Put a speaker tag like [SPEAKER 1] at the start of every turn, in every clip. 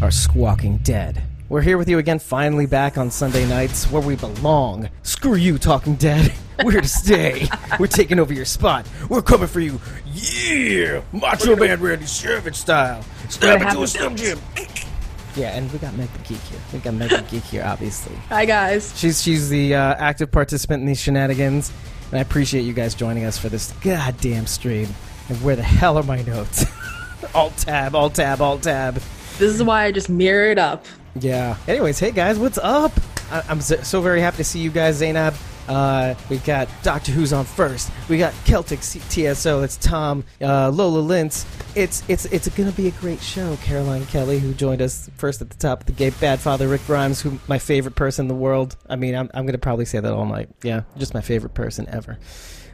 [SPEAKER 1] are Squawking Dead. We're here with you again, finally back on Sunday nights where we belong. Screw you, Talking Dead. We're here to stay. We're taking over your spot. We're coming for you. Yeah! Macho Man Randy Savage style. Stab
[SPEAKER 2] We're
[SPEAKER 1] it
[SPEAKER 2] gonna
[SPEAKER 1] to a
[SPEAKER 2] have
[SPEAKER 1] slim jim. Yeah, and we got Meg the Geek here. We got Meg the Geek here, obviously.
[SPEAKER 2] Hi guys.
[SPEAKER 1] She's she's the uh, active participant in these shenanigans, and I appreciate you guys joining us for this goddamn stream. And where the hell are my notes? alt tab, alt tab, alt tab.
[SPEAKER 2] This is why I just mirror it up.
[SPEAKER 1] Yeah. Anyways, hey guys, what's up? I- I'm so so very happy to see you guys, Zainab. Uh, we got Doctor Who's on first. We got Celtic C- TSO. It's Tom, uh, Lola Lintz. It's it's it's gonna be a great show. Caroline Kelly, who joined us first at the top of the gate. Bad Father Rick Grimes, who my favorite person in the world. I mean, I'm I'm gonna probably say that all night. Yeah, just my favorite person ever.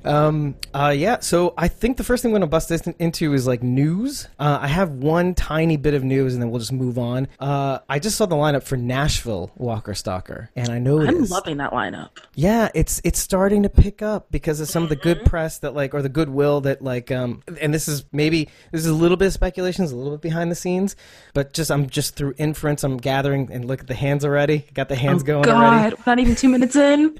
[SPEAKER 1] Um, uh, yeah, so I think the first thing we're going to bust this into is like news. Uh, I have one tiny bit of news and then we'll just move on. Uh, I just saw the lineup for Nashville Walker Stalker and I know
[SPEAKER 2] I'm loving that lineup.
[SPEAKER 1] yeah, it's it's starting to pick up because of some of the good press that like or the goodwill that like um and this is maybe this is a little bit of speculation, it's a little bit behind the scenes, but just I'm just through inference I'm gathering and look at the hands already. Got the hands going already.
[SPEAKER 2] Oh, God, we're not even two minutes in.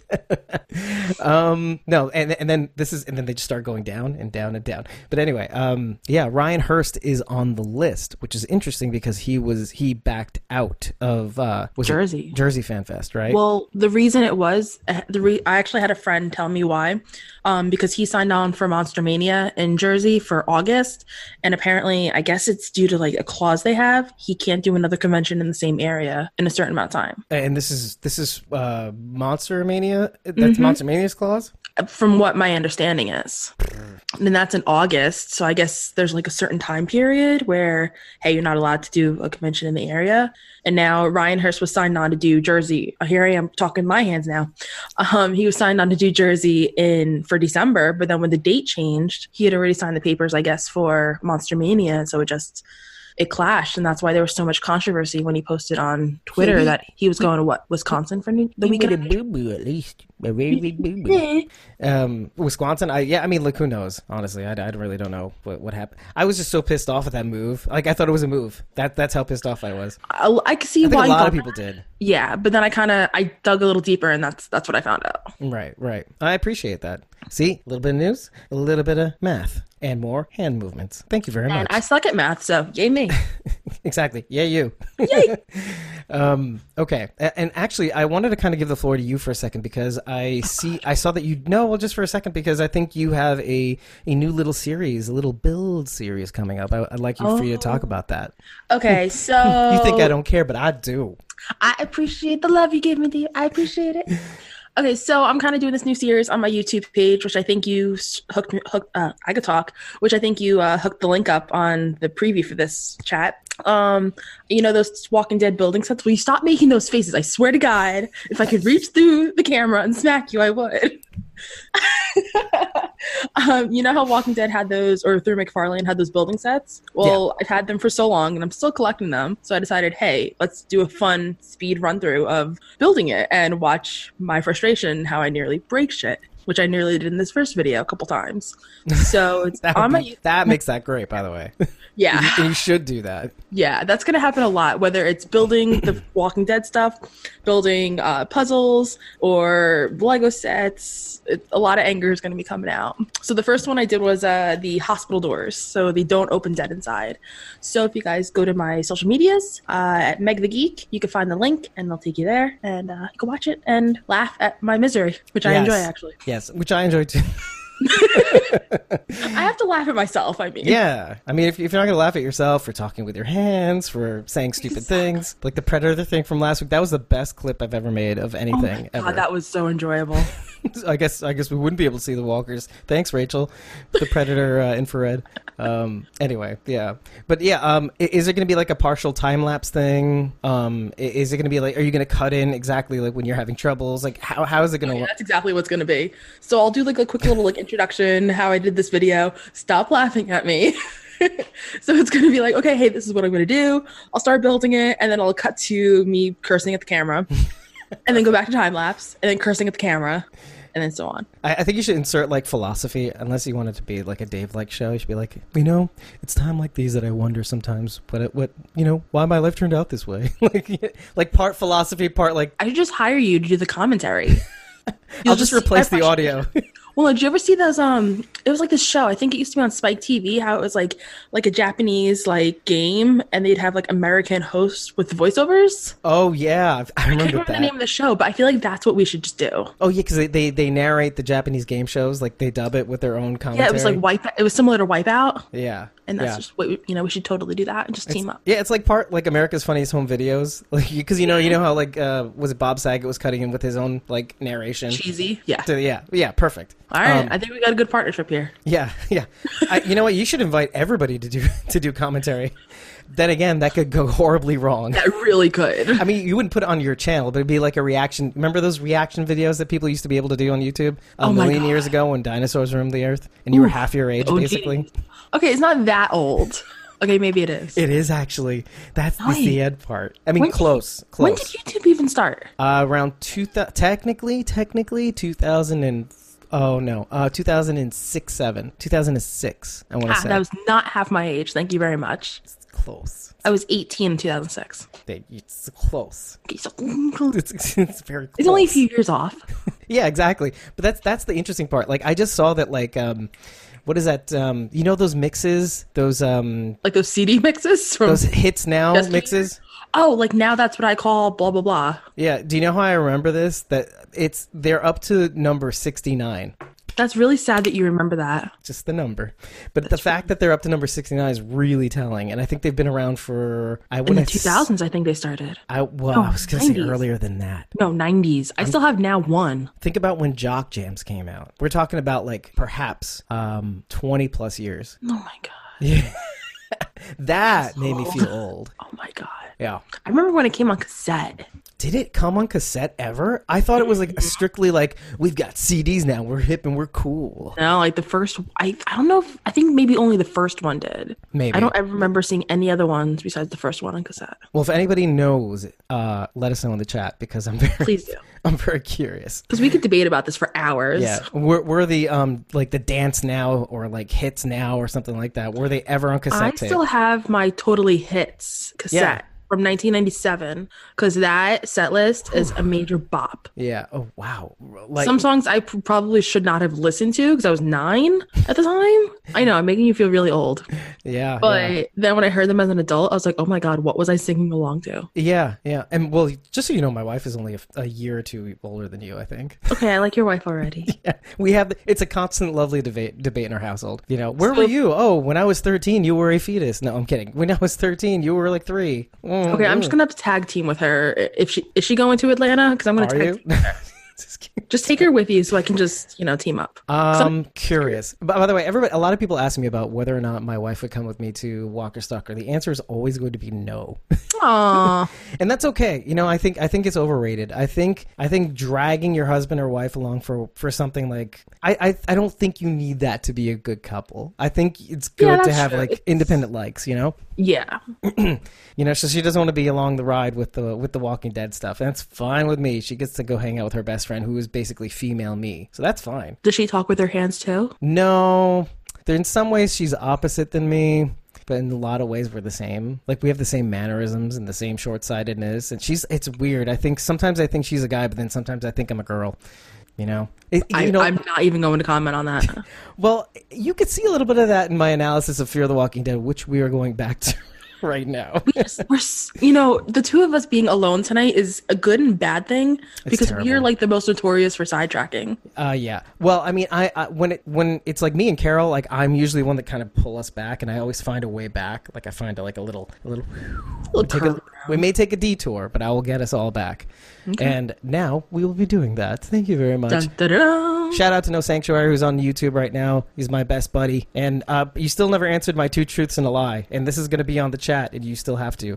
[SPEAKER 1] No, and and then this is and then they just start going down and down and down. But anyway, um, yeah, Ryan Hurst is on the list, which is interesting because he was he backed out of uh, was it
[SPEAKER 2] Jersey.
[SPEAKER 1] Jersey Fan Fest, right?
[SPEAKER 2] Well, the reason it was uh, the re- I actually had a friend tell me why, um, because he signed on for Monster Mania in Jersey for August, and apparently, I guess it's due to like a clause they have. He can't do another convention in the same area in a certain amount of time.
[SPEAKER 1] and this is this is uh, Monster Mania. That's
[SPEAKER 2] Mm-hmm.
[SPEAKER 1] Monster Mania's clause.
[SPEAKER 2] from what my understanding is. And that's in August. So I guess there's like a certain time period where, hey, you're not allowed to do a convention in the area. And now Ryan Hurst was signed on to do Jersey. Oh, Here I am talking my hands now. Um, he was signed on to do Jersey in for December, but then when the date changed, he had already signed the papers, I guess, for Monster Mania. So it just it clashed, and that's why there was so much controversy when he posted on Twitter
[SPEAKER 3] he-
[SPEAKER 2] that he was going to what Wisconsin for new, the
[SPEAKER 3] We get a
[SPEAKER 2] weekend. Eh,
[SPEAKER 3] boo boo at least. A very big boo boo.
[SPEAKER 1] Um, Wisconsin. I yeah. I mean, look, who knows? Honestly, I, I really don't know what what happened. I was just so pissed off at that move. Like I thought it was a move. That that's how pissed off I was.
[SPEAKER 2] I, I could see
[SPEAKER 1] I think
[SPEAKER 2] why
[SPEAKER 1] a
[SPEAKER 2] he
[SPEAKER 1] lot of
[SPEAKER 2] thought-
[SPEAKER 1] people did.
[SPEAKER 2] Yeah, but then I kind of I dug a little deeper, and that's that's what I found out.
[SPEAKER 1] Right, right. I appreciate that. See, a little bit of news, a little bit of math, and more hand movements. Thank you very much.
[SPEAKER 2] And I suck at math, so yay me.
[SPEAKER 1] exactly. Yeah, you. um, okay. A- And actually, I wanted to kind of give the floor to you for a second because I see, I saw that you. No, well, just for a second because I think you have a a new little series, a little build series coming up. I, I'd like you for you to talk about that.
[SPEAKER 2] Okay, so
[SPEAKER 1] You
[SPEAKER 2] Oh.
[SPEAKER 1] think I don't care, but I do.
[SPEAKER 2] I appreciate the love you gave me, Dave. I appreciate it. Okay, so I'm kind of doing this new series on my YouTube page, which I think you s- hooked. me- hooked uh, I could talk, which I think you uh, hooked the link up on the preview for this chat. Um, you know those Walking Dead building sets. Will you stop making those faces? I swear to God, if I could reach through the camera and smack you, I would. um, you know how Walking Dead had those, or through McFarlane had those building sets? Well, I've had them for so long and I'm still collecting them. So I decided, hey, let's do a fun speed run through of building it and watch my frustration, how I nearly break shit, which I nearly did in this first video a couple times. So it's
[SPEAKER 1] That, would
[SPEAKER 2] on my,
[SPEAKER 1] be- that makes that great, by the way.
[SPEAKER 2] yeah.
[SPEAKER 1] and you should do that.
[SPEAKER 2] Yeah, that's going to happen a lot, whether it's building the Walking Dead stuff, building uh, puzzles, or Lego sets. It, a lot of anger is going to be coming out. So, the first one I did was uh, the hospital doors. So, they don't open dead inside. So, if you guys go to my social medias uh, at Meg the Geek, you can find the link and they'll take you there and uh, you can watch it and laugh at my misery, which I
[SPEAKER 1] Yes.
[SPEAKER 2] enjoy actually.
[SPEAKER 1] Yes, which I enjoy too.
[SPEAKER 2] I have to laugh at myself, I mean.
[SPEAKER 1] Yeah, I mean, if, if you're not gonna laugh at yourself for talking with your hands, for saying stupid things, like the predator thing from last week, that was the best clip I've ever made of anything ever.
[SPEAKER 2] Oh God, that was so enjoyable.
[SPEAKER 1] I guess I guess we wouldn't be able to see the walkers. Thanks, Rachel. The predator uh, infrared. Um, anyway, yeah, but yeah, um, i- is it gonna be like a partial time lapse thing? Um, i- is it gonna be like, are you gonna cut in exactly like when you're having troubles? Like, how how is it gonna?
[SPEAKER 2] Yeah,
[SPEAKER 1] work?
[SPEAKER 2] that's exactly what's going to be. So I'll do like a quick little like introduction, how I did this video. Stop laughing at me. so it's going to be like, okay, hey, this is what I'm going to do. I'll start building it, and then I'll cut to me cursing at the camera, and then go back to time lapse, and then cursing at the camera, and then so on.
[SPEAKER 1] I, I think you should insert like philosophy, unless you want it to be like a Dave like show. You should be like, you know, it's time like these that I wonder sometimes what it, what you know why my life turned out this way. like like part philosophy, part like
[SPEAKER 2] I should just hire you to do the commentary.
[SPEAKER 1] I'll just, replace the audio.
[SPEAKER 2] Well, did you ever see those? Um, it was like this show. I think it used to be on Spike TV. How it was like like a Japanese like game, and they'd have like American hosts with voiceovers.
[SPEAKER 1] oh yeah, I
[SPEAKER 2] I can't
[SPEAKER 1] remember
[SPEAKER 2] remember the
[SPEAKER 1] that.
[SPEAKER 2] name of the show, but I feel like that's what we should just do.
[SPEAKER 1] Oh yeah, because they, they they narrate the Japanese game shows like they dub it with their own commentary.
[SPEAKER 2] Yeah, it was like wipe. It was similar to Wipeout,
[SPEAKER 1] yeah,
[SPEAKER 2] and that's
[SPEAKER 1] yeah.
[SPEAKER 2] just what we, you know. We should totally do that and just team up.
[SPEAKER 1] Yeah, it's like part like America's Funniest Home Videos, like because you know you know how like uh was it Bob Saget was cutting in with his own like narration.
[SPEAKER 2] Cheesy, yeah.
[SPEAKER 1] So, yeah, yeah, perfect.
[SPEAKER 2] All right,
[SPEAKER 1] Um,
[SPEAKER 2] I think we got a good partnership here.
[SPEAKER 1] yeah, yeah. I, you know what? You should invite everybody to do to do commentary. Then again, that could go horribly wrong.
[SPEAKER 2] That really could.
[SPEAKER 1] I mean, you wouldn't put it on your channel, but it'd be like a reaction. Remember those reaction videos that people used to be able to do on YouTube a
[SPEAKER 2] Oh my
[SPEAKER 1] million
[SPEAKER 2] God.
[SPEAKER 1] years ago when dinosaurs roamed the earth and you were half your age,
[SPEAKER 2] Oh,
[SPEAKER 1] basically?
[SPEAKER 2] geez. Okay, it's not that old. Okay, maybe it is.
[SPEAKER 1] It is actually. That's the
[SPEAKER 2] Nice.
[SPEAKER 1] the end part. I mean,
[SPEAKER 2] When-
[SPEAKER 1] close, close.
[SPEAKER 2] when did YouTube even start?
[SPEAKER 1] Uh, around two thousand, technically, technically two thousand and oh no, uh, two thousand and six, seven, two thousand and six. I want to
[SPEAKER 2] Ah,
[SPEAKER 1] say
[SPEAKER 2] that was not half my age. Thank you very much.
[SPEAKER 1] close.
[SPEAKER 2] I was 18 in 2006.
[SPEAKER 1] They- It's close.
[SPEAKER 2] Okay, so it's
[SPEAKER 1] It's, it's very. Close.
[SPEAKER 2] only a few years off.
[SPEAKER 1] Yeah, exactly. But that's that's the interesting part. Like I just saw that. Like, um, what is that? Um, you know those mixes, those um,
[SPEAKER 2] Like those CD mixes from.
[SPEAKER 1] those hits now
[SPEAKER 2] Just-
[SPEAKER 1] mixes.
[SPEAKER 2] oh, like now that's what I call blah blah blah.
[SPEAKER 1] Yeah. Do you know how I remember this? That it's they're up to number sixty nine.
[SPEAKER 2] That's really sad that you remember that.
[SPEAKER 1] just the number. But the fact that they're up to number 69 is really telling. And I think they've been around for, I
[SPEAKER 2] In
[SPEAKER 1] would
[SPEAKER 2] the Oh, 2000s, I think they started.
[SPEAKER 1] I, well, I was going to say
[SPEAKER 2] 90s.
[SPEAKER 1] earlier than that.
[SPEAKER 2] No, 90s. I still have now one.
[SPEAKER 1] Think about when Jock Jams came out. We're talking about like perhaps um, 20 plus years.
[SPEAKER 2] Oh my god.
[SPEAKER 1] That made me feel old.
[SPEAKER 2] Oh my god.
[SPEAKER 1] Yeah.
[SPEAKER 2] I remember when it came on cassette.
[SPEAKER 1] Did it come on cassette ever? I thought it was like strictly like, we've got CDs now. We're hip and we're cool.
[SPEAKER 2] No, like the first. I I don't know. If, I think maybe only the first one did.
[SPEAKER 1] Maybe.
[SPEAKER 2] I don't ever remember seeing any other ones besides the first one on cassette.
[SPEAKER 1] Well, if anybody knows, uh, let us know in the chat because I'm very,
[SPEAKER 2] Please do.
[SPEAKER 1] I'm very curious.
[SPEAKER 2] Because we could debate about this for hours.
[SPEAKER 1] Yeah, we're, we're the um like the dance now or like hits now or something like that. Were they ever on cassette
[SPEAKER 2] I
[SPEAKER 1] tape?
[SPEAKER 2] still have my Totally Hits cassette
[SPEAKER 1] Yeah.
[SPEAKER 2] from 1997 because that set list is a major bop.
[SPEAKER 1] yeah. Oh wow. Like
[SPEAKER 2] Some songs I p- probably should not have listened to because I was nine at the time. I know I'm making you feel really old,
[SPEAKER 1] yeah.
[SPEAKER 2] but
[SPEAKER 1] yeah.
[SPEAKER 2] then when I heard them as an adult, I was like, "Oh my god, what was I singing along to?"
[SPEAKER 1] Yeah, yeah, and well, just so you know, my wife is only a, a year or two older than you. I think
[SPEAKER 2] Okay, I like your wife already.
[SPEAKER 1] we have it's a constant lovely debate debate in our household. You know, where were you? Oh, when I was thirteen, you were a fetus. No, I'm kidding. When I was thirteen, you were like three. Mm,
[SPEAKER 2] Okay, I'm just gonna have to tag team with her if she is she going to Atlanta because I'm gonna
[SPEAKER 1] Are
[SPEAKER 2] tag
[SPEAKER 1] you?
[SPEAKER 2] team.
[SPEAKER 1] Just kidding.
[SPEAKER 2] just take her with you so I can just you know team up.
[SPEAKER 1] Uh, I'm curious. But by the way, everybody, a lot of people ask me about whether or not my wife would come with me to Walker Stalker. The answer is always going to be no,
[SPEAKER 2] Aww.
[SPEAKER 1] and that's okay. You know, I think I think it's overrated. I think I think dragging your husband or wife along for for something like I I, I don't think you need that to be a good couple. I think it's good
[SPEAKER 2] Yeah,
[SPEAKER 1] to
[SPEAKER 2] that's
[SPEAKER 1] have
[SPEAKER 2] true.
[SPEAKER 1] like
[SPEAKER 2] It's-
[SPEAKER 1] independent likes. You know,
[SPEAKER 2] yeah.
[SPEAKER 1] you know. So she doesn't want to be along the ride with the with the Walking Dead stuff, and that's fine with me. She gets to go hang out with her best friend, who is basically female me. So that's fine.
[SPEAKER 2] Does she talk with her hands too?
[SPEAKER 1] No, there in some ways she's opposite than me, but in a lot of ways we're the same. Like we have the same mannerisms and the same short-sightedness, and she's it's weird. I think sometimes I think she's a guy, but then sometimes I think I'm a girl. You know, It- you
[SPEAKER 2] I,
[SPEAKER 1] know.
[SPEAKER 2] I'm not even going to comment on that.
[SPEAKER 1] well, you could see a little bit of that in my analysis of Fear the Walking Dead, which we are going back to right now.
[SPEAKER 2] Yes, we're s- you know the two of us being alone tonight is a good and bad thing because we are
[SPEAKER 1] terrible.
[SPEAKER 2] like the most notorious for sidetracking.
[SPEAKER 1] Uh, yeah. Well, I mean, I, I when it when it's like me and Carol, like I'm usually one that kind of pull us back, and I always find a way back. Like I find a, like a little a little
[SPEAKER 2] Little
[SPEAKER 1] take
[SPEAKER 2] turn
[SPEAKER 1] a, we may take a detour, but I will get us all back. And now we will be doing that. Thank you very much.
[SPEAKER 2] around. Dun, dun, dun.
[SPEAKER 1] Shout out to No Sanctuary, who's on YouTube right now. He's my best buddy. And uh, you still never answered my two truths and a lie. And this is going to be on the chat, and you still have to.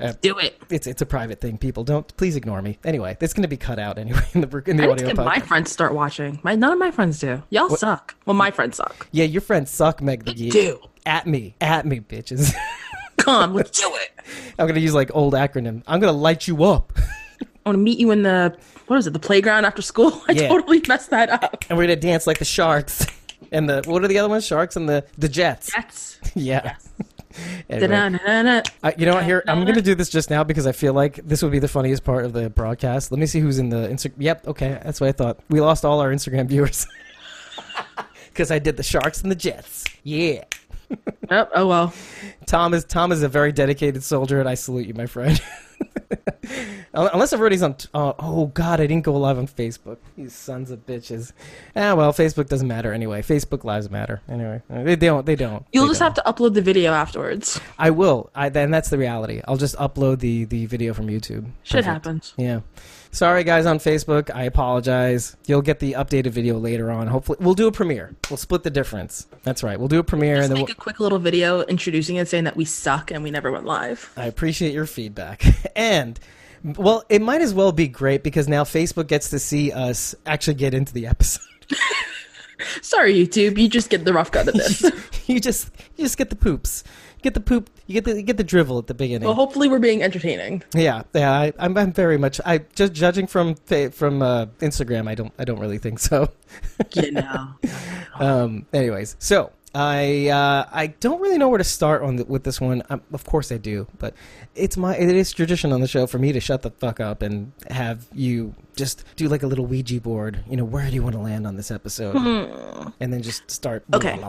[SPEAKER 1] uh,
[SPEAKER 2] Do it.
[SPEAKER 1] It's it's a private thing, people. Don't please ignore me. Anyway, it's going to be cut out anyway in the in
[SPEAKER 2] I
[SPEAKER 1] the
[SPEAKER 2] need to
[SPEAKER 1] audio
[SPEAKER 2] get
[SPEAKER 1] podcast.
[SPEAKER 2] my friends to start watching. My none of my friends do. Y'all suck. Well, my friends suck.
[SPEAKER 1] yeah, your friends suck, Meg the Geek.
[SPEAKER 2] do.
[SPEAKER 1] at me, at me, bitches.
[SPEAKER 2] Come, let's do it.
[SPEAKER 1] I'm going to use like old acronym. I'm going to light you up.
[SPEAKER 2] I want to meet you in the what is it? The playground after school. I
[SPEAKER 1] Yeah.
[SPEAKER 2] totally messed that up.
[SPEAKER 1] and we're gonna dance like the sharks and the what are the other ones? Sharks and the the jets.
[SPEAKER 2] That's
[SPEAKER 1] Yeah. Anyway.
[SPEAKER 2] da-da-da-da.
[SPEAKER 1] I, you know what? Here, I'm gonna do this just now because I feel like this would be the funniest part of the broadcast. Let me see who's in the Insta. Yep, okay, that's what I thought. We lost all our Instagram viewers because I did the sharks and the jets. Yeah,
[SPEAKER 2] Oh, oh well.
[SPEAKER 1] Tom is Tom is a very dedicated soldier, and I salute you, my friend. Un- Unless everybody's on. T- oh, oh God, I didn't go live on Facebook. These sons of bitches. Ah, well, Facebook doesn't matter anyway. Facebook lives matter anyway. uh, They don't. They don't.
[SPEAKER 2] You'll
[SPEAKER 1] They
[SPEAKER 2] just
[SPEAKER 1] don't.
[SPEAKER 2] have to upload the video afterwards.
[SPEAKER 1] I will. I, and that's the reality. I'll just upload the the video from YouTube.
[SPEAKER 2] Shit
[SPEAKER 1] Perfect.
[SPEAKER 2] happens.
[SPEAKER 1] Yeah. Sorry, guys, on Facebook. I apologize. You'll get the updated video later on. Hopefully, we'll do a premiere. We'll split the difference. That's right. We'll do a premiere,
[SPEAKER 2] Just
[SPEAKER 1] and then
[SPEAKER 2] make
[SPEAKER 1] we'll,
[SPEAKER 2] a quick little video introducing it, saying that we suck and we never went live.
[SPEAKER 1] I appreciate your feedback. and well, it might as well be great because now Facebook gets to see us actually get into the episode.
[SPEAKER 2] Sorry, YouTube. You just get the rough cut of this.
[SPEAKER 1] you just you just get the poops. Get the poop. You get the you get the drivel at the beginning.
[SPEAKER 2] well, hopefully, we're being entertaining.
[SPEAKER 1] Yeah, yeah. I, I'm, I'm very much. I just judging from fa- from uh, Instagram. I don't. I don't really think so.
[SPEAKER 2] You know.
[SPEAKER 1] um, anyways, so I uh, I don't really know where to start on the, with this one. Um of course I do, but it's my it is tradition on the show for me to shut the fuck up and have you just do like a little Ouija board. You know, where do you want to land on this episode? And then just start.
[SPEAKER 2] Okay.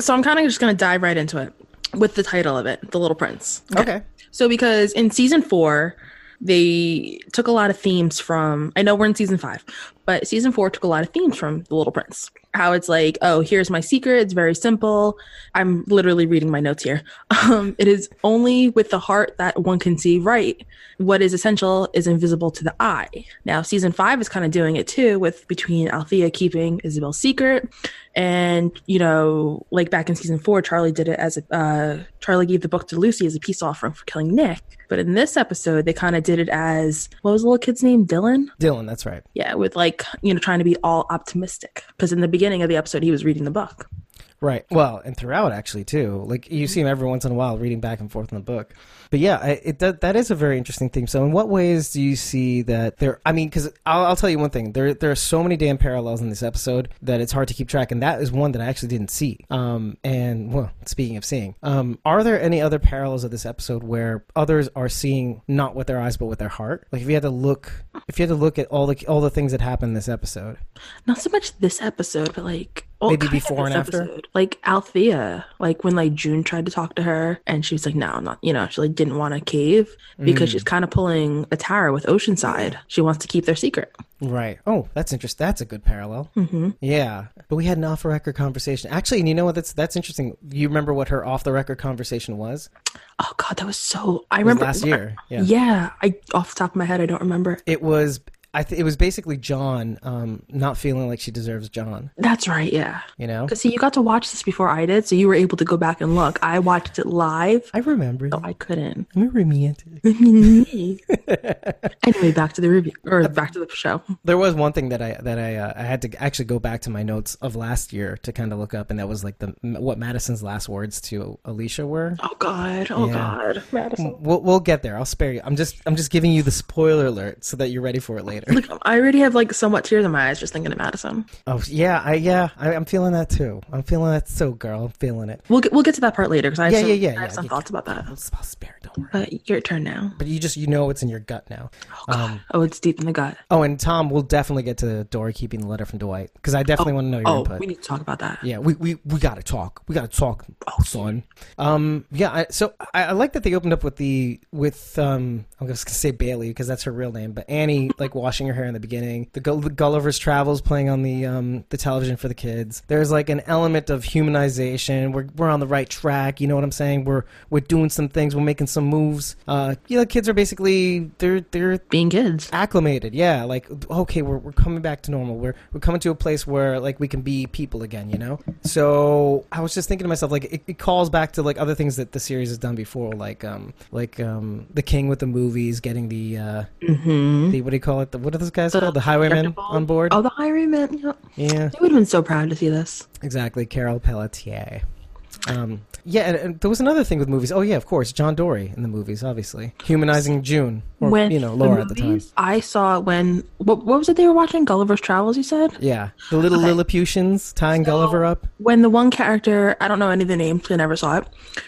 [SPEAKER 2] So I'm kind of just going to dive right into it with the title of it, The Little Prince.
[SPEAKER 1] Okay.
[SPEAKER 2] So because in season four, they took a lot of themes from I know we're in season five, but season four took a lot of themes from The Little Prince. How it's like, oh, here's my secret. It's very simple. I'm literally reading my notes here. Um, it is only with the heart that one can see right. What is essential is invisible to the eye. Now, season five is kind of doing it too, with between Althea keeping Isabel's secret, and you know, like back in season four, Charlie did it as a uh, Charlie gave the book to Lucy as a peace offering for killing Nick. But in this episode, they kind of did it as what was the little kid's name, Dylan?
[SPEAKER 1] Dylan, that's right.
[SPEAKER 2] Yeah, with like you know, trying to be all optimistic because in the beginning of the episode, he was reading the book.
[SPEAKER 1] Right. Well, and throughout actually too. Like you see him every once in a while reading back and forth in the book. But yeah, I- it that, that is a very interesting theme. So, in what ways do you see that there? I mean, because I'll, I'll tell you one thing. There there are so many damn parallels in this episode that it's hard to keep track. And that is one that I actually didn't see. Um, and well, speaking of seeing, um, are there any other parallels of this episode where others are seeing not with their eyes but with their heart? Like if you had to look, if you had to look at all the all the things that happened in this episode.
[SPEAKER 2] not so much this episode, but like well,
[SPEAKER 1] Maybe
[SPEAKER 2] kind of
[SPEAKER 1] before
[SPEAKER 2] this
[SPEAKER 1] and after?
[SPEAKER 2] Like Althea, like when like June tried to talk to her, and she was like, "No, I'm not." You know, she like didn't want to cave because she's
[SPEAKER 1] Mm.
[SPEAKER 2] kind of pulling a tower with Oceanside. She wants to keep their secret.
[SPEAKER 1] Right. Oh, that's interesting. That's a good parallel. Mm-hmm. Yeah, but we had an off the record conversation. Actually, and you know what? That's that's interesting. You remember what her off the record conversation was?
[SPEAKER 2] Oh God, that was so. I remember
[SPEAKER 1] last year, yeah.
[SPEAKER 2] I off the top of my head, I don't remember.
[SPEAKER 1] It was. I th- it was basically John um, not feeling like she deserves John.
[SPEAKER 2] That's right, yeah.
[SPEAKER 1] You know.
[SPEAKER 2] Because see, you got to watch this before I did, so you were able to go back and look. I watched it live.
[SPEAKER 1] I remember.
[SPEAKER 2] so I couldn't.
[SPEAKER 1] I'm a romantic.
[SPEAKER 2] anyway, back to the review or back to the show.
[SPEAKER 1] There was one thing that I that I uh, I had to actually go back to my notes of last year to kind of look up, and that was like the what Madison's last words to Alicia were.
[SPEAKER 2] Oh God! Oh
[SPEAKER 1] Yeah.
[SPEAKER 2] God! Madison.
[SPEAKER 1] We'll, we'll get there. I'll spare you. I'm just I'm just giving you the spoiler alert so that you're ready for it later.
[SPEAKER 2] Look, I already have like somewhat tears in my eyes just thinking of Madison.
[SPEAKER 1] Oh yeah, I yeah, I, I'm feeling that too. I'm feeling that so, girl. I'm feeling it.
[SPEAKER 2] We'll get we'll get to that part later because I have
[SPEAKER 1] Yeah,
[SPEAKER 2] some,
[SPEAKER 1] yeah, yeah,
[SPEAKER 2] I have
[SPEAKER 1] yeah,
[SPEAKER 2] some
[SPEAKER 1] you
[SPEAKER 2] thoughts about that.
[SPEAKER 1] I'll, I'll spare. it, Don't worry.
[SPEAKER 2] But your turn now.
[SPEAKER 1] But you just you know it's in your gut now. Oh,
[SPEAKER 2] Oh, it's deep in the gut.
[SPEAKER 1] oh and Tom, we'll definitely get to Dory keeping the letter from Dwight because I definitely want to know your
[SPEAKER 2] Oh,
[SPEAKER 1] input.
[SPEAKER 2] we need to talk about that.
[SPEAKER 1] yeah, we, we, we gotta talk. We gotta talk, son. Um, yeah. I, so I, I like that they opened up with the with um. I'm just gonna say Bailey because that's her real name, but Annie like washing her hair in the beginning. The, Gull- the Gulliver's Travels playing on the um the television for the kids. There's like an element of humanization. We're we're on the right track. You know what I'm saying? We're we're doing some things. We're making some moves. Uh, you know, kids are basically they're they're
[SPEAKER 2] Being kids.
[SPEAKER 1] acclimated yeah like okay we're, we're coming back to normal we're we're coming to a place where like we can be people again you know so i was just thinking to myself like it, it calls back to like other things that the series has done before like um like um the king with the movies getting the uh
[SPEAKER 2] Mm-hmm.
[SPEAKER 1] the what do you call it the, what are those guys called the highwaymen
[SPEAKER 2] Thunderball.
[SPEAKER 1] on board
[SPEAKER 2] Oh, the highwayman. Yeah.
[SPEAKER 1] yeah
[SPEAKER 2] They would have been so proud to see this.
[SPEAKER 1] exactly carol pelletier Um, yeah, and, and there was another thing with movies. Oh yeah, of course, John Dory in the movies, obviously humanizing June, or
[SPEAKER 2] With
[SPEAKER 1] you know Laura at the time.
[SPEAKER 2] movies, I saw it when what, what was it they were watching? Gulliver's Travels. You said
[SPEAKER 1] Yeah, the little
[SPEAKER 2] Okay.
[SPEAKER 1] Lilliputians tying Gulliver up.
[SPEAKER 2] when the one character I don't know any of the names, 'cause I never saw it.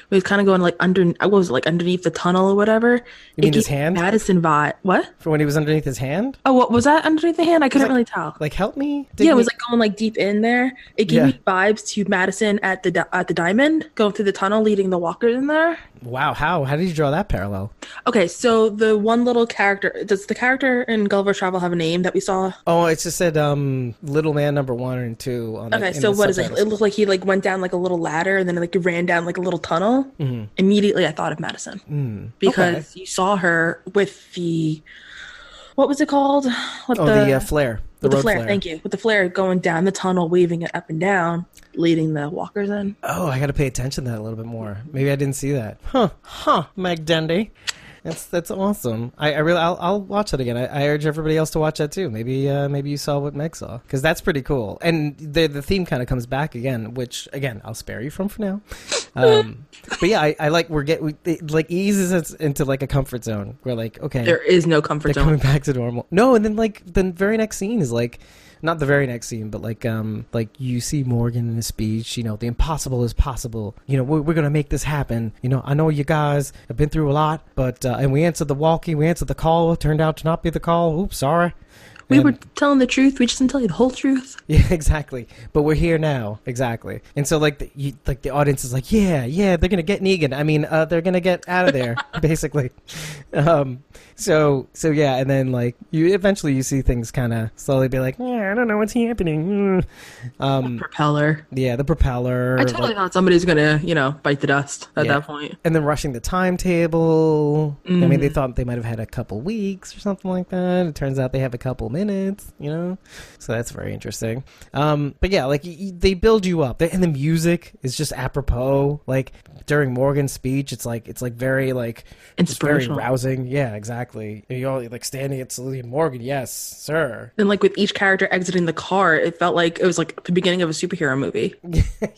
[SPEAKER 2] We was kind of going like under what was it, like underneath the tunnel or whatever.
[SPEAKER 1] You mean
[SPEAKER 2] It
[SPEAKER 1] his
[SPEAKER 2] gave
[SPEAKER 1] hand?
[SPEAKER 2] Madison vibe. What?
[SPEAKER 1] For when he was underneath his hand,
[SPEAKER 2] Oh, what was that underneath the hand? I couldn't really tell.
[SPEAKER 1] like help me.
[SPEAKER 2] yeah, it
[SPEAKER 1] Didn't
[SPEAKER 2] was
[SPEAKER 1] he-
[SPEAKER 2] like going like deep in there. It gave
[SPEAKER 1] Yeah.
[SPEAKER 2] me vibes to Madison at the di- at the Diamond, going through the tunnel, leading the walkers in there.
[SPEAKER 1] wow. How how did you draw that parallel?
[SPEAKER 2] Okay, so the one little character does the character in Gulliver's Travel have a name that we saw?
[SPEAKER 1] Oh, it just said um, little man number one and two. On the-
[SPEAKER 2] Okay,
[SPEAKER 1] in
[SPEAKER 2] so
[SPEAKER 1] the
[SPEAKER 2] what is it? It
[SPEAKER 1] subtitles.
[SPEAKER 2] looked like he like went down like a little ladder and then like ran down like a little tunnel.
[SPEAKER 1] Mm-hmm.
[SPEAKER 2] Immediately, I thought of Madison
[SPEAKER 1] Hmm.
[SPEAKER 2] because you saw her with the what was it called? With
[SPEAKER 1] Oh, the, uh, flare, the,
[SPEAKER 2] with the
[SPEAKER 1] road
[SPEAKER 2] flare. Thank you. With the flare going down the tunnel, waving it up and down, leading the walkers in.
[SPEAKER 1] Oh, I got to pay attention to that a little bit more. Maybe I didn't see that. Huh? Huh? Meg Dundee. That's that's awesome. I, I really I'll, I'll watch it again. I, I urge everybody else to watch that too. Maybe uh, maybe you saw what Meg saw because that's pretty cool. And the the theme kind of comes back again, which again I'll spare you from for now. Um, but yeah, I, I like we're get we, it, like eases us into like a comfort zone. We're like okay,
[SPEAKER 2] There is no comfort
[SPEAKER 1] they're
[SPEAKER 2] zone.
[SPEAKER 1] coming back to normal. No, and then like the very next scene is like not the very next scene, but like um like you see Morgan in a speech, you know, the impossible is possible. You know, we're, we're gonna make this happen. You know, I know you guys have been through a lot, but uh, and we answered the walkie, we answered the call, turned out to not be the call. Oops, sorry.
[SPEAKER 2] We
[SPEAKER 1] And-
[SPEAKER 2] were telling the truth. We just didn't tell you the whole truth.
[SPEAKER 1] yeah, exactly. But we're here now, exactly. And so, like, the, you, like the audience is like, yeah, yeah, they're gonna get Negan. I mean, uh, they're gonna get out of there, basically. Um, so, so yeah, and then like you eventually you see things kind of slowly be like, yeah, I don't know what's happening. Um,
[SPEAKER 2] Propeller.
[SPEAKER 1] yeah, the propeller.
[SPEAKER 2] Mm. I totally
[SPEAKER 1] like-
[SPEAKER 2] thought somebody's gonna, you know, bite the dust at
[SPEAKER 1] Yeah.
[SPEAKER 2] that point.
[SPEAKER 1] and then rushing the timetable. I mean, they thought they might have had a couple weeks or something like that. It turns out they have a couple minutes, you know? So that's very interesting. Um, but yeah, like y- y- they build you up, and the music is just apropos. Like during Morgan's speech, it's like it's like very like it's very
[SPEAKER 2] Inspirational.
[SPEAKER 1] rousing. Yeah, exactly. You all like standing at saluting Morgan. Yes, sir.
[SPEAKER 2] And like with each character exiting the car, it felt like it was like the beginning of a superhero movie.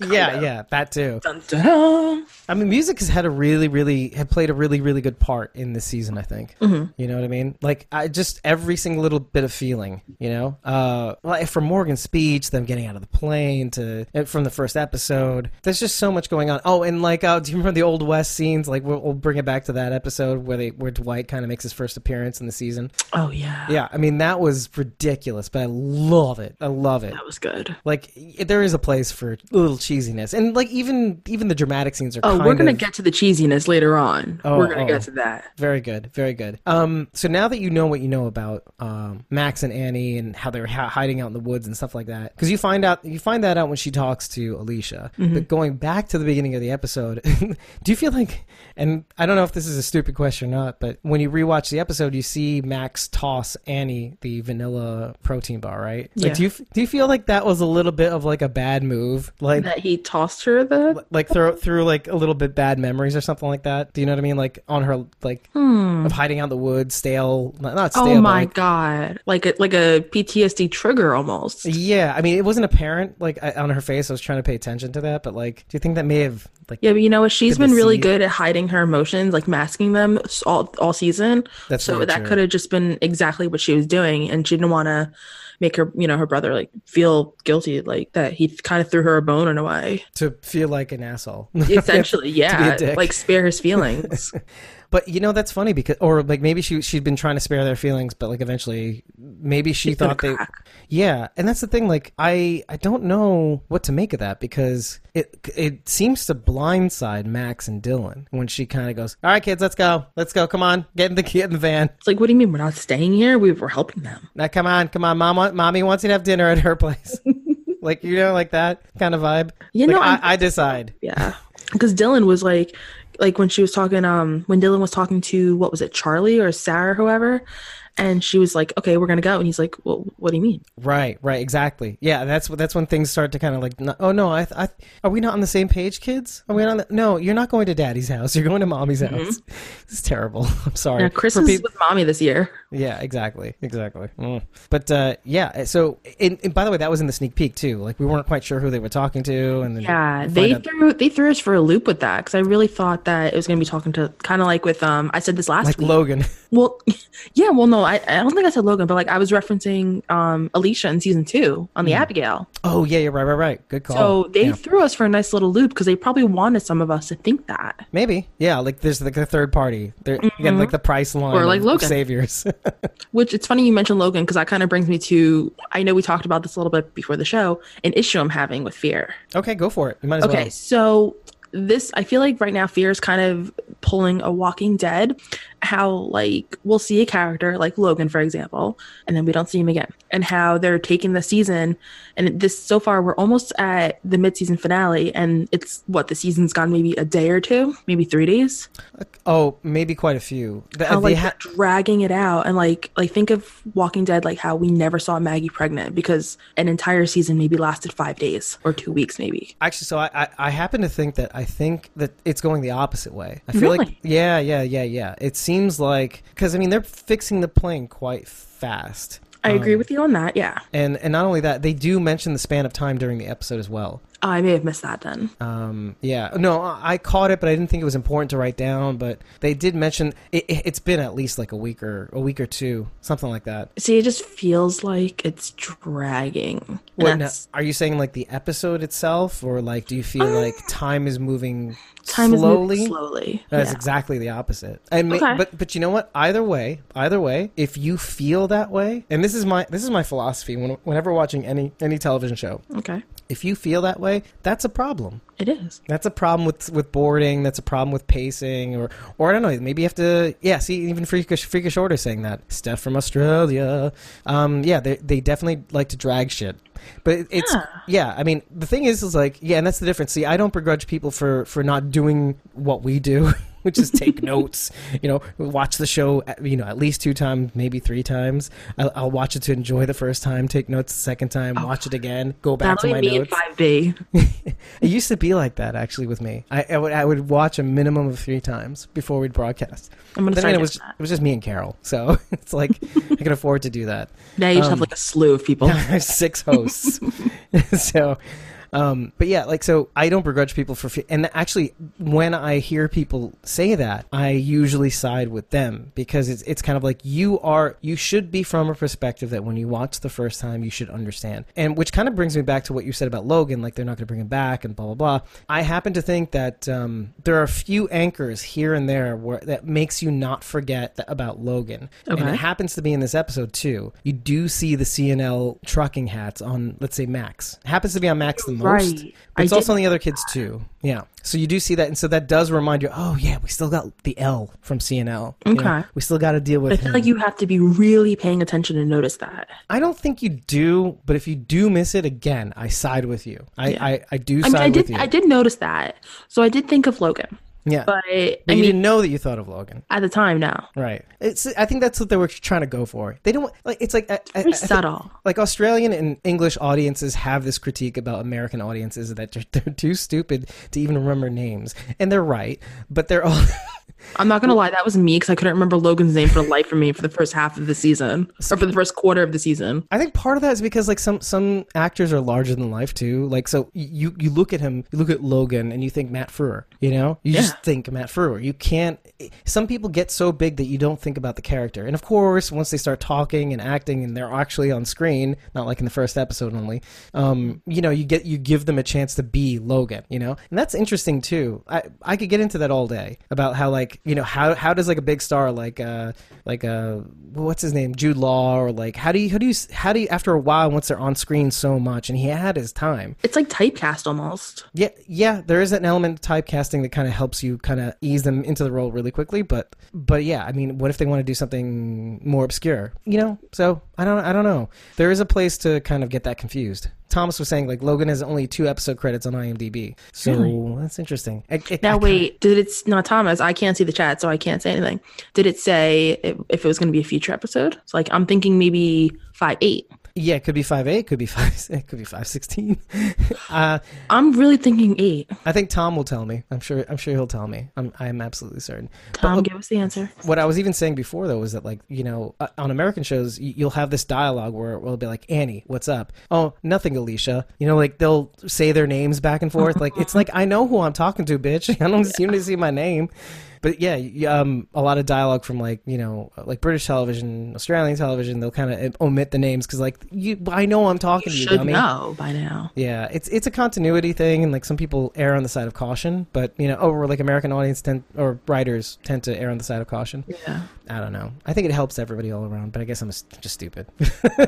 [SPEAKER 1] yeah, yeah, that too.
[SPEAKER 2] Dun, dun.
[SPEAKER 1] I mean, music has had a really, really had played a really, really good part in this season. I think.
[SPEAKER 2] Mm-hmm.
[SPEAKER 1] You know what I mean? Like, I just every single little bit of feeling. You know, uh, like from Morgan's speech, them getting out of the plane to and from the first episode. There's just so much going on. Oh, and like, uh, do you remember the Old West scenes? Like, we'll, we'll bring it back to that episode where they where Dwight kind of makes his first appearance in the season.
[SPEAKER 2] Oh yeah.
[SPEAKER 1] Yeah, I mean that was ridiculous, but I love it. I love it.
[SPEAKER 2] That was good.
[SPEAKER 1] Like, y- there is a place for a little cheesiness, and like even even the dramatic scenes are.
[SPEAKER 2] Oh,
[SPEAKER 1] kind
[SPEAKER 2] we're gonna
[SPEAKER 1] of-
[SPEAKER 2] get to the cheesiness later on.
[SPEAKER 1] Oh,
[SPEAKER 2] we're gonna
[SPEAKER 1] oh.
[SPEAKER 2] get to that.
[SPEAKER 1] Very good, very good. Um, so now that you know what you know about um, Max and Annie and how they were ha- hiding out in the woods and stuff like that, because you find out you find that out when she talks to Alicia. But going back to the beginning of the episode, do you feel like, and I don't know if this is a stupid question or not, but when you rewatch the episode, you see Max toss Annie the vanilla protein bar, right? Like,
[SPEAKER 2] Yeah.
[SPEAKER 1] do you f- do you feel like that was a little bit of like a bad move, like?
[SPEAKER 2] That he tossed her the
[SPEAKER 1] like throw through like a little bit bad memories or something like that. Do you know what I mean? Like on her like of hiding out in the woods, stale, not, not stale.
[SPEAKER 2] Hmm. Oh
[SPEAKER 1] but,
[SPEAKER 2] my
[SPEAKER 1] like-
[SPEAKER 2] god. Like a like a PTSD trigger almost.
[SPEAKER 1] yeah, I mean, it wasn't apparent like I, on her face. I was trying to pay attention to that, but like, do you think that may have like?
[SPEAKER 2] Yeah, but you know what? She's
[SPEAKER 1] Couldn't
[SPEAKER 2] been really
[SPEAKER 1] see it.
[SPEAKER 2] good at hiding her emotions, like masking them s- all all season.
[SPEAKER 1] That's
[SPEAKER 2] so
[SPEAKER 1] very
[SPEAKER 2] that
[SPEAKER 1] true.
[SPEAKER 2] could have just been exactly what she was doing, and she didn't want to make her, you know, her brother like feel guilty, like that he kind of threw her a bone in a way,
[SPEAKER 1] To feel like an asshole,
[SPEAKER 2] essentially. yeah,
[SPEAKER 1] dick.
[SPEAKER 2] like spare his feelings.
[SPEAKER 1] but you know that's funny because, or like maybe she she'd been trying to spare their feelings, but like eventually, maybe she
[SPEAKER 2] She's gonna
[SPEAKER 1] thought they,
[SPEAKER 2] crack.
[SPEAKER 1] Yeah, and that's the thing. Like, I I don't know what to make of that because it it seems to blindside Max and Dylan when she kind of goes, "All right, kids, let's go, let's go, come on, get in the get in the van.
[SPEAKER 2] It's like, what do you mean we're not staying here? We were helping them.
[SPEAKER 1] Now, come on, come on, mom, want- mommy wants you to have dinner at her place." like you know, like that kind of vibe.
[SPEAKER 2] You
[SPEAKER 1] Like,
[SPEAKER 2] know,
[SPEAKER 1] I,
[SPEAKER 2] I'm-
[SPEAKER 1] I decide.
[SPEAKER 2] Yeah, because Dylan was like, like when she was talking, um, when Dylan was talking to what was it, Charlie or Sarah, or whoever, and she was like, okay, we're gonna go, and he's like, well, what do you mean?
[SPEAKER 1] Right, right, exactly. Yeah, that's that's when things start to kind of like, no- oh no, I, I, are we not on the same page, kids? Are we not? On the, no, you're not going to daddy's house. You're going to mommy's house. This is terrible. I'm sorry.
[SPEAKER 2] Mm-hmm. Yeah, Chris
[SPEAKER 1] For
[SPEAKER 2] is
[SPEAKER 1] peop-
[SPEAKER 2] with mommy this year.
[SPEAKER 1] Yeah, exactly, exactly. Mm. But uh, yeah, so and, and by the way, that was in the sneak peek too. Like we weren't quite sure who they were talking to, and then
[SPEAKER 2] Yeah,
[SPEAKER 1] you find
[SPEAKER 2] they
[SPEAKER 1] out-
[SPEAKER 2] threw they threw us for a loop with that because I really thought that it was going to be talking to kind of like with um I said this last
[SPEAKER 1] like
[SPEAKER 2] week.
[SPEAKER 1] Logan.
[SPEAKER 2] well, yeah, well no, I, I don't think I said Logan, but like I was referencing um Alicia in season two on the Abigail.
[SPEAKER 1] Oh yeah, yeah, right, right, right. Good call.
[SPEAKER 2] So they
[SPEAKER 1] Oh, Yeah.
[SPEAKER 2] threw us for a nice little loop because they probably wanted some of us to think that.
[SPEAKER 1] Maybe, yeah. Like there's like the third party. They're again like the price line
[SPEAKER 2] Mm-hmm. Or like
[SPEAKER 1] of
[SPEAKER 2] Logan.
[SPEAKER 1] saviors.
[SPEAKER 2] Which it's funny you mentioned Logan because that kind of brings me to I know we talked about this a little bit before the show an issue I'm having with fear.
[SPEAKER 1] okay, go for it. You might as
[SPEAKER 2] Okay,
[SPEAKER 1] well.
[SPEAKER 2] so this I feel like right now fear is kind of pulling a Walking Dead. How like we'll see a character like Logan for example, and then we don't see him again, and how they're taking the season. And this so far we're almost at the mid-season finale, and it's what the season's gone maybe a day or two, maybe three days.
[SPEAKER 1] Oh, maybe quite a few. Th-
[SPEAKER 2] How
[SPEAKER 1] they
[SPEAKER 2] like
[SPEAKER 1] ha-
[SPEAKER 2] they're dragging it out, and like like think of Walking Dead, like how we never saw Maggie pregnant because an entire season maybe lasted five days or two weeks maybe.
[SPEAKER 1] Actually, so I, I, I happen to think that I think that it's going the opposite way. I feel like
[SPEAKER 2] Really?
[SPEAKER 1] yeah, yeah, yeah, yeah. It seems like because I mean they're fixing the plane quite fast,
[SPEAKER 2] I agree with you on that. Yeah.
[SPEAKER 1] and and not only that they do mention the span of time during the episode as well.
[SPEAKER 2] Oh, I may have missed that then.
[SPEAKER 1] Um, yeah, no, I I caught it, but I didn't think it was important to write down. But they did mention it, it, it's been at least like a week or a week or two, something like that.
[SPEAKER 2] See, it just feels like it's dragging. And
[SPEAKER 1] What, now,
[SPEAKER 2] that's- Uh,
[SPEAKER 1] are you saying like the episode itself, or like do you feel like time is moving
[SPEAKER 2] time
[SPEAKER 1] slowly?
[SPEAKER 2] is moving slowly.
[SPEAKER 1] That's
[SPEAKER 2] Yeah.
[SPEAKER 1] exactly the opposite. And ma-
[SPEAKER 2] Okay.
[SPEAKER 1] but but you know what? Either way, either way, if you feel that way, and this is my this is my philosophy when, whenever watching any any television show,
[SPEAKER 2] okay.
[SPEAKER 1] if you feel that way, that's a problem.
[SPEAKER 2] It is.
[SPEAKER 1] That's a problem with with boarding. That's a problem with pacing, or or I don't know. Maybe you have to. Yeah, see, even freakish freakish order saying that Steph from Australia. Um, yeah, they they definitely like to drag shit, but it- it's yeah.
[SPEAKER 2] Yeah.
[SPEAKER 1] I mean, the thing is, is like yeah, and that's the difference. See, I don't begrudge people for for not doing what we do. Which is take notes, you know. Watch the show, at- you know, at least two times, maybe three times. I'll, I'll watch it to enjoy the first time, take notes the second time, watch it again, go back
[SPEAKER 2] That'll
[SPEAKER 1] to
[SPEAKER 2] be
[SPEAKER 1] my
[SPEAKER 2] me
[SPEAKER 1] notes.
[SPEAKER 2] in 5B.
[SPEAKER 1] It used to be like that actually with me. I, I would I would watch a minimum of three times before we'd broadcast.
[SPEAKER 2] I'm gonna
[SPEAKER 1] Then
[SPEAKER 2] start
[SPEAKER 1] again, it
[SPEAKER 2] doing
[SPEAKER 1] was
[SPEAKER 2] that.
[SPEAKER 1] it was just me and Carol, so it's like I can afford to do that.
[SPEAKER 2] Now you just
[SPEAKER 1] um,
[SPEAKER 2] have like a slew of people.
[SPEAKER 1] I have six hosts, so. Um, but yeah, like so, I don't begrudge people for, fe- and actually, when I hear people say that, I usually side with them because it's it's kind of like you are you should be from a perspective that when you watch the first time, you should understand, and which kind of brings me back to what you said about Logan, like they're not going to bring him back and blah blah blah. I happen to think that um, there are a few anchors here and there where that makes you not forget th- about Logan, and it
[SPEAKER 2] Okay.
[SPEAKER 1] happens to be in this episode too. You do see the CNL trucking hats on, let's say Max. It happens to be on Max the most.
[SPEAKER 2] Right.
[SPEAKER 1] But it's
[SPEAKER 2] I
[SPEAKER 1] also on the other kids too. Yeah. So you do see that, and so that does remind you. Oh yeah, we still got the L from CNL. You know,
[SPEAKER 2] Okay.
[SPEAKER 1] we still got to deal with.
[SPEAKER 2] I feel
[SPEAKER 1] him.
[SPEAKER 2] like you have to be really paying attention to notice that.
[SPEAKER 1] I don't think you do, but if you do miss it again, I side with you. I I, I do
[SPEAKER 2] I
[SPEAKER 1] side
[SPEAKER 2] mean, I
[SPEAKER 1] with
[SPEAKER 2] did.
[SPEAKER 1] you.
[SPEAKER 2] I did notice that. So I did think of Logan,
[SPEAKER 1] yeah.
[SPEAKER 2] but,
[SPEAKER 1] But
[SPEAKER 2] I
[SPEAKER 1] you
[SPEAKER 2] mean,
[SPEAKER 1] didn't know that you thought of Logan.
[SPEAKER 2] at the time, no.
[SPEAKER 1] Right. It's. I think that's what they were trying to go for. They don't like. It's like I, I,
[SPEAKER 2] Very
[SPEAKER 1] I think-
[SPEAKER 2] subtle.
[SPEAKER 1] like Australian and English audiences have this critique about American audiences that they're, they're too stupid to even remember names, and they're right. But they're all.
[SPEAKER 2] I'm not gonna lie, that was me because I couldn't remember Logan's name for the life of me for the first half of the season or for the first quarter of the season.
[SPEAKER 1] I think part of that is because like some some actors are larger than life too. Like so you you look at him, you look at Logan, and you think Matt Frewer. You know, you just think Matt Frewer. You can't. Some people get so big that you don't think about the character. And of course, once they start talking and acting, and they're actually on screen, not like in the first episode only. Um, you know, you get you give them a chance to be Logan. You know, and that's interesting too. I I could get into that all day about how like you know how how does like a big star like uh like uh what's his name Jude Law or like how do you how do you how do you after a while once they're on screen so much and he had his time
[SPEAKER 2] It's like typecast almost.
[SPEAKER 1] yeah yeah there is an element of typecasting that kind of helps you kind of ease them into the role really quickly but but yeah I mean what if they want to do something more obscure you know so I don't I don't know there is a place to kind of get that confused. Thomas was saying like Logan has only two episode credits on IMDb, so that's interesting. It- it-
[SPEAKER 2] Hmm. Now
[SPEAKER 1] I-
[SPEAKER 2] wait, did it's not Thomas? I can't see the chat, so I can't say anything. Did it say if, if it was going to be a future episode? It's like I'm thinking maybe five eight.
[SPEAKER 1] Yeah, it could be five eight, could be five, it could be five sixteen. uh,
[SPEAKER 2] I'm really thinking eight.
[SPEAKER 1] I think Tom will tell me. I'm sure. I'm sure he'll tell me. I'm. I'm absolutely certain.
[SPEAKER 2] Tom, give us the answer.
[SPEAKER 1] What I was even saying before though was that like you know uh, on American shows y- you'll have this dialogue where it'll be like Annie, what's up? Oh, nothing, Alicia. You know, like they'll say their names back and forth. Like it's like I know who I'm talking to, bitch. I don't seem to see my name. But yeah, y- um, a lot of dialogue from like you know uh, like British television, Australian television. They'll kind of omit the names because like you, I know I'm talking to you,
[SPEAKER 2] Should
[SPEAKER 1] dummy.
[SPEAKER 2] know by now.
[SPEAKER 1] Yeah, it's it's a continuity thing, and like some people err on the side of caution, but you know, over like American audience tend or writers tend to err on the side of caution.
[SPEAKER 2] Yeah.
[SPEAKER 1] I don't know. I think it helps everybody all around, but I guess I'm s- just stupid.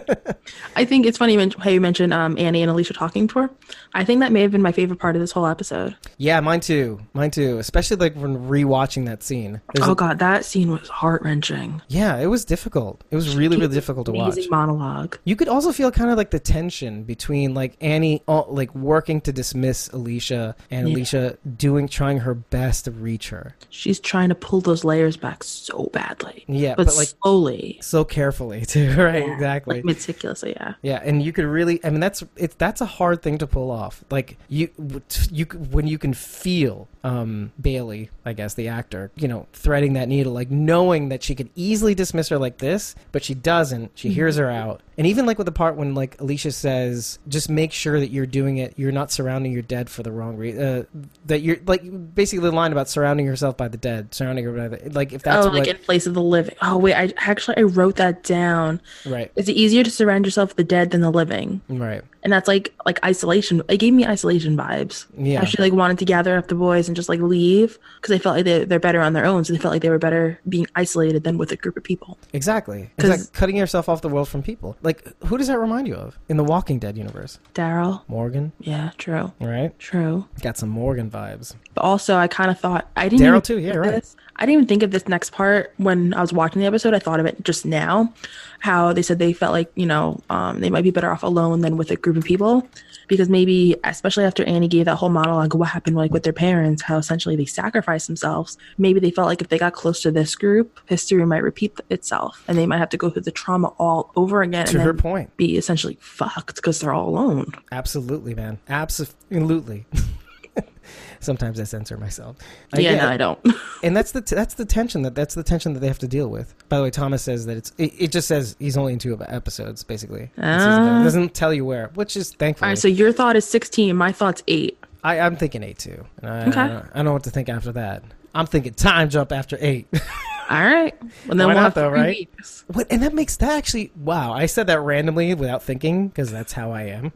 [SPEAKER 2] I think it's funny you men- how you mentioned um, Annie and Alicia talking to her. I think that may have been my favorite part of this whole episode.
[SPEAKER 1] yeah, mine too, mine too. Especially like when rewatching that scene. There's
[SPEAKER 2] oh
[SPEAKER 1] a-
[SPEAKER 2] god, that scene was heart wrenching.
[SPEAKER 1] yeah, it was difficult. It was really really difficult to watch.
[SPEAKER 2] Amazing monologue.
[SPEAKER 1] You could also feel kind of like the tension between like Annie uh, like working to dismiss Alicia and
[SPEAKER 2] Yeah.
[SPEAKER 1] Alicia doing trying her best to reach her.
[SPEAKER 2] She's trying to pull those layers back so badly.
[SPEAKER 1] Yeah,
[SPEAKER 2] but,
[SPEAKER 1] but, like-
[SPEAKER 2] slowly,
[SPEAKER 1] So carefully too, right?
[SPEAKER 2] Yeah,
[SPEAKER 1] exactly.
[SPEAKER 2] like meticulously. Yeah,
[SPEAKER 1] Yeah, and you could really I mean that's it's that's a hard thing to pull off. Like you you when you can feel um Bailey, I guess the actor, you know, threading that needle like knowing that she could easily dismiss her like this, but she doesn't. She
[SPEAKER 2] Mm-hmm.
[SPEAKER 1] hears her out. And even like with the part when like Alicia says, just make sure that you're doing it, you're not surrounding your dead for the wrong reason. Uh, that you're like basically the line about surrounding yourself by the dead, surrounding her by the like if that's
[SPEAKER 2] oh, like
[SPEAKER 1] what
[SPEAKER 2] in place of the living. Oh wait, I actually I wrote that down.
[SPEAKER 1] right.
[SPEAKER 2] Is it easier to surround yourself with the dead than the living?
[SPEAKER 1] Right.
[SPEAKER 2] And that's like like isolation. It gave me isolation vibes.
[SPEAKER 1] Yeah.
[SPEAKER 2] I actually like wanted to gather up the boys and just like leave because I felt like they, they're better on their own. So they felt like they were better being isolated than with a group of people.
[SPEAKER 1] Exactly.
[SPEAKER 2] 'Cause-
[SPEAKER 1] It's like cutting yourself off the world from people. Like, who does that remind you of in the Walking Dead universe?
[SPEAKER 2] Daryl,
[SPEAKER 1] Morgan,
[SPEAKER 2] yeah, true,
[SPEAKER 1] right?
[SPEAKER 2] true.
[SPEAKER 1] Got some Morgan vibes.
[SPEAKER 2] But also, I kind of thought I didn't.
[SPEAKER 1] Daryl
[SPEAKER 2] even
[SPEAKER 1] too,
[SPEAKER 2] think
[SPEAKER 1] yeah,
[SPEAKER 2] of
[SPEAKER 1] right.
[SPEAKER 2] This. I didn't even think of this next part when I was watching the episode. I thought of it just now. How they said they felt like you know um, they might be better off alone than with a group of people, because maybe especially after Annie gave that whole monologue, of what happened like with their parents, how essentially they sacrificed themselves. Maybe they felt like if they got close to this group, history might repeat itself, and they might have to go through the trauma all over again.
[SPEAKER 1] To
[SPEAKER 2] and
[SPEAKER 1] her
[SPEAKER 2] then
[SPEAKER 1] point.
[SPEAKER 2] be essentially fucked because they're all alone.
[SPEAKER 1] Absolutely, man. Absolutely. Sometimes I censor myself. Uh,
[SPEAKER 2] yeah, no, I don't.
[SPEAKER 1] and that's the t- that's the tension that that's the tension that they have to deal with. By the way, Thomas says that it's it, it just says he's only in two episodes basically. It says that. It doesn't tell you where, which is thankful.
[SPEAKER 2] all right, Ah. so your thought is sixteen. My thought's eight.
[SPEAKER 1] I, I'm thinking eight too. And I,
[SPEAKER 2] Okay.
[SPEAKER 1] I, don't, I don't know what to think after that. I'm thinking time jump after eight.
[SPEAKER 2] All right. Well, then
[SPEAKER 1] Why
[SPEAKER 2] we'll
[SPEAKER 1] not,
[SPEAKER 2] have
[SPEAKER 1] though,
[SPEAKER 2] three
[SPEAKER 1] right?
[SPEAKER 2] weeks.
[SPEAKER 1] What, and that makes that actually wow. I said that randomly without thinking because that's how I am.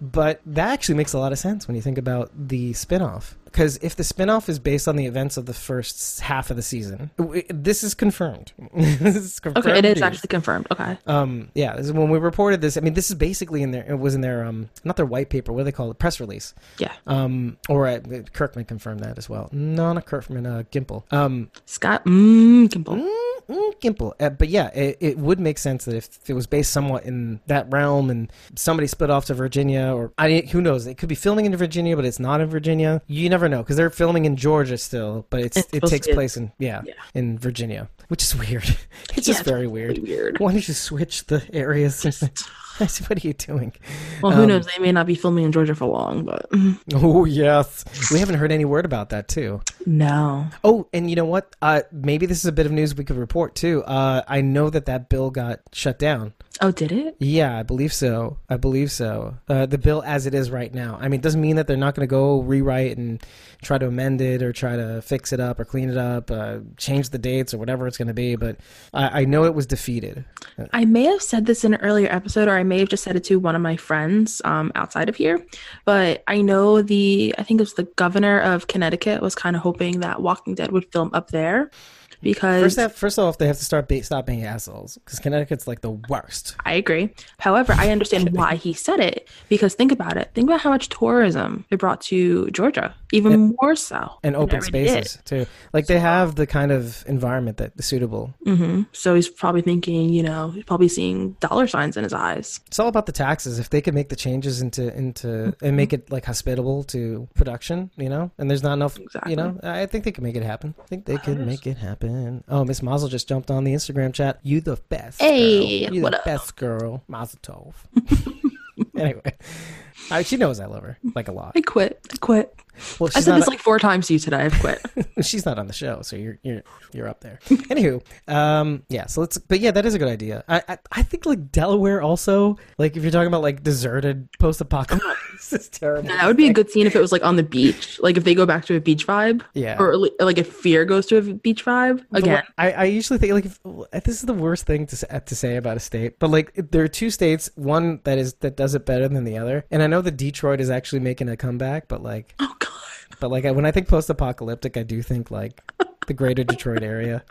[SPEAKER 1] but that actually makes a lot of sense when you think about the spin-off. Because if the spin-off is based on the events of the first half of the season, w- this is confirmed. this is confirmed.
[SPEAKER 2] Okay, it is
[SPEAKER 1] news.
[SPEAKER 2] actually confirmed. Okay.
[SPEAKER 1] Um, yeah, this is when we reported this, I mean, this is basically in their. It was in their um, not their white paper. What do they call it? Press release.
[SPEAKER 2] Yeah.
[SPEAKER 1] Um, or uh, Kirkman confirmed that as well. No, not Kirkman. Uh, Gimple. Um,
[SPEAKER 2] Scott mm, Kimball.
[SPEAKER 1] Mm, mm, Gimple. Uh, but yeah, it, it would make sense that if it was based somewhat in that realm and somebody split off to Virginia, or I, who knows, it could be filming in Virginia, but it's not in Virginia. You never know because they're filming in Georgia still, but it's,
[SPEAKER 2] It's
[SPEAKER 1] it
[SPEAKER 2] supposed
[SPEAKER 1] takes
[SPEAKER 2] to be-
[SPEAKER 1] place in yeah,
[SPEAKER 2] yeah.
[SPEAKER 1] in Virginia, which is weird. it's
[SPEAKER 2] Yeah,
[SPEAKER 1] just
[SPEAKER 2] it's
[SPEAKER 1] very weird.
[SPEAKER 2] really weird.
[SPEAKER 1] Why don't you switch the areas? what are you doing? Um,
[SPEAKER 2] Well, who knows? They may not be filming in Georgia for long, but mm,
[SPEAKER 1] Oh yes, we haven't heard any word about that too.
[SPEAKER 2] no.
[SPEAKER 1] Oh, and you know what? Uh, maybe this is a bit of news we could report too. Uh, I know that that bill got shut down.
[SPEAKER 2] Oh, did it?
[SPEAKER 1] Yeah, I believe so. I believe so. Uh, the bill as it is right now. I mean, it doesn't mean that they're not going to go rewrite and try to amend it or try to fix it up or clean it up, uh, change the dates or whatever it's going to be. But I, I know it was defeated.
[SPEAKER 2] I may have said this in an earlier episode, or I may have just said it to one of my friends um, outside of here. But I know the, I think it was the governor of Connecticut was kind of hoping that Walking Dead would film up there because
[SPEAKER 1] First, off, first off, they have to start be- stop being assholes because Connecticut's like the worst.
[SPEAKER 2] I agree. However, I understand why he said it because think about it. Think about how much tourism it brought to Georgia, even more so.
[SPEAKER 1] And
[SPEAKER 2] than
[SPEAKER 1] open
[SPEAKER 2] it already
[SPEAKER 1] spaces too. Like they have the kind of environment that is suitable.
[SPEAKER 2] is. So he's probably thinking, you know, he's probably seeing dollar signs in his eyes.
[SPEAKER 1] It's all about the taxes. If they could make the changes into into and make it like hospitable to production, you know, and there's not enough, you know, I think they could make it happen. I think they could make it happen. Jackson. Oh, Miss Mazel just jumped on the Instagram chat. You the best.
[SPEAKER 2] Hey,
[SPEAKER 1] girl. you
[SPEAKER 2] what
[SPEAKER 1] the
[SPEAKER 2] up?
[SPEAKER 1] best girl, Mazel Tov. anyway, I, she knows I love her like a lot.
[SPEAKER 2] I quit. I quit.
[SPEAKER 1] Well,
[SPEAKER 2] I
[SPEAKER 1] she's
[SPEAKER 2] said
[SPEAKER 1] not,
[SPEAKER 2] this like four times to you today. I've quit.
[SPEAKER 1] she's not on the show, so you're you're you're up there. Anywho, um, yeah. So let's, but yeah, that is a good idea. I I, I think like Delaware also, like if you're talking about like deserted post-apocalypse, this is terrible.
[SPEAKER 2] that would be a good scene if it was like on the beach. Like if they go back to a beach vibe.
[SPEAKER 1] Yeah.
[SPEAKER 2] Or li- like if fear goes to a beach vibe
[SPEAKER 1] But
[SPEAKER 2] again.
[SPEAKER 1] what- I, I usually think like if, this is the worst thing to sa- to say about a state, but like there are two states, one that is that does it better than the other, and I know that Detroit is actually making a comeback, but like
[SPEAKER 2] Oh god.
[SPEAKER 1] but like I, when I think post apocalyptic, I do think like the greater Detroit area,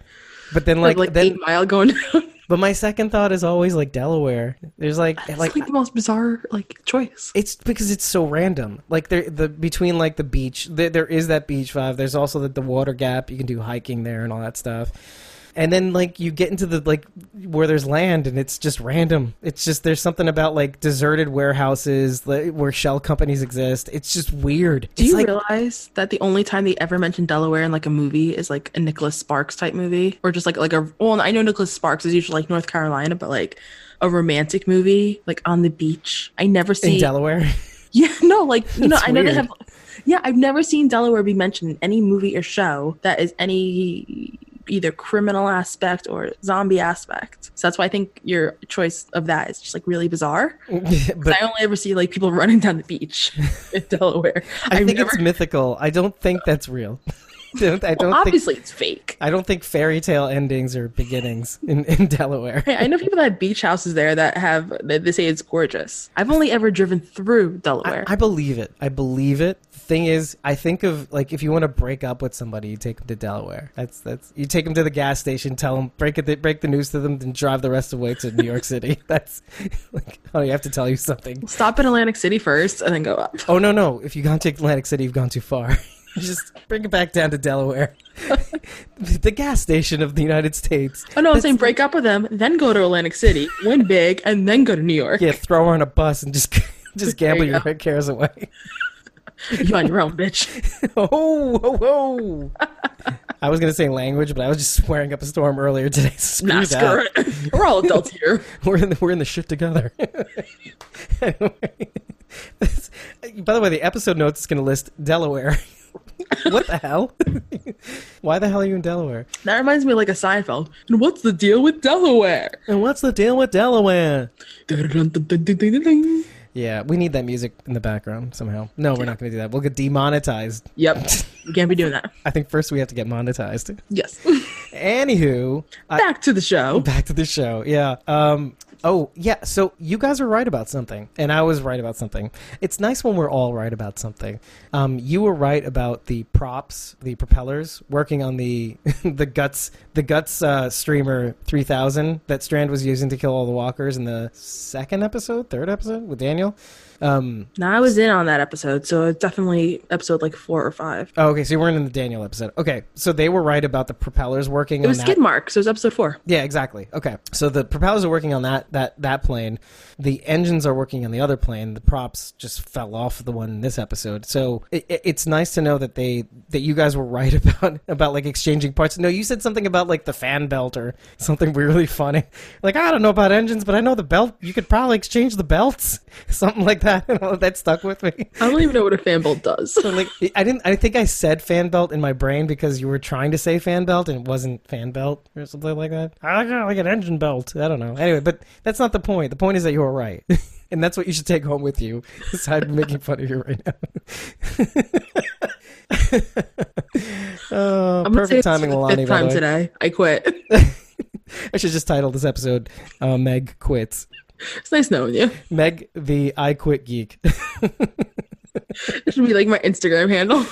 [SPEAKER 1] but then
[SPEAKER 2] Like
[SPEAKER 1] like,
[SPEAKER 2] like
[SPEAKER 1] then
[SPEAKER 2] eight mile going down.
[SPEAKER 1] but my second thought is always like Delaware. There's like
[SPEAKER 2] It's
[SPEAKER 1] like.
[SPEAKER 2] like, the most bizarre like choice.
[SPEAKER 1] it's because it's so random. Like there, the between like the beach, there, there is that beach vibe. There's also the, the water gap. You can do hiking there and all that stuff. And then like you get into the like where there's land and it's just random. It's just there's something about like deserted warehouses like, where shell companies exist. It's just weird.
[SPEAKER 2] Do
[SPEAKER 1] it's
[SPEAKER 2] you
[SPEAKER 1] like
[SPEAKER 2] realize that the only time they ever mention Delaware in like a movie is like a Nicholas Sparks type movie, or just like like a well, I know Nicholas Sparks is usually like North Carolina, but like a romantic movie like on the beach. I never
[SPEAKER 1] in
[SPEAKER 2] see
[SPEAKER 1] Delaware?
[SPEAKER 2] Yeah, no, like you know,
[SPEAKER 1] It's
[SPEAKER 2] I know they
[SPEAKER 1] weird.
[SPEAKER 2] have. Yeah, I've never seen Delaware be mentioned in any movie or show that is any either criminal aspect or zombie aspect. So that's why I think your choice of that is just like really bizarre. 'Cause
[SPEAKER 1] but
[SPEAKER 2] I only ever see like people running down the beach in Delaware.
[SPEAKER 1] I
[SPEAKER 2] I've
[SPEAKER 1] think
[SPEAKER 2] never,
[SPEAKER 1] it's mythical. I don't think that's real. Don't- I don't think
[SPEAKER 2] obviously it's fake.
[SPEAKER 1] I don't think fairy tale endings or beginnings in, in Delaware.
[SPEAKER 2] I I know people that have beach houses there that have that they say it's gorgeous. I've only ever driven through Delaware.
[SPEAKER 1] I believe it. I believe it. The thing is, I think of like if you want to break up with somebody, you take them to Delaware. That's that's you take them to the gas station, tell them break it, break the news to them, then drive the rest of the way to New York City. That's like oh, you have to tell you something.
[SPEAKER 2] Stop in Atlantic City first and then go up.
[SPEAKER 1] Oh no, no! If you've gone to Atlantic City, you've gone too far. You Just bring it back down to Delaware, the gas station of the United States.
[SPEAKER 2] Oh no, I'm saying break up with them, then go to Atlantic City, win big, and then go to New York.
[SPEAKER 1] Yeah, throw her on a bus and just just gamble
[SPEAKER 2] you
[SPEAKER 1] your
[SPEAKER 2] go.
[SPEAKER 1] cares away.
[SPEAKER 2] You on your own, bitch.
[SPEAKER 1] Oh, whoa, whoa. I was gonna say language, but I was just swearing up a storm earlier today. Screw
[SPEAKER 2] Nah,
[SPEAKER 1] that.
[SPEAKER 2] screw it. We're all adults here.
[SPEAKER 1] We're in the we're in the shit together. anyway, this- by the way, the episode notes is gonna list Delaware. what the hell? Why the hell are you in Delaware?
[SPEAKER 2] That reminds me of like a Seinfeld. And what's the deal with Delaware?
[SPEAKER 1] And what's the deal with Delaware?
[SPEAKER 2] Dun-dun-dun-dun-dun-dun-dun.
[SPEAKER 1] Yeah, we need that music in the background somehow. No, we're not gonna do that. We'll get demonetized.
[SPEAKER 2] Yep, you can't be doing that.
[SPEAKER 1] I think first we have to get monetized.
[SPEAKER 2] Yes.
[SPEAKER 1] Anywho, I-
[SPEAKER 2] Back to the show.
[SPEAKER 1] back to the show yeah um oh yeah so you guys are right about something and i was right about something it's nice when we're all right about something um you were right about the props the propellers working on the the guts the guts uh streamer 3000 that strand was using to kill all the walkers in the second episode third episode with daniel um
[SPEAKER 2] Now I was in on that episode, so it's definitely episode like four or five.
[SPEAKER 1] oh, okay so you weren't in the daniel episode okay so they were right about the propellers working
[SPEAKER 2] It was
[SPEAKER 1] on
[SPEAKER 2] skid
[SPEAKER 1] that
[SPEAKER 2] marks. So it was episode four.
[SPEAKER 1] Yeah, exactly. Okay. So the propellers are working on that that that plane. The engines are working on the other plane. The props just fell off the one in this episode. So it, it- it's nice to know that they that you guys were right about about like exchanging parts. No, you said something about like the fan belt or something really funny. Like I don't know about engines, but I know the belt. You could probably exchange the belts, something like that. You know, that stuck with me.
[SPEAKER 2] I don't even know what a fan bolt does.
[SPEAKER 1] So, like I didn't. I think I said fan belt in my brain because you were trying to say fan belt and it wasn't fan belt or something like that. I got like an engine belt. I don't know. Anyway, but that's not the point. The point is that you were right, and that's what you should take home with you. Aside from making fun of you right now. oh,
[SPEAKER 2] I'm gonna say
[SPEAKER 1] perfect
[SPEAKER 2] it's
[SPEAKER 1] timing,
[SPEAKER 2] for the
[SPEAKER 1] Lonnie.
[SPEAKER 2] Fifth
[SPEAKER 1] By
[SPEAKER 2] time
[SPEAKER 1] the way,
[SPEAKER 2] today, I quit.
[SPEAKER 1] I should just title this episode uh, "Meg Quits."
[SPEAKER 2] It's nice knowing you.
[SPEAKER 1] Meg, the I Quit Geek,
[SPEAKER 2] It should be like my Instagram handle.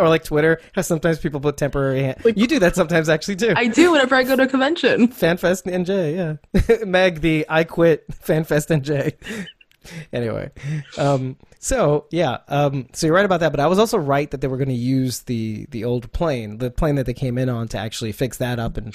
[SPEAKER 1] or like Twitter. How sometimes people put temporary. Han-
[SPEAKER 2] Like-
[SPEAKER 1] you do that sometimes, actually, too.
[SPEAKER 2] I do whenever I go to a convention.
[SPEAKER 1] FanFest NJ, yeah. Meg, the I quit FanFest NJ. anyway, um, so yeah, um, so you're right about that, but I was also right that they were going to use the the old plane, the plane that they came in on, to actually fix that up and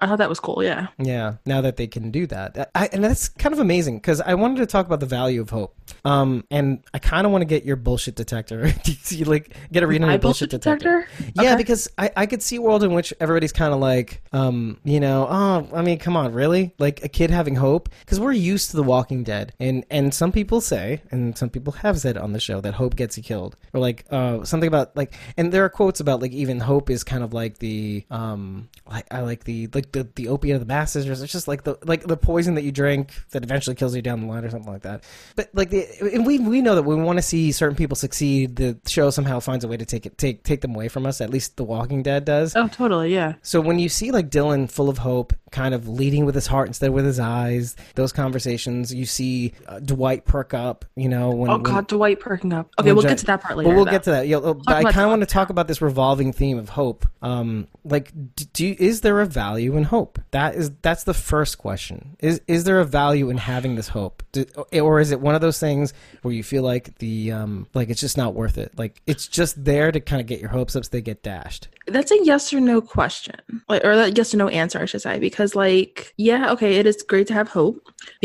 [SPEAKER 2] I thought that was cool. Yeah.
[SPEAKER 1] Yeah, now that they can do that, I, and that's kind of amazing because I wanted to talk about the value of hope. Um, and I kind of want to get your bullshit detector. you, like get a reading on
[SPEAKER 2] My
[SPEAKER 1] your bullshit,
[SPEAKER 2] bullshit
[SPEAKER 1] detector.
[SPEAKER 2] detector?
[SPEAKER 1] Yeah,
[SPEAKER 2] Okay.
[SPEAKER 1] because I, I could see a world in which everybody's kind of like, um, you know, oh, I mean, come on, really? Like a kid having hope because we're used to The Walking Dead, and and some people say, and some people have said on the show that hope gets you killed, or like uh, something about like, and there are quotes about like even hope is kind of like the um, like I like the like the the opiate of the masses, or it's just like the like the poison that you drink that eventually kills you down the line, or something like that. But like the and we we know that when we want to see certain people succeed, the show somehow finds a way to take it take take them away from us. At least The Walking Dead does.
[SPEAKER 2] Oh, totally. Yeah.
[SPEAKER 1] So when you see like Dylan full of hope, kind of leading with his heart instead of with his eyes, those conversations, you see uh, Dwight perk up, you know, when,
[SPEAKER 2] Oh
[SPEAKER 1] when-
[SPEAKER 2] God, Dwight perking up. Okay,
[SPEAKER 1] when
[SPEAKER 2] we'll
[SPEAKER 1] Jack-
[SPEAKER 2] get to that part later.
[SPEAKER 1] But mm. we'll
[SPEAKER 2] though.
[SPEAKER 1] get to that. Yeah, but I
[SPEAKER 2] about
[SPEAKER 1] kind of
[SPEAKER 2] Dwight
[SPEAKER 1] want to talk about this revolving theme of hope. Um, like, d- do you, is there a value in hope? That is that's the first question. Is is there a value in having this hope, do, or is it one of those things where you feel like the um, like it's just not worth it? Like it's just there to kind of get your hopes up so they get dashed.
[SPEAKER 2] That's a yes or no question, like, or a yes or no answer, I should say, because like, yeah, okay, it is great to have hope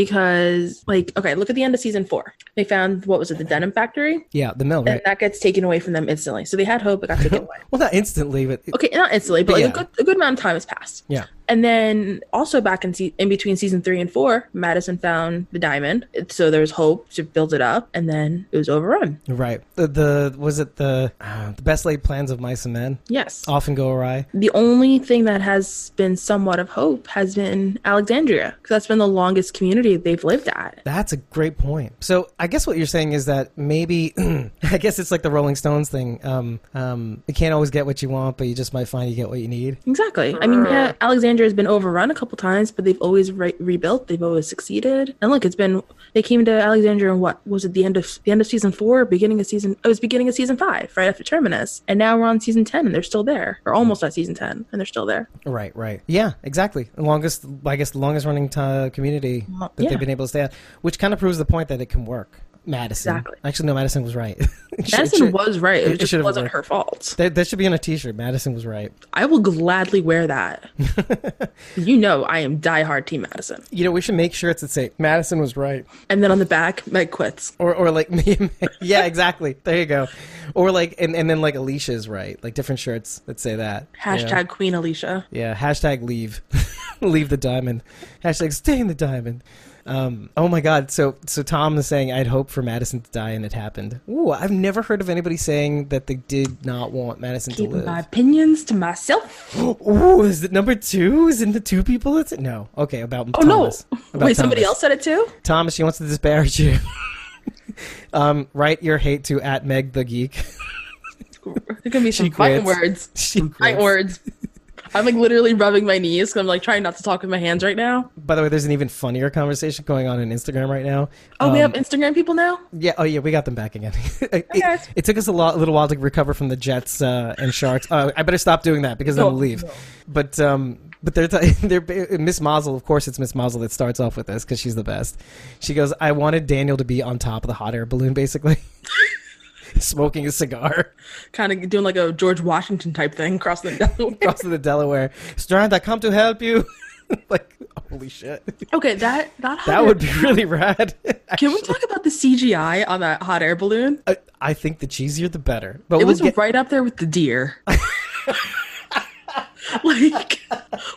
[SPEAKER 2] because, like, okay, look at the end of season four. They found what was it, the denim factory,
[SPEAKER 1] Yeah, the mill,
[SPEAKER 2] and
[SPEAKER 1] right?
[SPEAKER 2] that gets taken away from them instantly. So they had hope, it got taken away.
[SPEAKER 1] Well, not instantly, but
[SPEAKER 2] Okay, not instantly, but like
[SPEAKER 1] Yeah.
[SPEAKER 2] a, good, a good amount of time has passed.
[SPEAKER 1] yeah.
[SPEAKER 2] And then also back in se- in between season three and four, Madison found the diamond, so there was hope to build it up, and then it was overrun.
[SPEAKER 1] Right. The, the was it the uh, the best laid plans of mice and men
[SPEAKER 2] Yes.
[SPEAKER 1] often go awry.
[SPEAKER 2] the only thing that has been somewhat of hope has been Alexandria, because that's been the longest community they've lived at.
[SPEAKER 1] That's a great point. So I guess what you're saying is that maybe I guess it's like the Rolling Stones thing. Um, um, you can't always get what you want, but you just might find you get what you need.
[SPEAKER 2] Exactly. I mean, yeah, Alexandria has been overrun a couple times, but they've always re- rebuilt. They've always succeeded. And look, it's been they came to Alexandria in what was it the end of the end of season four, beginning of season? It was beginning of season five, right after Terminus. And now we're on season ten, and they're still there, or almost at season ten, and they're still there.
[SPEAKER 1] Right, right. Yeah, exactly. The longest, I guess, the longest running t- community that
[SPEAKER 2] yeah.
[SPEAKER 1] they've been able to stay at, which kind of proves the point that it can work. Madison.
[SPEAKER 2] Exactly.
[SPEAKER 1] Actually, no, Madison was right. It should- it
[SPEAKER 2] Madison
[SPEAKER 1] should-
[SPEAKER 2] was right. It,
[SPEAKER 1] it
[SPEAKER 2] just
[SPEAKER 1] should've
[SPEAKER 2] wasn't
[SPEAKER 1] worked.
[SPEAKER 2] her fault.
[SPEAKER 1] That, that should be on a T-shirt. Madison was right.
[SPEAKER 2] I will gladly wear that. you know, I am diehard Team Madison.
[SPEAKER 1] You know, we should make shirts that say Madison was right.
[SPEAKER 2] And then on the back, Meg quits.
[SPEAKER 1] or or like me yeah exactly there you go or like and, and then like alicia's right like different shirts that say that
[SPEAKER 2] Hashtag Queen Alicia.
[SPEAKER 1] yeah, yeah. hashtag leave leave the diamond hashtag stay in the diamond um, oh my god so so tom is saying i'd hope for madison to die and it happened Ooh, i've never heard of anybody saying that they did not want madison to
[SPEAKER 2] Keeping
[SPEAKER 1] live
[SPEAKER 2] my opinions to myself.
[SPEAKER 1] Ooh, is it number two is it the two people that's it no okay about
[SPEAKER 2] Oh no!
[SPEAKER 1] about
[SPEAKER 2] Wait, somebody
[SPEAKER 1] Thomas.
[SPEAKER 2] else said it too.
[SPEAKER 1] Thomas, she wants to disparage you. um, write your hate to at Meg the Geek.
[SPEAKER 2] There can be some fighting
[SPEAKER 1] quits.
[SPEAKER 2] words.
[SPEAKER 1] She
[SPEAKER 2] Fighting
[SPEAKER 1] quits.
[SPEAKER 2] words. I'm like literally rubbing my knees 'cause I'm like trying not to talk with my hands right now.
[SPEAKER 1] By the way, there's an even funnier conversation going on on Instagram right now. Um,
[SPEAKER 2] Oh, we have Instagram people now.
[SPEAKER 1] Yeah, oh yeah, we got them back again. it,
[SPEAKER 2] guys.
[SPEAKER 1] it took us a, lot, a little while to recover from the Jets uh, and Sharks. Uh, I better stop doing that because then
[SPEAKER 2] No,
[SPEAKER 1] we'll leave. But um, but they're t- they're uh, Miss Mazel. Of course, it's Miss Mazel that starts off with this because she's the best. She goes, "I wanted Daniel to be on top of the hot air balloon, basically, smoking a cigar."
[SPEAKER 2] Kind of doing like a George Washington type thing, crossing the
[SPEAKER 1] across the Delaware. Strand, I come to help you. like, holy shit.
[SPEAKER 2] Okay, that that, hot
[SPEAKER 1] That
[SPEAKER 2] air-
[SPEAKER 1] would be really rad.
[SPEAKER 2] Can we talk about the CGI on that hot air balloon?
[SPEAKER 1] I, I think the cheesier the better. But
[SPEAKER 2] It
[SPEAKER 1] we'll
[SPEAKER 2] was
[SPEAKER 1] get,
[SPEAKER 2] right up there with the deer. like,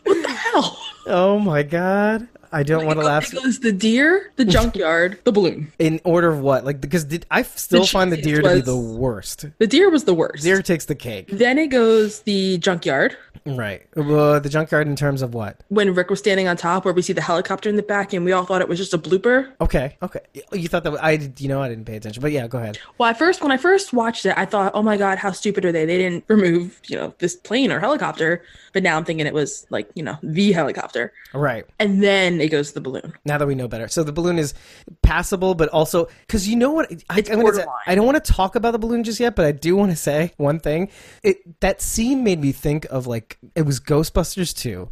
[SPEAKER 2] what the hell?
[SPEAKER 1] oh my god. I don't want to laugh.
[SPEAKER 2] It goes the deer, the junkyard, the balloon.
[SPEAKER 1] In order of what? Like because did, I still
[SPEAKER 2] The
[SPEAKER 1] find the
[SPEAKER 2] cheesiest
[SPEAKER 1] deer to be
[SPEAKER 2] was-
[SPEAKER 1] the worst.
[SPEAKER 2] The deer was the worst.
[SPEAKER 1] Deer takes the cake,
[SPEAKER 2] Then it goes the junkyard
[SPEAKER 1] right? Uh, the junkyard in terms of what?
[SPEAKER 2] when Rick was standing on top, where we see the helicopter in the back, and we all thought it was just a blooper.
[SPEAKER 1] Okay, okay. You thought that was- I did? You know, I didn't pay attention. But yeah, go ahead.
[SPEAKER 2] Well, at first, when I first watched it, I thought, "Oh my god, how stupid are they? They didn't remove, you know, this plane or helicopter." But now I'm thinking it was like, you know, the helicopter.
[SPEAKER 1] All right.
[SPEAKER 2] And then it goes to the balloon.
[SPEAKER 1] Now that we know better, so the balloon is passable, but also because you know what, I, I'm gonna say,
[SPEAKER 2] borderline.
[SPEAKER 1] I don't want to talk about the balloon just yet, but I do want to say one thing. It that scene made me think of like it was Ghostbusters two,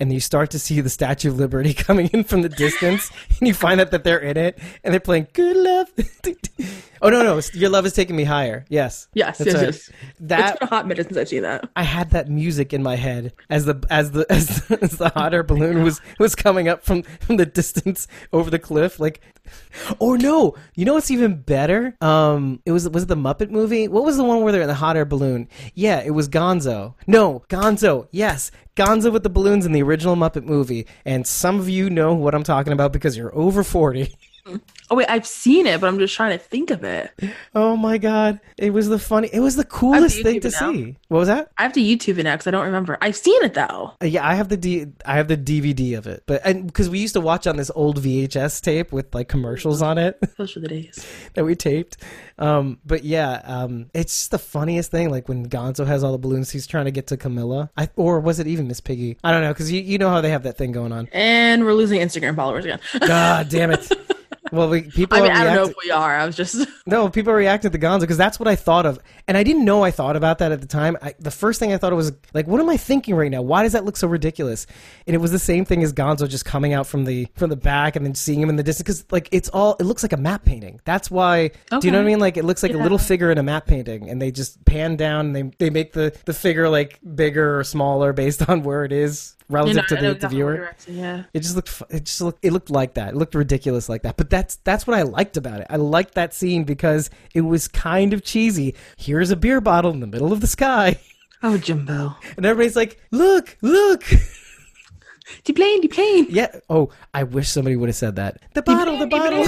[SPEAKER 1] and you start to see the Statue of Liberty coming in from the distance, and you find out that they're in it, and they're playing "Good Love." Oh no, no, it's- your love is taking me higher. Yes,
[SPEAKER 2] Yes,
[SPEAKER 1] That's
[SPEAKER 2] yes,
[SPEAKER 1] right.
[SPEAKER 2] yes.
[SPEAKER 1] That
[SPEAKER 2] it's been a hot minute since I've seen that.
[SPEAKER 1] I had that music in my head as the as the as, the- as the hot air balloon was was coming up from from the distance over the cliff. Like, or no, you know what's even better? Um, it was was it the Muppet movie? What was the one where they're in the hot air balloon? Yeah, it was Gonzo. No, Gonzo. Yes, Gonzo with the balloons in the original Muppet movie. And some of you know what I'm talking about because you're over forty.
[SPEAKER 2] Oh wait, I've seen it, but I'm just trying to think of it.
[SPEAKER 1] Oh my god, it was the funny. It was the coolest thing
[SPEAKER 2] YouTube
[SPEAKER 1] to
[SPEAKER 2] it now.
[SPEAKER 1] see. What was that?
[SPEAKER 2] I have to YouTube it now because I don't remember. I've seen it though.
[SPEAKER 1] Uh, Yeah, I have the D- I have the DVD of it, but and because we used to watch on this old VHS tape with like commercials on it
[SPEAKER 2] Those were the days.
[SPEAKER 1] that we taped. Um, but yeah, um, it's just the funniest thing. Like when Gonzo has all the balloons, he's trying to get to Camilla, I, or was it even Miss Piggy? I don't know because you you know how they have that thing going on.
[SPEAKER 2] And we're losing Instagram followers again.
[SPEAKER 1] God damn it! Well, we, people
[SPEAKER 2] I mean,
[SPEAKER 1] are
[SPEAKER 2] I don't know
[SPEAKER 1] reacting-
[SPEAKER 2] if we are. I was just
[SPEAKER 1] No, people reacted to Gonzo because that's what I thought of, and I didn't know I thought about that at the time. I, the first thing I thought of was like, "What am I thinking right now? Why does that look so ridiculous?" And it was the same thing as Gonzo just coming out from the from the back and then seeing him in the distance because like it's all it looks like a map painting. That's why. Do you know what I
[SPEAKER 2] Okay.
[SPEAKER 1] mean? Like it looks like a little figure in a map painting, and they just pan down and they they make the the figure like bigger or smaller based on where it is relative
[SPEAKER 2] you know,
[SPEAKER 1] to
[SPEAKER 2] I know
[SPEAKER 1] the, the
[SPEAKER 2] exactly
[SPEAKER 1] viewer.
[SPEAKER 2] what you're asking, Yeah.
[SPEAKER 1] It just looked. fu- It just looked. It looked like that. It looked ridiculous like that. But that's that's what I liked about it. I liked that scene because it was kind of cheesy. Here's a beer bottle in the middle of the sky,
[SPEAKER 2] Oh, Jimbo.
[SPEAKER 1] and everybody's like, "Look, look!"
[SPEAKER 2] De plane, de plane.
[SPEAKER 1] Yeah. Oh, I wish somebody would have said that. The bottle, the bottle,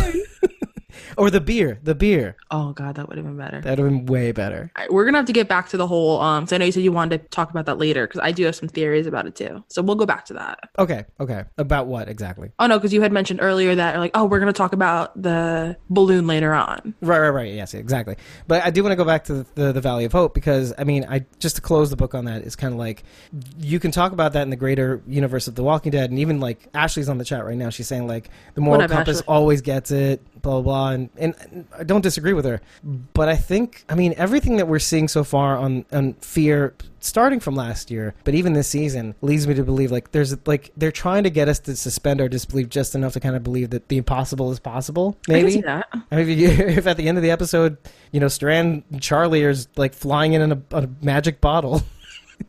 [SPEAKER 1] or the beer, the beer.
[SPEAKER 2] Oh God, that would have been better.
[SPEAKER 1] That'd have been way better.
[SPEAKER 2] All right, we're gonna have to get back to the whole. Um, so I know you said you wanted to talk about that later because I do have some theories about it too. So we'll go back to that.
[SPEAKER 1] Okay. Okay. About what exactly?
[SPEAKER 2] Oh no, because you had mentioned earlier that like, oh, we're gonna talk about the balloon later on.
[SPEAKER 1] Right, right, right. Yes, exactly. But I do want to go back to the, the, the Valley of Hope because I mean, I just to close the book on that is kind of like you can talk about that in the greater universe of The Walking Dead, and even like Ashley's on the chat right now. She's saying like the moral
[SPEAKER 2] What up,
[SPEAKER 1] compass
[SPEAKER 2] Ashley?
[SPEAKER 1] always gets it, blah blah, blah and, and I don't disagree with her. But I think I mean everything that we're seeing so far on on fear starting from last year, but even this season leads me to believe like there's like they're trying to get us to suspend our disbelief just enough to kind of believe that the impossible is possible.
[SPEAKER 2] I
[SPEAKER 1] Maybe
[SPEAKER 2] can see that.
[SPEAKER 1] I mean, if, you, if at the end of the episode, you know, Strand and Charlie are like flying in on a, on a magic bottle.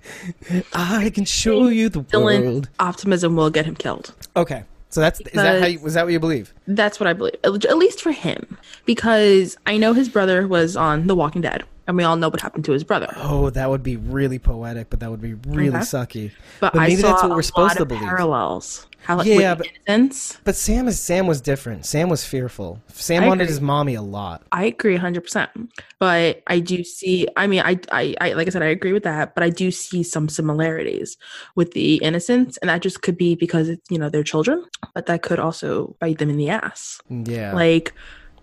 [SPEAKER 1] I can show you the
[SPEAKER 2] Dylan,
[SPEAKER 1] world.
[SPEAKER 2] optimism will get him killed.
[SPEAKER 1] Okay, so that's is that how
[SPEAKER 2] Because-
[SPEAKER 1] you, was that what you believe?
[SPEAKER 2] That's what I believe, at at least for him, because I know his brother was on The Walking Dead, and we all know what happened to his brother.
[SPEAKER 1] Oh, that would be really poetic, but that would be really
[SPEAKER 2] Okay.
[SPEAKER 1] sucky.
[SPEAKER 2] But, I
[SPEAKER 1] maybe
[SPEAKER 2] saw
[SPEAKER 1] that's what
[SPEAKER 2] a
[SPEAKER 1] we're supposed
[SPEAKER 2] lot
[SPEAKER 1] to
[SPEAKER 2] of
[SPEAKER 1] believe.
[SPEAKER 2] parallels. How like
[SPEAKER 1] Yeah,
[SPEAKER 2] with
[SPEAKER 1] but-
[SPEAKER 2] innocence.
[SPEAKER 1] But Sam is Sam was different. Sam was fearful. Sam
[SPEAKER 2] I
[SPEAKER 1] wanted
[SPEAKER 2] agree.
[SPEAKER 1] his mommy a lot.
[SPEAKER 2] I agree 100%. But I do see, I mean, I, I, I, like I said, I agree with that, but I do see some similarities with the innocence. And that just could be because it's, you know, they're children, but that could also bite them in the ass.
[SPEAKER 1] Yeah,
[SPEAKER 2] Like,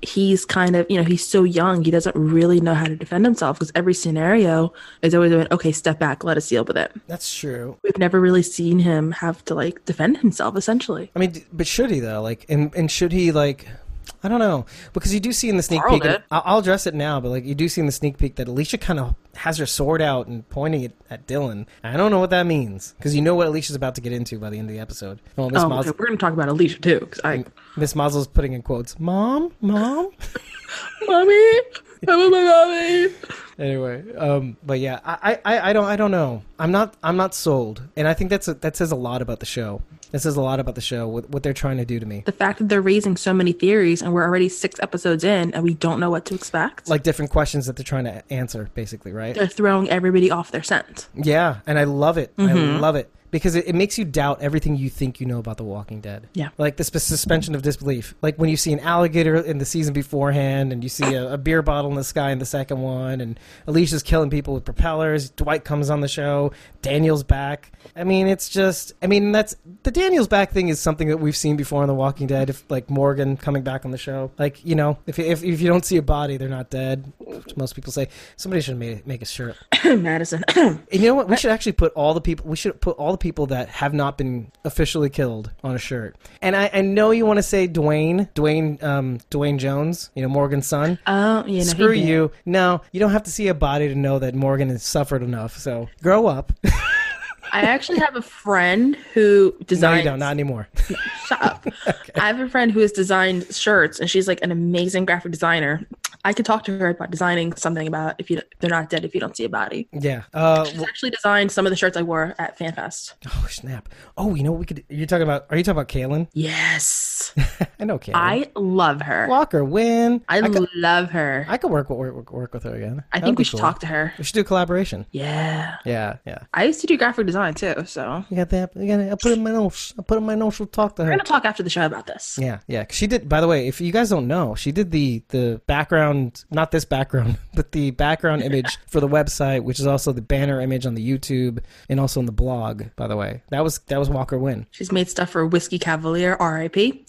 [SPEAKER 2] he's kind of, you know, he's so young, he doesn't really know how to defend himself because every scenario is always going, okay, step back, let us deal with it.
[SPEAKER 1] that's true.
[SPEAKER 2] We've never really seen him have to, like, defend himself, essentially.
[SPEAKER 1] I mean, d- but should he though? Like, and and should he like? I don't know because you do see in the sneak
[SPEAKER 2] Carl
[SPEAKER 1] peek. and
[SPEAKER 2] did.
[SPEAKER 1] I'll, I'll address it now, but like you do see in the sneak peek that Alicia kind of has her sword out and pointing it at Dylan. I don't know what that means because you know what Alicia's about to get into by the end of the episode. Well, Miss
[SPEAKER 2] Oh,
[SPEAKER 1] Moz-
[SPEAKER 2] okay, we're going to talk about Alicia too. 'cause I,
[SPEAKER 1] Miss Mazel's putting in quotes, "Mom, mom."
[SPEAKER 2] mommy, I'm with my mommy.
[SPEAKER 1] anyway, um, but yeah, I, I, I don't, I don't know. I'm not, I'm not sold, and I think that's a, that says a lot about the show. That says a lot about the show. What, what they're trying to do to me.
[SPEAKER 2] the fact that they're raising so many theories and we're already six episodes in and we don't know what to expect
[SPEAKER 1] Like different questions that they're trying to answer, basically, right?
[SPEAKER 2] they're throwing everybody off their scent
[SPEAKER 1] Yeah, and I love it. I love it because it, it makes you doubt everything you think you know about The Walking Dead.
[SPEAKER 2] Yeah.
[SPEAKER 1] like the sp- suspension of disbelief. Like when you see an alligator in the season beforehand, and you see a, a beer bottle in the sky in the second one, and Alicia's killing people with propellers. Dwight comes on the show. Daniel's back. I mean, it's just. I mean, that's the Daniel's back thing is something that we've seen before in The Walking Dead. If like Morgan coming back on the show, like you know, if if, if you don't see a body, they're not dead. which Most people say somebody should make make a shirt.
[SPEAKER 2] madison
[SPEAKER 1] And you know what? We should actually put all the people. We should put all the people that have not been officially killed on a shirt. And I, I know you want to say Dwayne, Dwayne, um, Dwayne Jones. You know Morgan's son.
[SPEAKER 2] oh you know
[SPEAKER 1] Screw you. No, you don't have to see a body to know that Morgan has suffered enough. So grow up.
[SPEAKER 2] i actually have a friend who
[SPEAKER 1] no,
[SPEAKER 2] designed
[SPEAKER 1] you don't. Not anymore.
[SPEAKER 2] shut up i have a friend who has designed shirts and she's like an amazing graphic designer I could talk to her about designing something about if you they're not dead if you don't see a body.
[SPEAKER 1] Yeah. Uh,
[SPEAKER 2] She's actually designed some of the shirts I wore at FanFest.
[SPEAKER 1] oh snap. Oh, you know what we could. You're talking about. Are you talking about Kaylin?
[SPEAKER 2] Yes,
[SPEAKER 1] I know Kaylin.
[SPEAKER 2] I love her.
[SPEAKER 1] Walker win.
[SPEAKER 2] I,
[SPEAKER 1] could,
[SPEAKER 2] love her. I,
[SPEAKER 1] I could work work work- work with her again. That would
[SPEAKER 2] think
[SPEAKER 1] be
[SPEAKER 2] we should
[SPEAKER 1] cool.
[SPEAKER 2] talk to her.
[SPEAKER 1] We should do a collaboration.
[SPEAKER 2] Yeah,
[SPEAKER 1] Yeah, yeah.
[SPEAKER 2] I used to do graphic design too, so
[SPEAKER 1] You got that? You got I'll put it in my notes. I'll put it in my notes. We'll talk to
[SPEAKER 2] we're
[SPEAKER 1] her.
[SPEAKER 2] gonna talk after the show about this.
[SPEAKER 1] Yeah, yeah. She did. By the way, if you guys don't know, she did the the background, not this background, but the background image for the website, which is also the banner image on the YouTube and also on the blog. By the way, that was that was Walker Win.
[SPEAKER 2] She's made stuff for Whiskey Cavalier, R.I.P.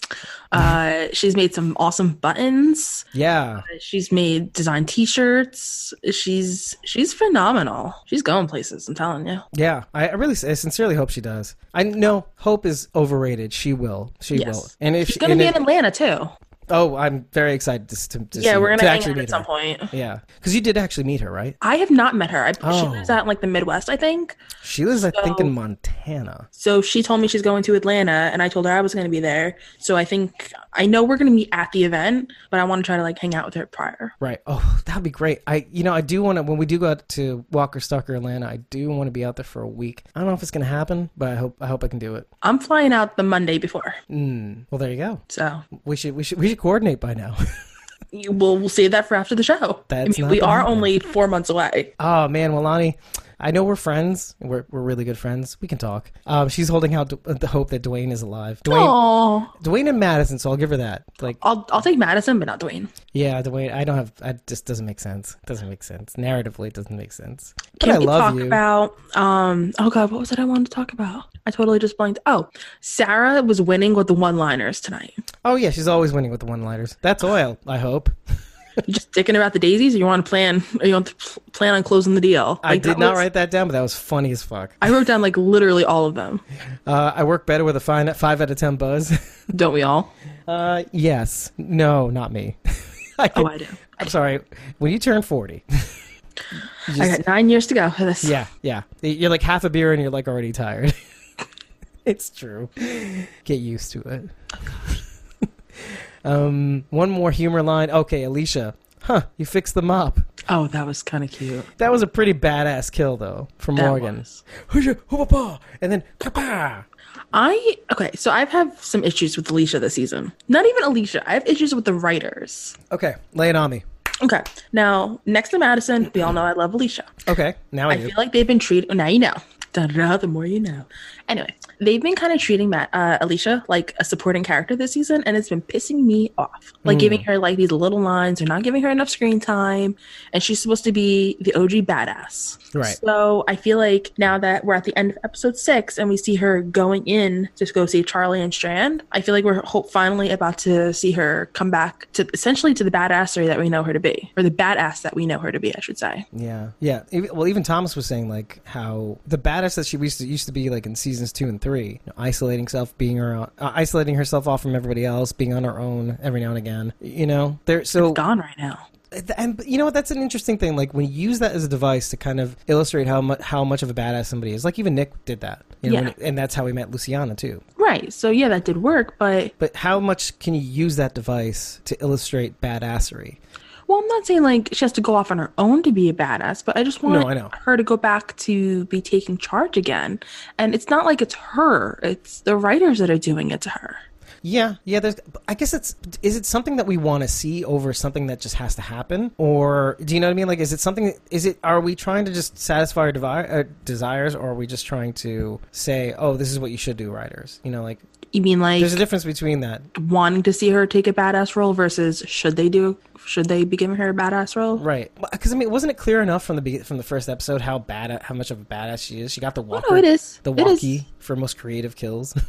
[SPEAKER 2] Uh, she's made some awesome buttons.
[SPEAKER 1] Yeah,
[SPEAKER 2] She's made design T-shirts. She's she's phenomenal. She's going places. I'm telling you.
[SPEAKER 1] yeah. I, I really, I sincerely hope she does. I no hope is overrated. She will. She
[SPEAKER 2] Yes.
[SPEAKER 1] will. And if
[SPEAKER 2] She's
[SPEAKER 1] she,
[SPEAKER 2] gonna
[SPEAKER 1] and
[SPEAKER 2] be
[SPEAKER 1] if-
[SPEAKER 2] in Atlanta too.
[SPEAKER 1] oh, I'm very excited to, to, to
[SPEAKER 2] Yeah,
[SPEAKER 1] see-
[SPEAKER 2] we're gonna
[SPEAKER 1] to
[SPEAKER 2] hang
[SPEAKER 1] actually
[SPEAKER 2] out
[SPEAKER 1] meet
[SPEAKER 2] at some
[SPEAKER 1] her.
[SPEAKER 2] point.
[SPEAKER 1] Yeah, because you did actually meet her, right?
[SPEAKER 2] I have not met her. I, She
[SPEAKER 1] Oh.
[SPEAKER 2] lives out in like the Midwest, I think.
[SPEAKER 1] She lives, I think,
[SPEAKER 2] So-
[SPEAKER 1] in Montana.
[SPEAKER 2] So she told me she's going to Atlanta, and I told her I was going to be there. So I think I know we're going to meet at the event, but I want to try to like hang out with her prior.
[SPEAKER 1] Right. Oh, that'd be great. I, you know, I do want to when we do go out to Walker Stalker Atlanta. I do want to be out there for a week. I don't know if it's gonna happen, but I hope I hope I can do it.
[SPEAKER 2] I'm flying out the Monday before,
[SPEAKER 1] Mm. Well, there you go.
[SPEAKER 2] so
[SPEAKER 1] We should we should we should coordinate by now.
[SPEAKER 2] you, we'll we'll save that for after the show. I
[SPEAKER 1] That's
[SPEAKER 2] mean,
[SPEAKER 1] not
[SPEAKER 2] we
[SPEAKER 1] gonna
[SPEAKER 2] are
[SPEAKER 1] happen.
[SPEAKER 2] only four months away.
[SPEAKER 1] oh man, Walani. I know we're friends. We're, we're really good friends. We can talk. Um, she's holding out d- the hope that Dwayne is alive. Dwayne,
[SPEAKER 2] Oh,
[SPEAKER 1] Dwayne and Madison. So I'll give her that. Like,
[SPEAKER 2] I'll I'll take Madison, but not Dwayne.
[SPEAKER 1] yeah, Dwayne. I don't have. I just doesn't make sense. Doesn't make sense. Narratively, it doesn't make sense. But
[SPEAKER 2] Can
[SPEAKER 1] I
[SPEAKER 2] we
[SPEAKER 1] love
[SPEAKER 2] talk
[SPEAKER 1] you.
[SPEAKER 2] about um? Oh God, what was it I wanted to talk about? I totally just blanked. Oh, Sarah was winning with the one-liners tonight.
[SPEAKER 1] oh yeah, she's always winning with the one-liners. That's oil. I hope.
[SPEAKER 2] You just thinking about the daisies, or you want to plan, or you want to pl- plan on closing the deal.
[SPEAKER 1] I
[SPEAKER 2] Like,
[SPEAKER 1] did
[SPEAKER 2] that
[SPEAKER 1] not
[SPEAKER 2] was-
[SPEAKER 1] write that down, but that was funny as fuck.
[SPEAKER 2] I wrote down like literally all of them.
[SPEAKER 1] Uh, I work better with a fine, five out of ten buzz.
[SPEAKER 2] Don't we all?
[SPEAKER 1] Uh, yes, no, not me. I
[SPEAKER 2] Oh, I do.
[SPEAKER 1] am sorry. When you turn forty, you
[SPEAKER 2] I
[SPEAKER 1] just-
[SPEAKER 2] got nine years to go for this.
[SPEAKER 1] yeah, yeah, you're like half a beer and you're like already tired. it's true. Get used to it. um, one more humor line. Okay, Alicia. Huh? You fixed the mop.
[SPEAKER 2] Oh, that was kind of cute.
[SPEAKER 1] That was a pretty badass kill, though, from
[SPEAKER 2] That
[SPEAKER 1] Morgan.
[SPEAKER 2] was.
[SPEAKER 1] Hoo-ya, hoo-pa-pa, And then, ka-pa.
[SPEAKER 2] I okay. So I've had some issues with Alicia this season. Not even Alicia. I have issues with the writers.
[SPEAKER 1] okay, lay it on me.
[SPEAKER 2] Okay. Now, next to Madison, we all know I love Alicia.
[SPEAKER 1] Okay, now I,
[SPEAKER 2] I
[SPEAKER 1] do.
[SPEAKER 2] feel like they've been treated. Now you know. Da-da-da, the more you know. Anyway, they've been kind of treating Matt, uh, Alicia like a supporting character this season, and it's been pissing me off. Like giving her like these little lines, or not giving her enough screen time, and she's supposed to be the OG badass.
[SPEAKER 1] Right.
[SPEAKER 2] So I feel like now that we're at the end of episode six and we see her going in to go see Charlie and Strand, I feel like we're hope finally about to see her come back to essentially to the badassery that we know her to be, or the badass that we know her to be, I should say.
[SPEAKER 1] Yeah, yeah. Even- Well, even Thomas was saying like how the badass that she used to used to be like in seasons two and three, you know, isolating herself, being her own, uh, isolating herself off from everybody else, being on her own every now and again. You know, there. So
[SPEAKER 2] Gone right now.
[SPEAKER 1] and you know what? That's an interesting thing. Like when you use that as a device to kind of illustrate how much how much of a badass somebody is. Like even Nick did that. You know,
[SPEAKER 2] Yeah.
[SPEAKER 1] when- and that's how we met Luciana too.
[SPEAKER 2] Right. So yeah, that did work, but
[SPEAKER 1] But how much can you use that device to illustrate badassery?
[SPEAKER 2] well, I'm not saying like she has to go off on her own to be a badass, but I just want
[SPEAKER 1] I know.
[SPEAKER 2] her to go back to be taking charge again. And it's not like it's her; it's the writers that are doing it to her.
[SPEAKER 1] Yeah, yeah. There's, I guess it's is it something that we want to see over something that just has to happen, or do you know what I mean? Like, is it something? Is it are we trying to just satisfy our devi- uh, desires, or are we just trying to say, oh, this is what you should do, writers? You know, like
[SPEAKER 2] You mean like
[SPEAKER 1] there's a difference between that.
[SPEAKER 2] wanting to see her take a badass role versus should they do? Should they be giving her a badass role?
[SPEAKER 1] Right, because I mean, wasn't it clear enough from the be- from the first episode how bad, how much of a badass she is? She got the walker,
[SPEAKER 2] Oh, it is.
[SPEAKER 1] the
[SPEAKER 2] It is.
[SPEAKER 1] walkie for most creative kills.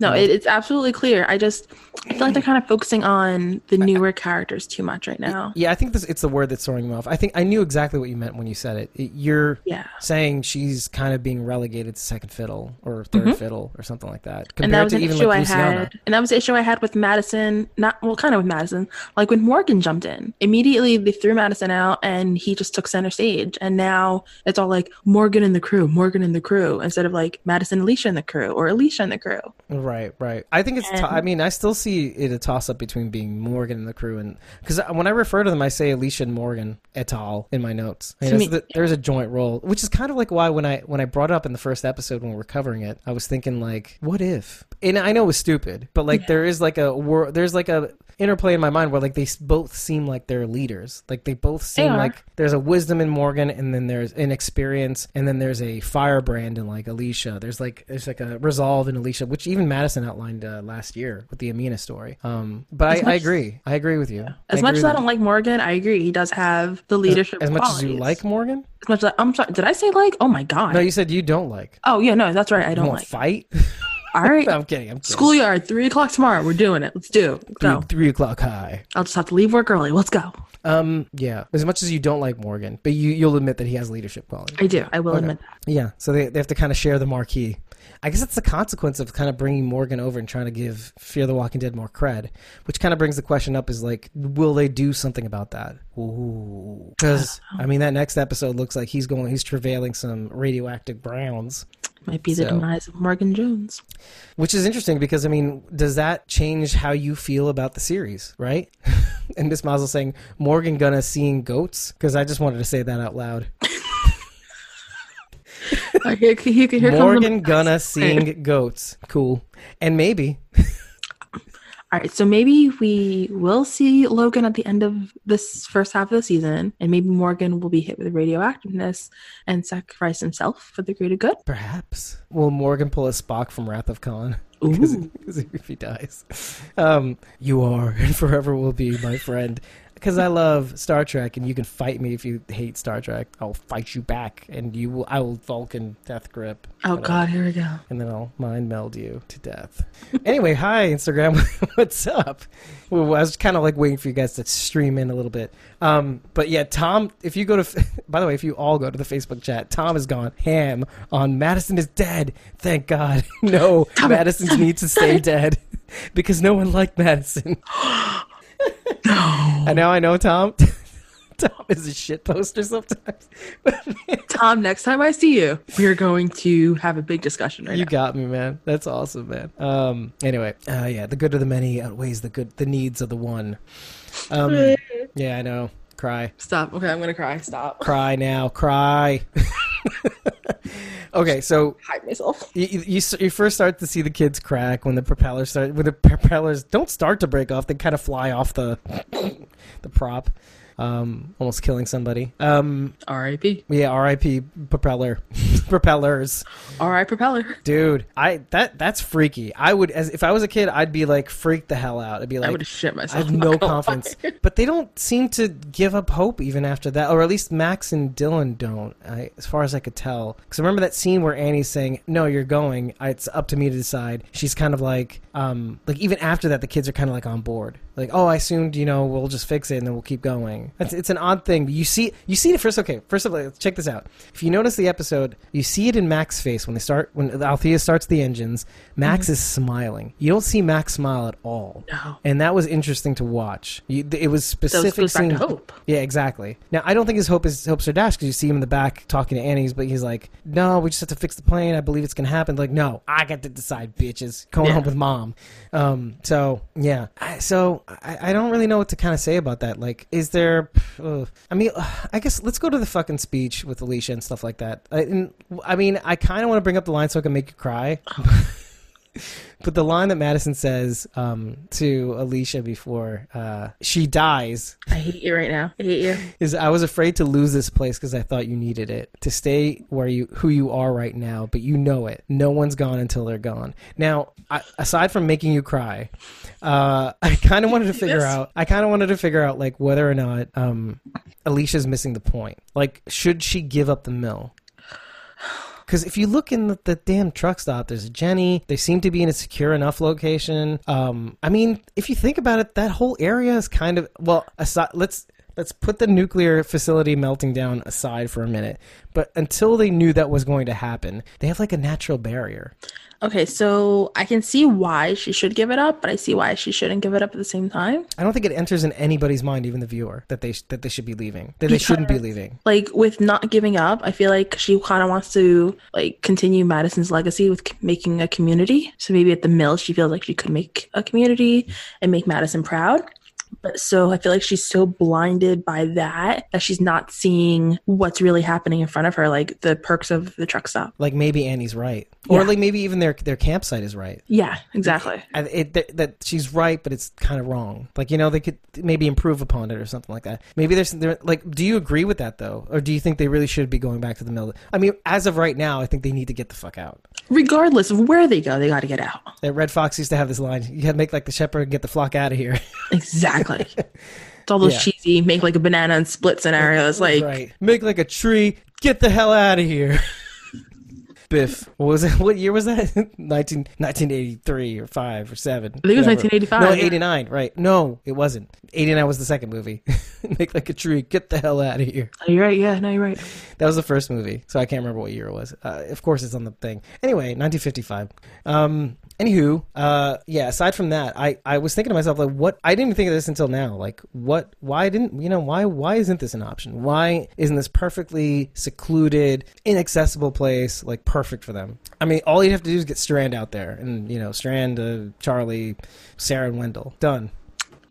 [SPEAKER 2] No, it, it's absolutely clear. I just I feel like they're kind of focusing on the newer characters too much right now.
[SPEAKER 1] Yeah, I think this, it's the word that's throwing me off. I think I knew exactly what you meant when you said it. It- You're
[SPEAKER 2] Yeah.
[SPEAKER 1] saying she's kind of being relegated to second fiddle or 3rd fiddle or something like that. Compared
[SPEAKER 2] Mm-hmm. and that was
[SPEAKER 1] to
[SPEAKER 2] an
[SPEAKER 1] even
[SPEAKER 2] issue
[SPEAKER 1] like
[SPEAKER 2] I
[SPEAKER 1] Luciana.
[SPEAKER 2] had, and that was the issue I had with Madison. Not well, kind of with Madison. Like when Morgan jumped in, immediately they threw Madison out, and he just took center stage. And now it's all like Morgan and the crew, Morgan and the crew, instead of like Madison, Alicia and the crew, or Alicia and the crew.
[SPEAKER 1] Right, right. I think it's. T-
[SPEAKER 2] And-
[SPEAKER 1] I mean, I still see see it a toss up between being Morgan and the crew, and because when I refer to them, I say Alicia and Morgan et al. in my notes. I mean,
[SPEAKER 2] To
[SPEAKER 1] that's
[SPEAKER 2] me-
[SPEAKER 1] the- there's a joint role, which is kind of like why when I when I brought it up in the first episode when we were covering it, I was thinking like, what if? And I know it was stupid, but like there is like a wor- there's like a interplay in my mind where like they s- both seem like they're leaders, like they both seem
[SPEAKER 2] are.
[SPEAKER 1] like there's a wisdom in Morgan, and then there's an experience, and then there's a firebrand in like Alicia. There's like there's like a resolve in Alicia, which even Madison outlined uh, last year with the Amina story. Um, but I, I agree, I agree with you.
[SPEAKER 2] As
[SPEAKER 1] I
[SPEAKER 2] much
[SPEAKER 1] agree
[SPEAKER 2] as I
[SPEAKER 1] with
[SPEAKER 2] don't like Morgan, I agree he does have the
[SPEAKER 1] you.
[SPEAKER 2] leadership.
[SPEAKER 1] as much as you
[SPEAKER 2] qualities.
[SPEAKER 1] like Morgan.
[SPEAKER 2] As much as I, I'm sorry, did I say like? Oh my god.
[SPEAKER 1] No, you said you don't like.
[SPEAKER 2] oh yeah, no, that's right. I
[SPEAKER 1] You
[SPEAKER 2] don't
[SPEAKER 1] won't
[SPEAKER 2] like.
[SPEAKER 1] fight.
[SPEAKER 2] All right,
[SPEAKER 1] I'm kidding. I'm kidding.
[SPEAKER 2] schoolyard, three o'clock tomorrow. We're doing it. Let's do. Let's
[SPEAKER 1] Three,
[SPEAKER 2] go.
[SPEAKER 1] three o'clock high.
[SPEAKER 2] I'll just have to leave work early. Let's go.
[SPEAKER 1] Um, yeah. As much as you don't like Morgan, but you you'll admit that he has leadership qualities.
[SPEAKER 2] I do. I
[SPEAKER 1] Oh,
[SPEAKER 2] will admit that.
[SPEAKER 1] Yeah, so they, they have to kind of share the marquee. I guess that's the consequence of kind of bringing Morgan over and trying to give Fear the Walking Dead more cred, which kind of brings the question up is like, will they do something about that? Because I mean, that next episode looks like he's going, he's travailing some radioactive browns,
[SPEAKER 2] Might be the
[SPEAKER 1] So-
[SPEAKER 2] demise of Morgan Jones.
[SPEAKER 1] which is interesting because I mean, does that change how you feel about the series, right? and Miss Mazel saying Morgan gonna seeing goats because I just wanted to say that out loud.
[SPEAKER 2] Uh, here, here, here comes the-
[SPEAKER 1] Morgan gonna seeing goats, cool, and maybe
[SPEAKER 2] All right, so maybe we will see Logan at the end of this first half of the season, and maybe Morgan will be hit with radioactiveness and sacrifice himself for the greater good.
[SPEAKER 1] Perhaps. Will Morgan pull a Spock from Wrath of Khan?
[SPEAKER 2] Ooh.
[SPEAKER 1] Because if he dies, um, you are and forever will be my friend. Because I love Star Trek, and you can fight me if you hate Star Trek. I'll fight you back, and you will. I will Vulcan death grip.
[SPEAKER 2] Oh
[SPEAKER 1] Whatever.
[SPEAKER 2] God, here we go.
[SPEAKER 1] And then I'll mind meld you to death. anyway, hi Instagram, what's up? Well, I was kind of like waiting for you guys to stream in a little bit. Um, but yeah, Tom, if you go to, by the way, if you all go to the Facebook chat, Tom has gone ham on Madison is dead. Thank God. no, Madison needs to stay dead because no one liked Madison. no. And now I know Tom. Tom is a shit poster sometimes.
[SPEAKER 2] Tom, next time I see you, we're going to have a big discussion right
[SPEAKER 1] You
[SPEAKER 2] now.
[SPEAKER 1] got me, man. That's awesome, man. Um, anyway, uh, yeah, the good of the many outweighs the good, the needs of the one. Um, yeah, I know. Cry,
[SPEAKER 2] Stop. Okay, I'm gonna cry. Stop.
[SPEAKER 1] cry now, cry. okay, so
[SPEAKER 2] Hide myself.
[SPEAKER 1] you, you, you s- you first start to see the kids crack when the propellers start when the propellers don't start to break off they kind of fly off the the prop um almost killing somebody um
[SPEAKER 2] R.I.P.
[SPEAKER 1] yeah rip propeller propellers
[SPEAKER 2] R.I. Propeller.
[SPEAKER 1] Dude, I that that's freaky. I would as if I was a kid, I'd be like freaked the hell out. I'd be
[SPEAKER 2] I
[SPEAKER 1] like
[SPEAKER 2] would have shit
[SPEAKER 1] I
[SPEAKER 2] myself. Oh
[SPEAKER 1] have
[SPEAKER 2] I'm not
[SPEAKER 1] no
[SPEAKER 2] gonna lie.
[SPEAKER 1] confidence. But they don't seem to give up hope even after that, or at least Max and Dylan don't, I, as far as I could tell. Because remember that scene where Annie's saying, "No, you're going. I- It's up to me to decide." She's kind of like, um, like even after that, the kids are kind of like on board. Like, oh, I assumed you know we'll just fix it and then we'll keep going. It's, it's an odd thing. You see, you see it first. Okay, first of all, let's check this out. If you notice the episode, you see it in Max's face when they start when Althea starts the engines. Max is smiling. You don't see Max smile at all
[SPEAKER 2] Mm-hmm. No.
[SPEAKER 1] and that was interesting to watch. You, th- it was
[SPEAKER 2] Those
[SPEAKER 1] specific.
[SPEAKER 2] goes back to
[SPEAKER 1] scenes-
[SPEAKER 2] hope.
[SPEAKER 1] Yeah, exactly. Now I don't think his hope is hopes are dashed because you see him in the back talking to Annie's, but he's like, "No, we just have to fix the plane. I believe it's gonna happen." Like, no, I got to decide, bitches. Going
[SPEAKER 2] Yeah.
[SPEAKER 1] home with mom. Um, so yeah, I, so I, I don't really know what to kind of say about that. Like, is there? ugh. I mean, ugh, I guess let's go to the fucking speech with Alicia and stuff like that. I, and, I mean, I kind of want to bring up the line so I can make you cry. But the line that Madison says um, to Alicia before uh, she dies
[SPEAKER 2] I hate you right now. I hate you.
[SPEAKER 1] is, "I was afraid to lose this place because I thought you needed it to stay where you who you are right now, but you know it. No one's gone until they're gone." Now, I, aside from making you cry, uh, I kind of wanted to figure
[SPEAKER 2] this?
[SPEAKER 1] out. I kind of wanted to figure out like whether or not um, Alicia's missing the point. Like, should she give up the mill? Because if you look in the, the damn truck stop, there's Jenny. They seem to be in a secure enough location. Um, I mean, if you think about it, that whole area is kind of well. Aside, let's let's put the nuclear facility melting down aside for a minute. But until they knew that was going to happen, they have like a natural barrier.
[SPEAKER 4] Okay, so I can see why she should give it up, but I see why she shouldn't give it up at the same time.
[SPEAKER 1] I don't think it enters in anybody's mind, even the viewer, that they sh- that they should be leaving, that they shouldn't be leaving.
[SPEAKER 4] Like with not giving up, I feel like she kind of wants to like continue Madison's legacy with c- making a community. So maybe at the mill, she feels like she could make a community and make Madison proud. But so I feel like she's so blinded by that that she's not seeing what's really happening in front of her, like the perks of the truck stop.
[SPEAKER 1] Like maybe Annie's right, or
[SPEAKER 4] Yeah.
[SPEAKER 1] like maybe even their their campsite is right.
[SPEAKER 4] Yeah, exactly.
[SPEAKER 1] I- It, that, that she's right, but it's kind of wrong. Like you know, they could maybe improve upon it or something like that. Maybe there's there, like, do you agree with that though, or do you think they really should be going back to the mill? I mean, as of right now, I think they need to get the fuck out.
[SPEAKER 4] Regardless of where they go, they got to get out.
[SPEAKER 1] That Red Fox used to have this line: "You gotta make like the shepherd and get the flock out of here."
[SPEAKER 4] Exactly. it's all those
[SPEAKER 1] Yeah.
[SPEAKER 4] cheesy make like a banana and split scenarios. Like
[SPEAKER 1] right. Make like a tree. Get the hell out of here. Biff. What was it? What year was that? 19, 1983 or 5 or 7. I
[SPEAKER 4] think it was 1985.
[SPEAKER 1] No, 89, right. No, it wasn't. 89 was the second movie. Make like a tree. Get the hell out of here.
[SPEAKER 4] Oh, you're right. Yeah, no, you're right.
[SPEAKER 1] That was the first movie, so I can't remember what year it was. Uh, of course, it's on the thing. Anyway, 1955. Um, anywho, uh, yeah. Aside from that, I, I was thinking to myself like, what? I didn't even think of this until now. Like, what? Why didn't you know? Why why isn't this an option? Why isn't this perfectly secluded, inaccessible place like perfect for them? I mean, all you would have to do is get Strand out there, and you know, Strand, uh, Charlie, Sarah, and Wendell. Done.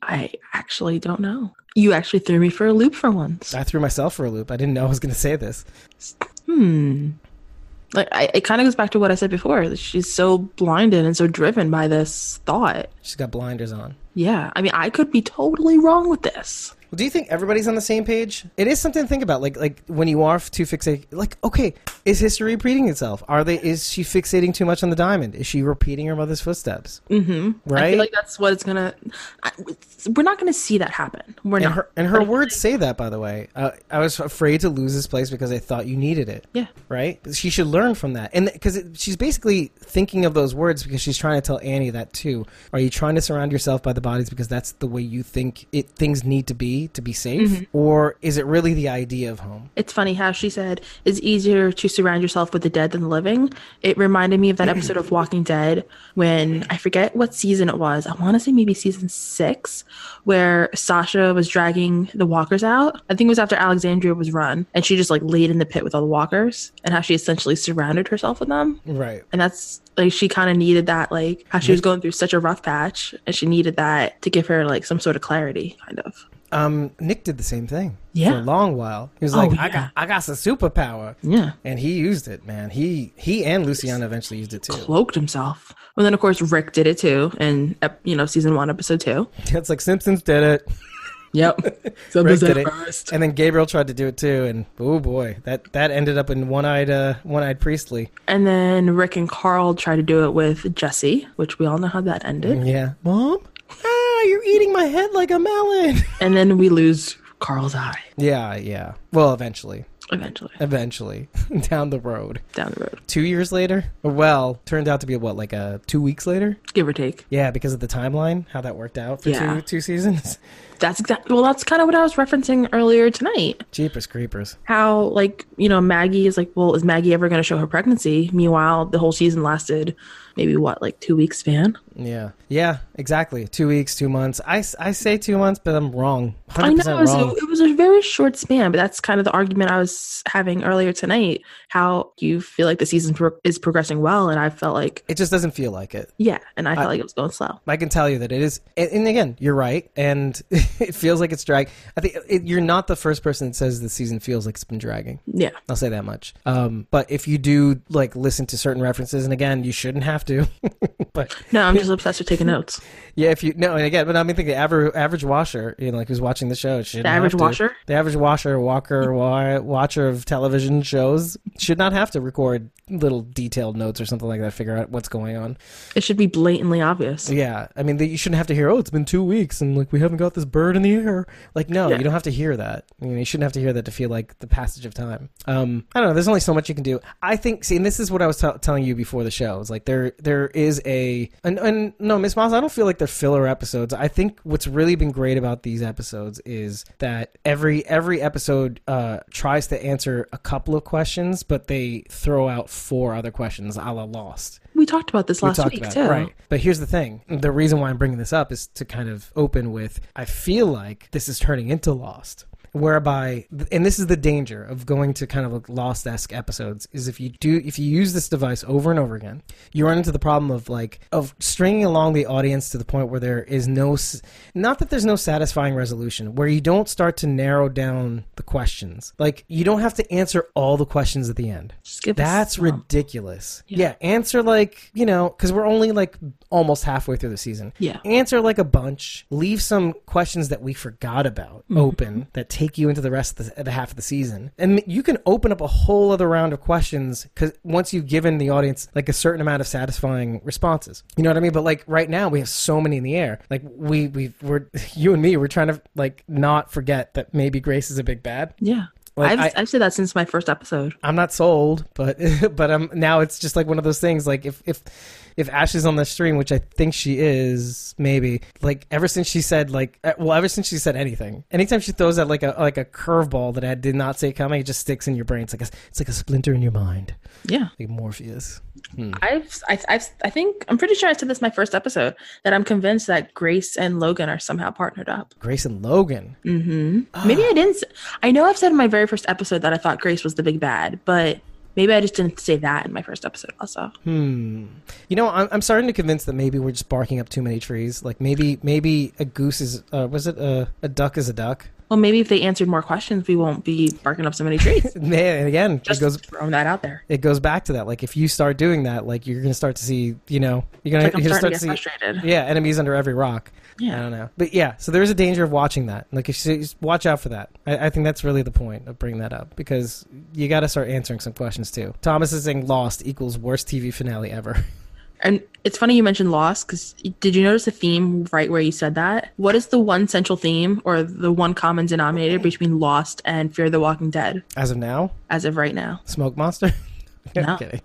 [SPEAKER 4] I actually don't know. You actually threw me for a loop for once.
[SPEAKER 1] I threw myself for a loop. I didn't know I was going to say this.
[SPEAKER 4] Like I, it kind of goes back to what I said before. that She's so blinded and so driven by this thought.
[SPEAKER 1] She's got blinders on.
[SPEAKER 4] Yeah, I mean, I could be totally wrong with this.
[SPEAKER 1] Well, do you think everybody's on the same page? It is something to think about. Like, like when you are too fixated, like, okay, is history repeating itself? Are they? Is she fixating too much on the diamond? Is she repeating her mother's footsteps? Mm-hmm.
[SPEAKER 4] I
[SPEAKER 1] Right.
[SPEAKER 4] feel like that's what it's gonna. I, we're not gonna see that happen. We're
[SPEAKER 1] and
[SPEAKER 4] not.
[SPEAKER 1] her and her words say that. By the way, uh, I was afraid to lose this place because I thought you needed it.
[SPEAKER 4] Yeah.
[SPEAKER 1] Right. She should learn from that, and because she's basically thinking of those words because she's trying to tell Annie that too. Are you trying to surround yourself by the bodies because that's the way you think it things need to be to be safe,
[SPEAKER 4] Mm-hmm.
[SPEAKER 1] or is it really the idea of home?
[SPEAKER 4] It's funny how she said it's easier to surround yourself with the dead than the living. It reminded me of that episode of Walking Dead when I forget what season it was. I want to say maybe season six, where Sasha was dragging the walkers out. I think it was after Alexandria was run, and she just like laid in the pit with all the walkers, and how she essentially surrounded herself with them.
[SPEAKER 1] Right.
[SPEAKER 4] And that's like she kind of needed that, like how she was going through such a rough patch, and she needed that to give her like some sort of clarity, kind of.
[SPEAKER 1] um, Nick did the same thing for
[SPEAKER 4] Yeah.
[SPEAKER 1] a long while. He was
[SPEAKER 4] Oh,
[SPEAKER 1] like,
[SPEAKER 4] yeah.
[SPEAKER 1] I got, I got some superpower,
[SPEAKER 4] Yeah.
[SPEAKER 1] and he used it, man. He, he, and Luciana eventually used it too.
[SPEAKER 4] cloaked himself. And then, of course, Rick did it too, in ep- you know season one, episode two.
[SPEAKER 1] It's like Simpsons did it,
[SPEAKER 4] Yep,
[SPEAKER 1] Rick did it,
[SPEAKER 4] first.
[SPEAKER 1] and then Gabriel tried to do it too, and oh boy, that that ended up in one-eyed, uh, one-eyed Priestley.
[SPEAKER 4] And then Rick and Carl tried to do it with Jesse, which we all know how that ended.
[SPEAKER 1] Yeah, mom, ah, you're eating my head like a melon.
[SPEAKER 4] And then we lose Carl's eye
[SPEAKER 1] yeah, yeah. Well, eventually,
[SPEAKER 4] eventually
[SPEAKER 1] eventually, down the road.
[SPEAKER 4] down the road,
[SPEAKER 1] Two years later, well, turned out to be what, like a two weeks later.
[SPEAKER 4] give or take.
[SPEAKER 1] Yeah, because of the timeline, how that worked out for
[SPEAKER 4] Yeah.
[SPEAKER 1] two two seasons.
[SPEAKER 4] That's exactly well. That's kind of what I was referencing earlier tonight.
[SPEAKER 1] Jeepers creepers.
[SPEAKER 4] How like you know Maggie is like, well, is Maggie ever going to show her pregnancy? Meanwhile, the whole season lasted maybe what like two weeks span.
[SPEAKER 1] Yeah. Yeah, exactly. Two weeks, two months. I, s- I say two months, but I'm wrong. 100%
[SPEAKER 4] I know it was,
[SPEAKER 1] wrong.
[SPEAKER 4] it was a very short span, but that's kind of the argument I was having earlier tonight. How you feel like the season pro- is progressing well, and I felt like
[SPEAKER 1] It just doesn't feel like it.
[SPEAKER 4] yeah, and I felt like it was going slow.
[SPEAKER 1] I can tell you that it is. And, and again, you're right. And it feels like it's drag. I think it, you're not the first person that says the season feels like it's been dragging.
[SPEAKER 4] Yeah,
[SPEAKER 1] I'll say that much. Um, but if you do like listen to certain references, and again, you shouldn't have to. but
[SPEAKER 4] no, I'm just obsessed with taking notes.
[SPEAKER 1] Yeah, if you no, and again, but I mean, think the average average washer, you know, like who's watching the show, should the
[SPEAKER 4] average washer?
[SPEAKER 1] the average washer, walker, wa- watcher of television shows, should not have to record little detailed notes or something like that. to Figure out what's going on.
[SPEAKER 4] It should be blatantly obvious.
[SPEAKER 1] Yeah, I mean, they, you shouldn't have to hear, oh, it's been two weeks, and like we haven't got this bird in the air. Like, no,
[SPEAKER 4] Yeah.
[SPEAKER 1] you don't have to hear that. You, know, you shouldn't have to hear that to feel like the passage of time. Um, I don't know. There's only so much you can do. I think. See, and this is what I was t- telling you before the show. Is like there there is a a and, and no Miss Moss, I don't feel like they're filler episodes. I think what's really been great about these episodes is that every every episode uh, tries to answer a couple of questions, but they throw out four other questions, a la Lost
[SPEAKER 4] We talked about this last
[SPEAKER 1] talked
[SPEAKER 4] week
[SPEAKER 1] about
[SPEAKER 4] too. Mm.
[SPEAKER 1] it, Right. But here's the thing. The reason why I'm bringing this up is to kind of open with I feel like this is turning into Lost. Whereby, and this is the danger of going to kind of like lost esque episodes, is if you do, if you use this device over and over again, you run into the problem of like, of stringing along the audience to the point where there is no, s- not that there's no satisfying resolution, where you don't start to narrow down the questions. Like, you don't have to answer all the questions at the end.
[SPEAKER 4] Just give us
[SPEAKER 1] That's
[SPEAKER 4] some.
[SPEAKER 1] ridiculous. Yeah. answer like you know, because we're only like almost halfway through the season.
[SPEAKER 4] Yeah.
[SPEAKER 1] answer like a bunch. Leave some questions that we forgot about open that take you into the rest of the, the half of the season, and you can open up a whole other round of questions because once you've given the audience like a certain amount of satisfying responses, you know what I mean. But like right now, we have so many in the air. Like we we we're you and me, we're trying to like not forget that maybe Grace is a big bad.
[SPEAKER 4] Yeah.
[SPEAKER 1] Like,
[SPEAKER 4] I've,
[SPEAKER 1] I-
[SPEAKER 4] I, have said that since my first episode.
[SPEAKER 1] I'm not sold, but but I'm now it's just like one of those things. Like if if if Ashley's on the stream, which I think she is, maybe like ever since she said like eh, well ever since she said anything, anytime she throws out like a like a curveball that I did not say coming, it just sticks in your brain. It's like a, it's like a splinter in your mind,
[SPEAKER 4] Yeah.
[SPEAKER 1] like Morpheus.
[SPEAKER 4] I've, I, I've, I think, I'm pretty sure I said this my first episode that I'm convinced that Grace and Logan are somehow partnered up.
[SPEAKER 1] Grace and Logan. Ah.
[SPEAKER 4] Maybe I didn't. s- I know I've said in my very first episode that I thought Grace was the big bad, but maybe I just didn't say that in my first episode. Also,
[SPEAKER 1] You know, I'm, I'm starting to convince that maybe we're just barking up too many trees. Like maybe maybe a goose is uh, was it a a duck is a duck.
[SPEAKER 4] well, maybe if they answered more questions, we won't be barking up so many trees.
[SPEAKER 1] Man, and again, it
[SPEAKER 4] Just
[SPEAKER 1] goes
[SPEAKER 4] throwing that out there.
[SPEAKER 1] it goes back to that. Like if you start doing that, like you're gonna start to see, you know, you're gonna,
[SPEAKER 4] Like, I'm
[SPEAKER 1] you're gonna
[SPEAKER 4] starting
[SPEAKER 1] start
[SPEAKER 4] to get
[SPEAKER 1] see,
[SPEAKER 4] frustrated.
[SPEAKER 1] yeah, enemies under every rock.
[SPEAKER 4] Yeah.
[SPEAKER 1] I don't know, but yeah. So there is a danger of watching that. Like, if you just watch out for that. I, I think that's really the point of bringing that up because you got to start answering some questions too. Thomas is saying Lost equals worst TV finale ever.
[SPEAKER 4] And it's funny you mentioned loss because did you notice a theme right where you said that? What is the one central theme or the one common denominator between Lost and Fear the Walking Dead
[SPEAKER 1] As of now,
[SPEAKER 4] as of right now?
[SPEAKER 1] Smoke Monster.
[SPEAKER 4] No.
[SPEAKER 1] kidding.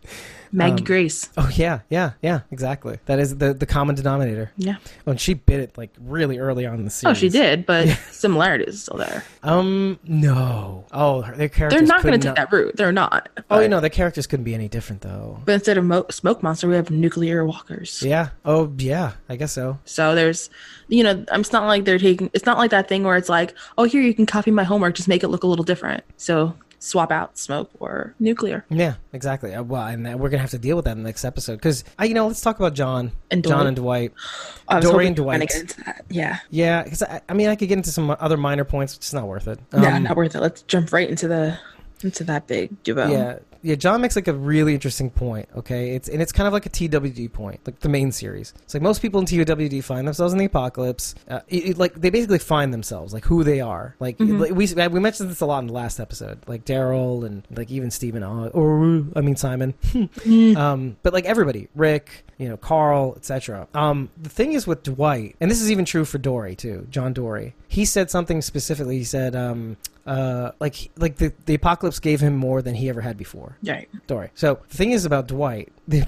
[SPEAKER 4] Maggie Grace.
[SPEAKER 1] Oh yeah, yeah, yeah. Exactly. That is the the common denominator.
[SPEAKER 4] Yeah.
[SPEAKER 1] Oh, and she bit it like really early on in the series.
[SPEAKER 4] Oh, she did, but similarity is still there.
[SPEAKER 1] Um, no. Oh, her, their characters.
[SPEAKER 4] They're not
[SPEAKER 1] could
[SPEAKER 4] going to take that route. They're not.
[SPEAKER 1] Oh, you
[SPEAKER 4] But-
[SPEAKER 1] know, the characters couldn't be any different, though.
[SPEAKER 4] But instead of mo- smoke monster, we have nuclear walkers.
[SPEAKER 1] Yeah. Oh, yeah. I guess so.
[SPEAKER 4] So there's, you know, um, it's not like they're taking. It's not like that thing where it's like, oh, here you can copy my homework, just make it look a little different. So swap out smoke or nuclear.
[SPEAKER 1] Yeah, exactly. Uh, well, and that- we're gonna have to deal with that in the next episode because, you know, let's talk about John
[SPEAKER 4] And
[SPEAKER 1] John
[SPEAKER 4] Dwight.
[SPEAKER 1] and Dwight.
[SPEAKER 4] I was
[SPEAKER 1] Dory and
[SPEAKER 4] hoping we were gonna
[SPEAKER 1] Dwight.
[SPEAKER 4] get into that. Yeah.
[SPEAKER 1] Yeah, because I, I mean, I could get into some other minor points, which is not worth it.
[SPEAKER 4] No,
[SPEAKER 1] Um,
[SPEAKER 4] not worth it. Let's jump right into the into that big duo.
[SPEAKER 1] Yeah, yeah. John makes like a really interesting point. Okay, it's and it's kind of like a TWD point, like the main series. It's like most people in TWD find themselves in the apocalypse. Uh, it, it- like they basically find themselves, like who they are. Like like, we we mentioned this a lot in the last episode, like Daryl and like even Stephen Aw- or I mean Simon. um, but like everybody, Rick, you know, Carl, etc. Um, the thing is with Dwight, and this is even true for Dory too, John Dory. He said something specifically. He said, um, uh, like like the, the apocalypse gave him more than he ever had before.
[SPEAKER 4] Right.
[SPEAKER 1] Dory. So the thing is about Dwight, the,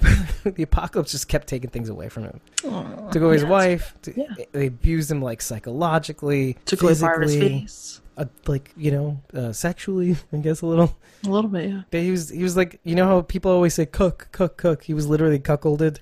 [SPEAKER 1] the apocalypse just kept taking things away from him.
[SPEAKER 4] Aw.
[SPEAKER 1] Took away his
[SPEAKER 4] Yeah, it's-
[SPEAKER 1] wife. t-
[SPEAKER 4] yeah.
[SPEAKER 1] They abused him like psychologically,
[SPEAKER 4] Took away
[SPEAKER 1] physically,
[SPEAKER 4] part of his face.
[SPEAKER 1] uh, like you know, uh, sexually. I guess a little.
[SPEAKER 4] A little bit. Yeah.
[SPEAKER 1] But he was he was like you know how people always say cook cook cook. He was literally cuckolded.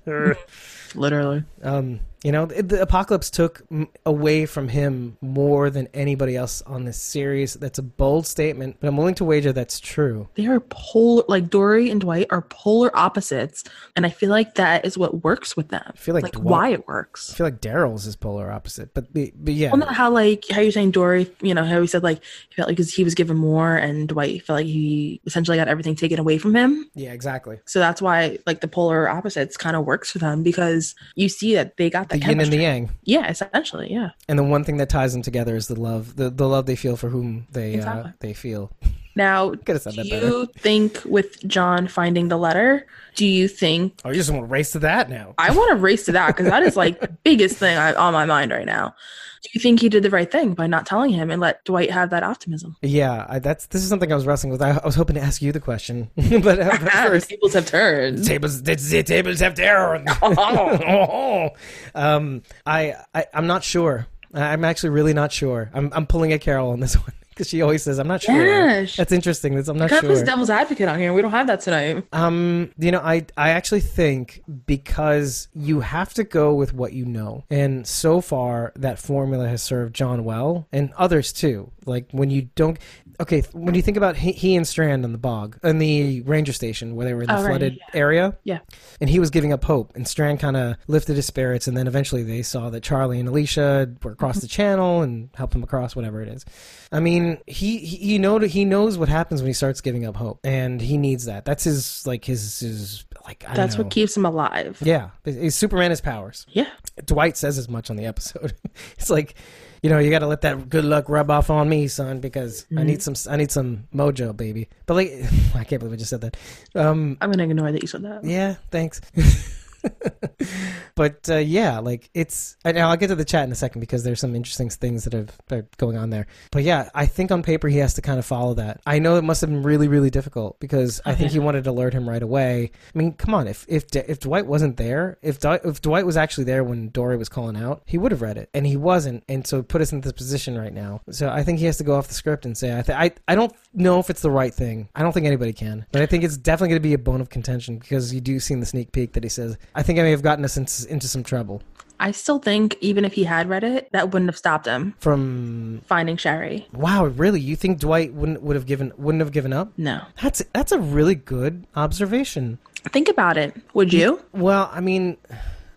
[SPEAKER 4] Literally.
[SPEAKER 1] um, you know the, the apocalypse took m- away from him more than anybody else on this series. That's a bold statement, but I'm willing to wager that's true.
[SPEAKER 4] They are polar. Like Dory and Dwight are polar opposites, and I feel like that is what works with them. I
[SPEAKER 1] feel like Dwight-
[SPEAKER 4] why it
[SPEAKER 1] I
[SPEAKER 4] works.
[SPEAKER 1] feel like Daryl's is polar opposite, but the, but yeah,
[SPEAKER 4] Well, not how like how you're saying Dory. You know how he said like he felt like 'cause he was given more, and Dwight felt like he essentially got everything taken away from him.
[SPEAKER 1] yeah, exactly.
[SPEAKER 4] So that's why like the polar opposites kind of works for them because you see that they got
[SPEAKER 1] The
[SPEAKER 4] that
[SPEAKER 1] yin and the
[SPEAKER 4] chemistry.
[SPEAKER 1] yang,
[SPEAKER 4] Yeah, essentially, yeah.
[SPEAKER 1] and the one thing that ties them together is the love, the, the love they feel for whom they uh,
[SPEAKER 4] Exactly.
[SPEAKER 1] they feel.
[SPEAKER 4] Now,
[SPEAKER 1] Could've said
[SPEAKER 4] do
[SPEAKER 1] that better.
[SPEAKER 4] you think with John finding the letter, do you think
[SPEAKER 1] Oh, you just want to race to that now?
[SPEAKER 4] I want to race to that because that is like the biggest thing I, on my mind right now. Do you think he did the right thing by not telling him and let Dwight have that optimism?
[SPEAKER 1] Yeah, I, that's this is something I was wrestling with. I, I was hoping to ask you the question, but, uh, but
[SPEAKER 4] Ah, the
[SPEAKER 1] first,
[SPEAKER 4] tables have turned.
[SPEAKER 1] tables the, the tables have turned. Oh. um, I, I I'm not sure. I- I'm actually really not sure. I'm I'm pulling a Carol on this one because she always says I'm not sure.
[SPEAKER 4] Yes.
[SPEAKER 1] That's interesting. That's, I'm not
[SPEAKER 4] God,
[SPEAKER 1] sure.
[SPEAKER 4] who's devil's advocate on here? We don't have that tonight.
[SPEAKER 1] Um, you know, I I actually think because you have to go with what you know, and so far that formula has served John well and others too. Like when you don't, okay, when you think about he, he and Strand on the bog and the ranger station where they were in the
[SPEAKER 4] Oh, right,
[SPEAKER 1] flooded area,
[SPEAKER 4] Yeah.
[SPEAKER 1] and he was giving up hope, and Strand kind of lifted his spirits, and then eventually they saw that Charlie and Alicia were across
[SPEAKER 4] Mm-hmm.
[SPEAKER 1] the channel and helped him across whatever it is. I mean, he he he know he knows what happens when he starts giving up hope, and he needs that. That's his like his his like I
[SPEAKER 4] That's
[SPEAKER 1] don't
[SPEAKER 4] what
[SPEAKER 1] know.
[SPEAKER 4] keeps him alive.
[SPEAKER 1] yeah, he's Superman his powers.
[SPEAKER 4] Yeah.
[SPEAKER 1] Dwight says as much on the episode. it's like, you know, you got to let that good luck rub off on me, son, because I need
[SPEAKER 4] Mm-hmm.
[SPEAKER 1] some I need some mojo, baby. But like, I can't believe I just said that. Um,
[SPEAKER 4] I'm going to ignore that you said that.
[SPEAKER 1] yeah, thanks. but uh, yeah, like it's. And I'll get to the chat in a second because there's some interesting things that have are going on there. But yeah, I think on paper he has to kind of follow that. I know it must have been really, really difficult because I think he wanted to alert him right away. I mean, come on, if if D- if Dwight wasn't there, if Dw- if Dwight was actually there when Dory was calling out, he would have read it, and he wasn't, and so it put us in this position right now. So I think he has to go off the script and say, I th- I I don't know if it's the right thing. I don't think anybody can, but I think it's definitely going to be a bone of contention because you do see in the sneak peek that he says, I think I may have gotten us into, into some trouble
[SPEAKER 4] I still think even if he had read it, that wouldn't have stopped him
[SPEAKER 1] from.
[SPEAKER 4] finding Sherry.
[SPEAKER 1] Wow, really? You think Dwight wouldn't would have given wouldn't have given up?
[SPEAKER 4] No.
[SPEAKER 1] That's that's a really good observation.
[SPEAKER 4] Think about it. Would you?
[SPEAKER 1] Well, I mean,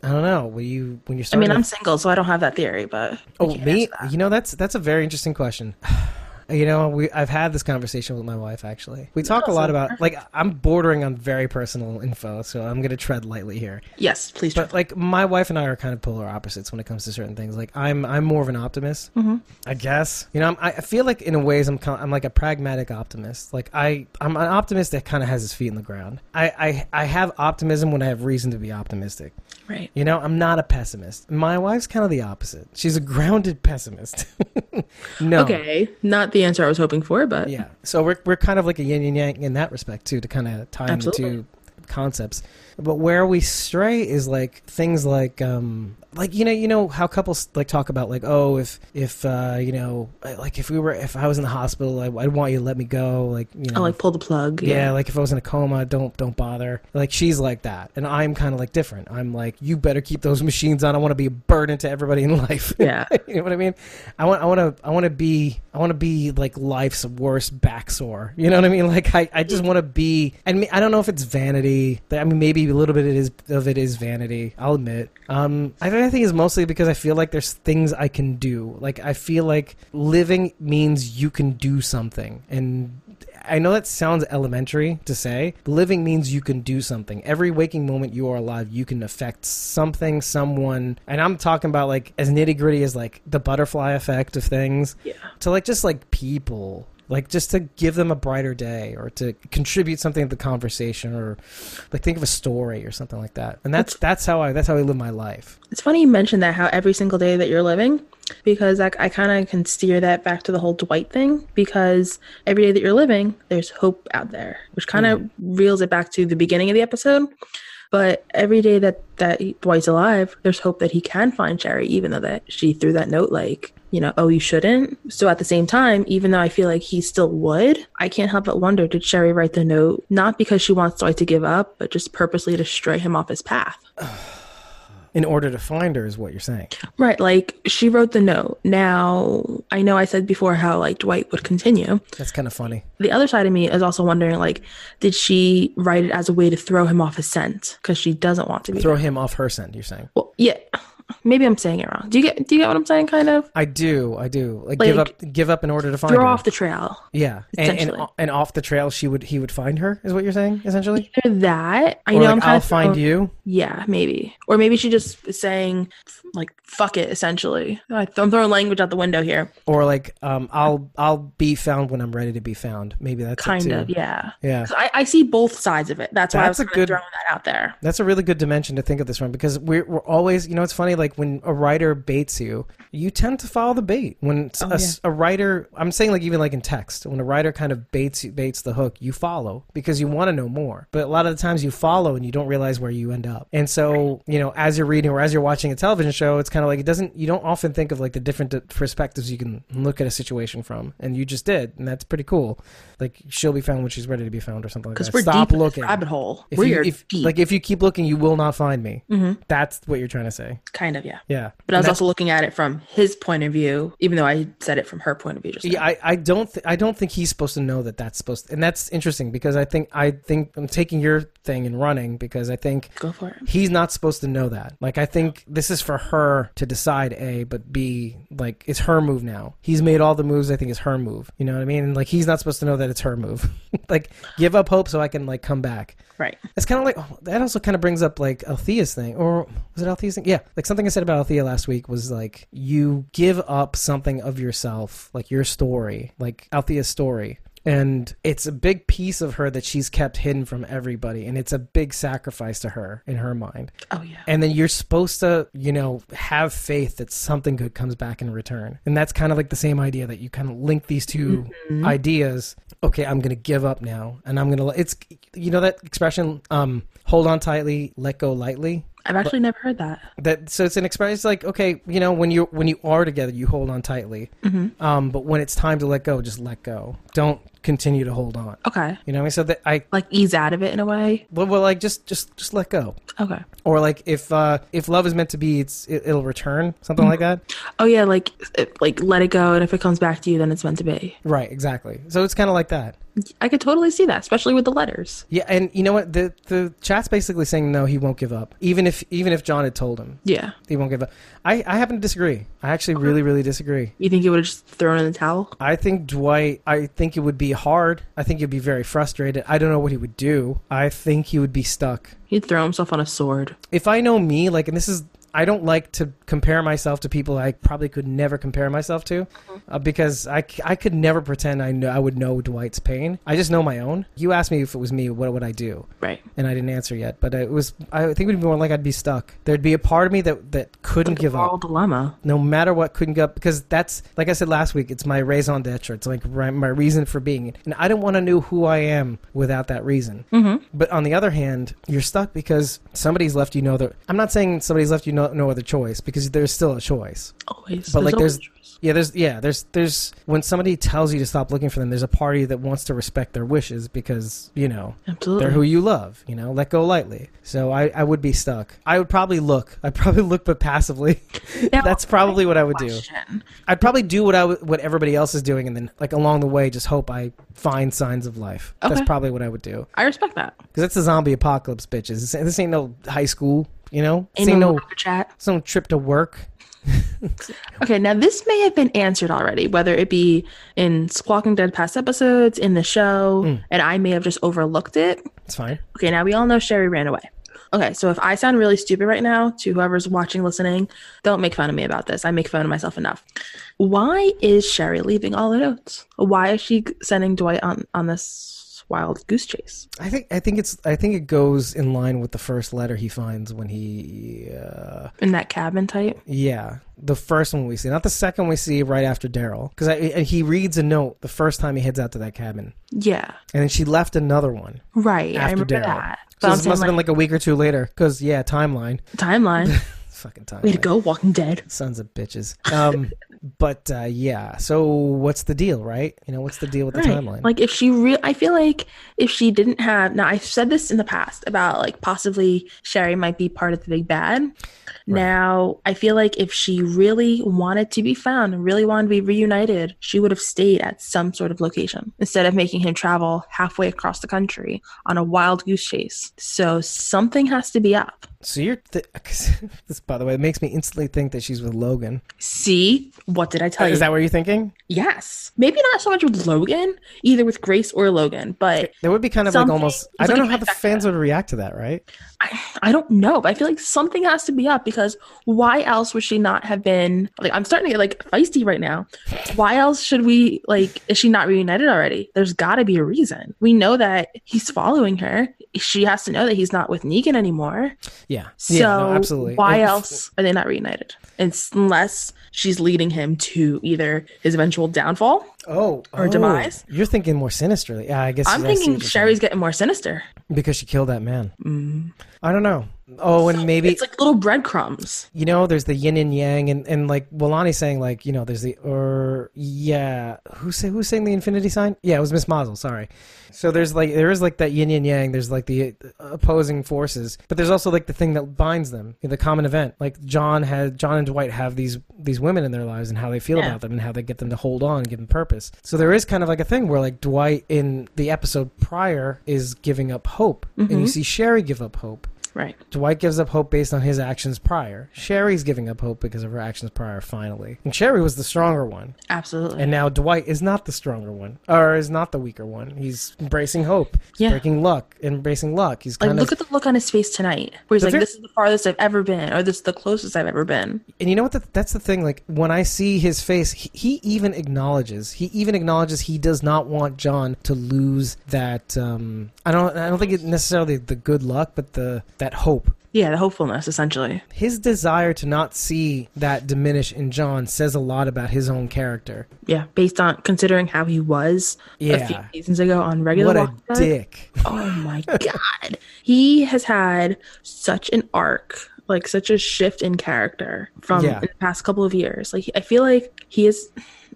[SPEAKER 1] I don't know. Will you when you're
[SPEAKER 4] I
[SPEAKER 1] starting?
[SPEAKER 4] mean,
[SPEAKER 1] to
[SPEAKER 4] I'm single, so I don't have that theory, but.
[SPEAKER 1] Oh, me? You know, that's that's a very interesting question. You know, we I've had this conversation with my wife actually. We talk a lot about like I'm bordering on very personal info, so I'm going to tread lightly here.
[SPEAKER 4] Yes, please.
[SPEAKER 1] But like my wife and I are kind of polar opposites when it comes to certain things. Like I'm I'm more of an optimist, I guess. You know, I'm, I I feel like in a ways I'm kind I'm like a pragmatic optimist. Like I I'm an optimist that kind of has his feet in the ground. I I, I have optimism when I have reason to be optimistic.
[SPEAKER 4] right.
[SPEAKER 1] You know, I'm not a pessimist. My wife's kind of the opposite. She's a grounded pessimist. no.
[SPEAKER 4] Okay. Not the answer I was hoping for, but.
[SPEAKER 1] Yeah. So we're we're kind of like a yin and yang in that respect too, to kind of tie in the
[SPEAKER 4] Absolutely.
[SPEAKER 1] two concepts. But where we stray is like things like um like you know you know how couples like talk about like oh if if uh you know like if we were if I was in the hospital I, I'd want you to let me go like you know
[SPEAKER 4] I'll Oh, like pull the plug.
[SPEAKER 1] yeah. like if I was in a coma, don't don't bother. Like she's like that, and I'm kind of like different. I'm like, you better keep those machines on. I want to be a burden to everybody in life.
[SPEAKER 4] Yeah.
[SPEAKER 1] you know what I mean? I want I want to I want to be I want to be like life's worst back sore. You know what I mean? Like I, I just want to be. And I don't know if it's vanity. I mean, maybe a little bit it is of it is vanity. I'll admit. Um, I think I think it's mostly because I feel like there's things I can do. Like I feel like living means you can do something and I know that sounds elementary to say. Living means you can do something. Every waking moment you are alive, you can affect something, someone. And I'm talking about like as nitty gritty as like the butterfly effect of things.
[SPEAKER 4] Yeah.
[SPEAKER 1] To like just like people. Like just to give them a brighter day or to contribute something to the conversation or like think of a story or something like that. And that's that's how I that's how I live my life.
[SPEAKER 4] It's funny you mentioned that how every single day that you're living, because I, I kind of can steer that back to the whole Dwight thing. Because every day that you're living, there's hope out there, which kind of reels it back to the beginning of the episode. But every day that that Dwight's alive, there's hope that he can find Sherry, even though that she threw that note like, you know, oh, you shouldn't. So at the same time, even though I feel like he still would, I can't help but wonder: Did Sherry write the note not because she wants Dwight to give up, but just purposely to stray him off his path?
[SPEAKER 1] In order to find her is what you're saying.
[SPEAKER 4] Right, like she wrote the note. Now, I know I said before how like Dwight would continue.
[SPEAKER 1] That's kind of funny.
[SPEAKER 4] The other side of me is also wondering like did she write it as a way to throw him off his scent cuz she doesn't want to be
[SPEAKER 1] Throw him off her scent, you're saying.
[SPEAKER 4] well, yeah. Maybe I'm saying it wrong. Do you get do you get what I'm saying kind of?
[SPEAKER 1] I do, I do. Like, give
[SPEAKER 4] Like,
[SPEAKER 1] up give up in order to find
[SPEAKER 4] Throw
[SPEAKER 1] her.
[SPEAKER 4] off the trail.
[SPEAKER 1] Yeah, and, and
[SPEAKER 4] Essentially.
[SPEAKER 1] and off the trail, she would he would find her. Is what you're saying essentially?
[SPEAKER 4] Either that. I
[SPEAKER 1] Or
[SPEAKER 4] know
[SPEAKER 1] like,
[SPEAKER 4] I'm oh. kind
[SPEAKER 1] I'll
[SPEAKER 4] of
[SPEAKER 1] find you.
[SPEAKER 4] Yeah, maybe. Or maybe she just is saying like fuck it essentially. I- I'm throwing language out the window here.
[SPEAKER 1] Or like um, I'll I'll be found when I'm ready to be found. Maybe that's it,
[SPEAKER 4] Kind
[SPEAKER 1] too.
[SPEAKER 4] of, yeah.
[SPEAKER 1] Yeah.
[SPEAKER 4] So I, I see both sides of it. That's, why I
[SPEAKER 1] That's
[SPEAKER 4] was
[SPEAKER 1] a
[SPEAKER 4] kinda
[SPEAKER 1] good-
[SPEAKER 4] throwing that out there.
[SPEAKER 1] That's a really good dimension to think of this one because we're, we're always, you know, it's funny. like when a writer baits you, you tend to follow the bait. When s-
[SPEAKER 4] Oh,
[SPEAKER 1] a, s- a writer, I'm saying like even like in text, when a writer kind of baits you, baits the hook, you follow because you want to know more. But a lot of the times you follow and you don't realize where you end up. And so you know, as you're reading or as you're watching a television show, it's kind of like it doesn't. You don't often think of like the different d- perspectives you can look at a situation from, and you just did, and that's pretty cool. Like she'll be found when she's ready to be found or something like that.
[SPEAKER 4] because we're
[SPEAKER 1] Stop
[SPEAKER 4] deep in this
[SPEAKER 1] looking.
[SPEAKER 4] rabbit hole.
[SPEAKER 1] If
[SPEAKER 4] we're
[SPEAKER 1] you, if,
[SPEAKER 4] deep,
[SPEAKER 1] Like if you keep looking, you will not find me. That's what you're trying to say.
[SPEAKER 4] kind of, yeah.
[SPEAKER 1] Yeah.
[SPEAKER 4] But I was
[SPEAKER 1] And
[SPEAKER 4] also looking at it from his point of view, even though I said it from her point of view. Just
[SPEAKER 1] that's-
[SPEAKER 4] now.
[SPEAKER 1] yeah, I, I don't th- I don't think he's supposed to know that that's supposed and that's interesting because I think I think I'm taking your thing and running because I think
[SPEAKER 4] go for it.
[SPEAKER 1] he's not supposed to know that. Like I think this is for her to decide A, but B, like it's her move now. He's made all the moves. I think it's her move. You know what I mean? Like he's not supposed to know that it's her move. like give up hope so I can like come back.
[SPEAKER 4] Right.
[SPEAKER 1] It's kind of like oh, that. Also, kind of brings up like Althea's thing, or was it Althea's thing? Yeah, like something I said about Althea last week was like you give up something of yourself, like your story, like Althea's story, and it's a big piece of her that she's kept hidden from everybody, and it's a big sacrifice to her in her mind.
[SPEAKER 4] Oh yeah.
[SPEAKER 1] And then you're supposed to, you know, have faith that something good comes back in return. And that's kind of like the same idea that you kind of link these 2 ideas. Okay, I'm going to give up now and I'm going to let it's you know that expression um hold on tightly, let go lightly.
[SPEAKER 4] I've actually never heard that.
[SPEAKER 1] That so it's an expression it's like okay, you know, when you when you are together, you hold on tightly. Um but when it's time to let go, just let go. Don't continue to hold on.
[SPEAKER 4] Okay.
[SPEAKER 1] You know what I mean? So that I
[SPEAKER 4] Like ease out of it in a way.
[SPEAKER 1] well, well like just just just let go
[SPEAKER 4] Okay.
[SPEAKER 1] or like if uh if love is meant to be it's it, it'll return something like that
[SPEAKER 4] Oh yeah, like it, like let it go, and if it comes back to you, then it's meant to be.
[SPEAKER 1] right exactly so it's kind of like that
[SPEAKER 4] I could totally see that, especially with the letters.
[SPEAKER 1] yeah and you know what the the chat's basically saying no he won't give up even if even if john had told him
[SPEAKER 4] Yeah.
[SPEAKER 1] he won't give up i i happen to disagree i actually really really disagree
[SPEAKER 4] You think you would have just thrown in the towel?
[SPEAKER 1] I think Dwight, I think it would be hard. I think he'd be very frustrated. I don't know what he would do. I think he would be stuck.
[SPEAKER 4] He'd throw himself on a sword.
[SPEAKER 1] if I know me, like, and this is, I don't like to compare myself to people I probably could never compare myself to, uh, because I, c- I could never pretend I know I would know Dwight's pain. I just know my own. You asked me if it was me, what would I do?
[SPEAKER 4] Right.
[SPEAKER 1] And I didn't answer yet, but it was. I think it would be more like I'd be stuck. There'd be a part of me that that couldn't give up
[SPEAKER 4] Moral dilemma.
[SPEAKER 1] no matter what couldn't go because that's like I said last week it's my raison d'être it's like ri- my reason for being and I don't want to know who I am without that reason mm-hmm. but on the other hand you're stuck because somebody's left you no other I'm not saying somebody's left you no, no other choice because there's still a choice
[SPEAKER 4] Always.
[SPEAKER 1] but like
[SPEAKER 4] always
[SPEAKER 1] there's yeah there's yeah there's there's when somebody tells you to stop looking for them there's a party that wants to respect their wishes because you know
[SPEAKER 4] Absolutely.
[SPEAKER 1] they're who you love you know let go lightly so i i would be stuck i would probably look i'd probably look but passively
[SPEAKER 4] Now,
[SPEAKER 1] that's probably what i would do
[SPEAKER 4] question.
[SPEAKER 1] i'd probably do what i would what everybody else is doing and then like along the way just hope i find signs of life that's
[SPEAKER 4] Okay.
[SPEAKER 1] probably what i would do
[SPEAKER 4] I respect that.
[SPEAKER 1] because that's the zombie apocalypse bitches this, this ain't no high school you know this
[SPEAKER 4] Ain't
[SPEAKER 1] ain't
[SPEAKER 4] no
[SPEAKER 1] no
[SPEAKER 4] locker chat.
[SPEAKER 1] some trip to work
[SPEAKER 4] Okay, now this may have been answered already, whether it be in Squawking Dead past episodes, in the show,
[SPEAKER 1] Mm.
[SPEAKER 4] and I may have just overlooked it.
[SPEAKER 1] it's fine
[SPEAKER 4] Okay, now we all know Sherry ran away. Okay, so if I sound really stupid right now to whoever's watching, listening, don't make fun of me about this. I make fun of myself enough. Why is Sherry leaving all the notes? Why is she g- sending Dwight on, on this wild goose chase?
[SPEAKER 1] I think I think it's I think it goes in line with the first letter he finds when he uh,
[SPEAKER 4] In that cabin type?
[SPEAKER 1] yeah the first one we see not the second we see right after Daryl because he reads a note the first time he heads out to that cabin
[SPEAKER 4] Yeah.
[SPEAKER 1] and then she left another one
[SPEAKER 4] Right. I
[SPEAKER 1] after
[SPEAKER 4] remember
[SPEAKER 1] Daryl
[SPEAKER 4] that.
[SPEAKER 1] so
[SPEAKER 4] But
[SPEAKER 1] this
[SPEAKER 4] I'm
[SPEAKER 1] must have
[SPEAKER 4] saying,
[SPEAKER 1] been like a week or two later because yeah timeline
[SPEAKER 4] like, timeline.
[SPEAKER 1] fucking
[SPEAKER 4] Way to
[SPEAKER 1] timeline
[SPEAKER 4] go, Walking Dead.
[SPEAKER 1] sons of bitches um but uh, yeah so what's the deal right you know what's the deal with the
[SPEAKER 4] Right.
[SPEAKER 1] timeline
[SPEAKER 4] Like if she real I feel like if she didn't have now I've said this in the past about like possibly Sherry might be part of the big bad. Now I feel like if she really wanted to be found and really wanted to be reunited, she would have stayed at some sort of location instead of making him travel halfway across the country on a wild goose chase. So something has to be up.
[SPEAKER 1] so you're th- this by the way makes me instantly think that she's with Logan
[SPEAKER 4] See, what did I tell you?
[SPEAKER 1] is that what you're thinking
[SPEAKER 4] yes. Maybe not so much with Logan, either with Grace or Logan, but
[SPEAKER 1] That would be kind of
[SPEAKER 4] Something-
[SPEAKER 1] like almost. I
[SPEAKER 4] it's
[SPEAKER 1] don't know
[SPEAKER 4] like
[SPEAKER 1] how
[SPEAKER 4] a
[SPEAKER 1] the
[SPEAKER 4] trifecta.
[SPEAKER 1] fans would react to that, right?
[SPEAKER 4] I, I don't know, but I feel like something has to be up because why else would she not have been like I'm starting to get like feisty right now. Why else should we like is she not reunited already? There's gotta be a reason. We know that he's following her. She has to know that he's not with Negan anymore.
[SPEAKER 1] Yeah.
[SPEAKER 4] So
[SPEAKER 1] yeah, no, absolutely.
[SPEAKER 4] why
[SPEAKER 1] And-
[SPEAKER 4] else are they not reunited? It's unless she's leading him to either his eventual downfall.
[SPEAKER 1] Oh,
[SPEAKER 4] Or
[SPEAKER 1] oh,
[SPEAKER 4] demise?
[SPEAKER 1] You're thinking more sinisterly. Yeah, I guess
[SPEAKER 4] I'm
[SPEAKER 1] I see
[SPEAKER 4] thinking
[SPEAKER 1] what you're
[SPEAKER 4] Sherry's getting more sinister.
[SPEAKER 1] saying. because she killed that man.
[SPEAKER 4] Mm-hmm.
[SPEAKER 1] I don't know. Oh, and maybe
[SPEAKER 4] It's like little breadcrumbs.
[SPEAKER 1] you know, there's the yin and yang, and, and like Walani saying, like you know, there's the or yeah, who say who sang the infinity sign? Yeah, it was Miss Mazel. Sorry. So there's like there is like that yin and yang. There's like the uh, opposing forces, but there's also like the thing that binds them, the common event. Like John had John and Dwight have these these women in their lives and how they feel
[SPEAKER 4] Yeah.
[SPEAKER 1] about them and how they get them to hold on and give them purpose. So there is kind of like a thing where like Dwight in the episode prior is giving up hope, and you see Sherry give up hope.
[SPEAKER 4] Right.
[SPEAKER 1] Dwight gives up hope based on his actions prior. Sherry's giving up hope because of her actions prior, finally. And Sherry was the stronger one.
[SPEAKER 4] Absolutely.
[SPEAKER 1] And now Dwight is not the stronger one, or is not the weaker one. He's embracing hope. He's
[SPEAKER 4] Yeah.
[SPEAKER 1] breaking luck, embracing luck. He's
[SPEAKER 4] like
[SPEAKER 1] kind
[SPEAKER 4] look
[SPEAKER 1] of.
[SPEAKER 4] at the look on his face tonight. Where he's
[SPEAKER 1] The
[SPEAKER 4] like,
[SPEAKER 1] ver-
[SPEAKER 4] This is the farthest I've ever been, or this is the closest I've ever been.
[SPEAKER 1] and you know what? The, that's the thing. Like, when I see his face, he, he even acknowledges, he even acknowledges he does not want John to lose that. Um, I don't, I don't think it necessarily the good luck, but the, that hope.
[SPEAKER 4] Yeah, the hopefulness essentially.
[SPEAKER 1] His desire to not see that diminish in John says a lot about his own character.
[SPEAKER 4] Yeah. Based on considering how he was a few
[SPEAKER 1] Yeah.
[SPEAKER 4] seasons ago on regular
[SPEAKER 1] What a
[SPEAKER 4] Walking Dead.
[SPEAKER 1] dick.
[SPEAKER 4] Oh my god. He has had such an arc, like such a shift in character from
[SPEAKER 1] Yeah.
[SPEAKER 4] the past couple of years. Like I feel like he is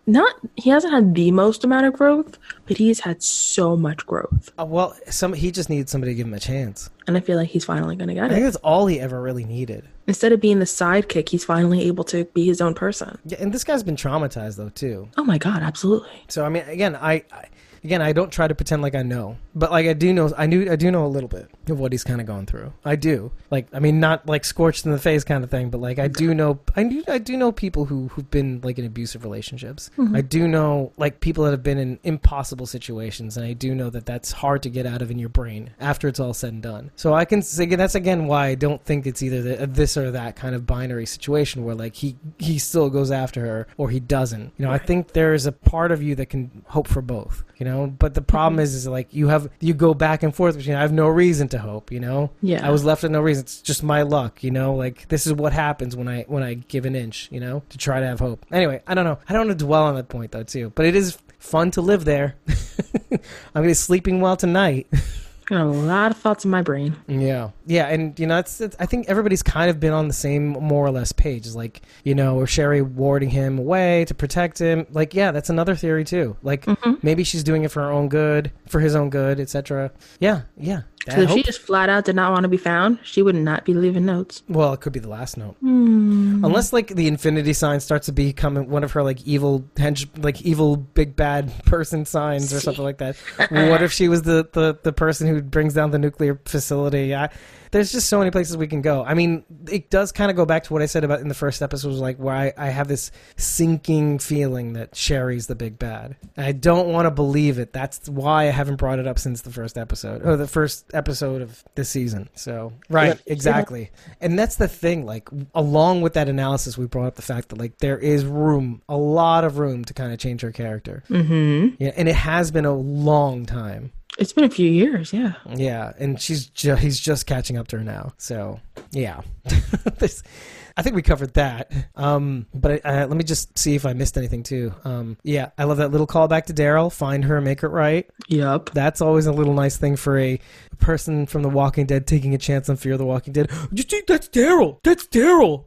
[SPEAKER 4] not he hasn't had the most amount of growth, but he's had so much growth.
[SPEAKER 1] Uh, well, some he just needed somebody to give him a chance.
[SPEAKER 4] And I feel like he's finally gonna get
[SPEAKER 1] I think
[SPEAKER 4] it.
[SPEAKER 1] that's all he ever really needed.
[SPEAKER 4] Instead of being the sidekick, he's finally able to be his own person.
[SPEAKER 1] Yeah, and this guy's been traumatized though too.
[SPEAKER 4] Oh my god, absolutely.
[SPEAKER 1] So I mean, again, I, I again I don't try to pretend like I know, but like I do know. I knew I do know a little bit of what he's kind of going through. I do. Like I mean, not like scorched in the face kind of thing, but like I do know. I do I do know people who who've been like in abusive relationships. I do know like people that have been in impossible situations, and I do know that that's hard to get out of in your brain after it's all said and done. So I can say that's again why I don't think it's either the, uh, this or that kind of binary situation where like he he still goes after her or he doesn't. You know, I think there is a part of you that can hope for both. You know, but the problem is is like you have you go back and forth between I have no reason to hope. You know,
[SPEAKER 4] Yeah.
[SPEAKER 1] I was left with no reason. It's just my luck. You know, like this is what happens when I when I give an inch. You know, to try to have hope. Anyway, I don't know. I don't want to dwell on that point though too, but it is fun to live there. I'm gonna be sleeping well tonight.
[SPEAKER 4] Got a lot of thoughts in my brain.
[SPEAKER 1] Yeah, yeah, and you know, it's, it's I think everybody's kind of been on the same more or less page. Is like you know, or Sherry warding him away to protect him. Like, yeah, that's another theory too. Like
[SPEAKER 4] Mm-hmm.
[SPEAKER 1] maybe she's doing it for her own good, for his own good, etc. Yeah, yeah.
[SPEAKER 4] So
[SPEAKER 1] I
[SPEAKER 4] if she
[SPEAKER 1] hope-
[SPEAKER 4] just flat out did not want to be found, she would not be leaving notes.
[SPEAKER 1] well, it could be the last note, unless like the infinity sign starts to become one of her like evil henge- like evil big bad person signs or something like that. what if she was the, the the person who brings down the nuclear facility? I, there's just so many places we can go. I mean, it does kind of go back to what I said about in the first episode, was like where I, I have this sinking feeling that Sherry's the big bad. And I don't want to believe it. That's why I haven't brought it up since the first episode or the first episode of this season. So right, exactly. And that's the thing. Like along with that analysis, we brought up the fact that like there is room, a lot of room to kind of change her character. Yeah, and it has been a long time.
[SPEAKER 4] It's been a few years, yeah.
[SPEAKER 1] Yeah, and she's ju- he's just catching up to her now. So yeah, This- I think we covered that. Um, but I, I, let me just see if I missed anything too. Um, yeah, I love that little callback to Daryl. Find her, make it right.
[SPEAKER 4] Yup.
[SPEAKER 1] That's always a little nice thing for a person from The Walking Dead taking a chance on Fear of the Walking Dead. You see, that's Daryl. That's Daryl.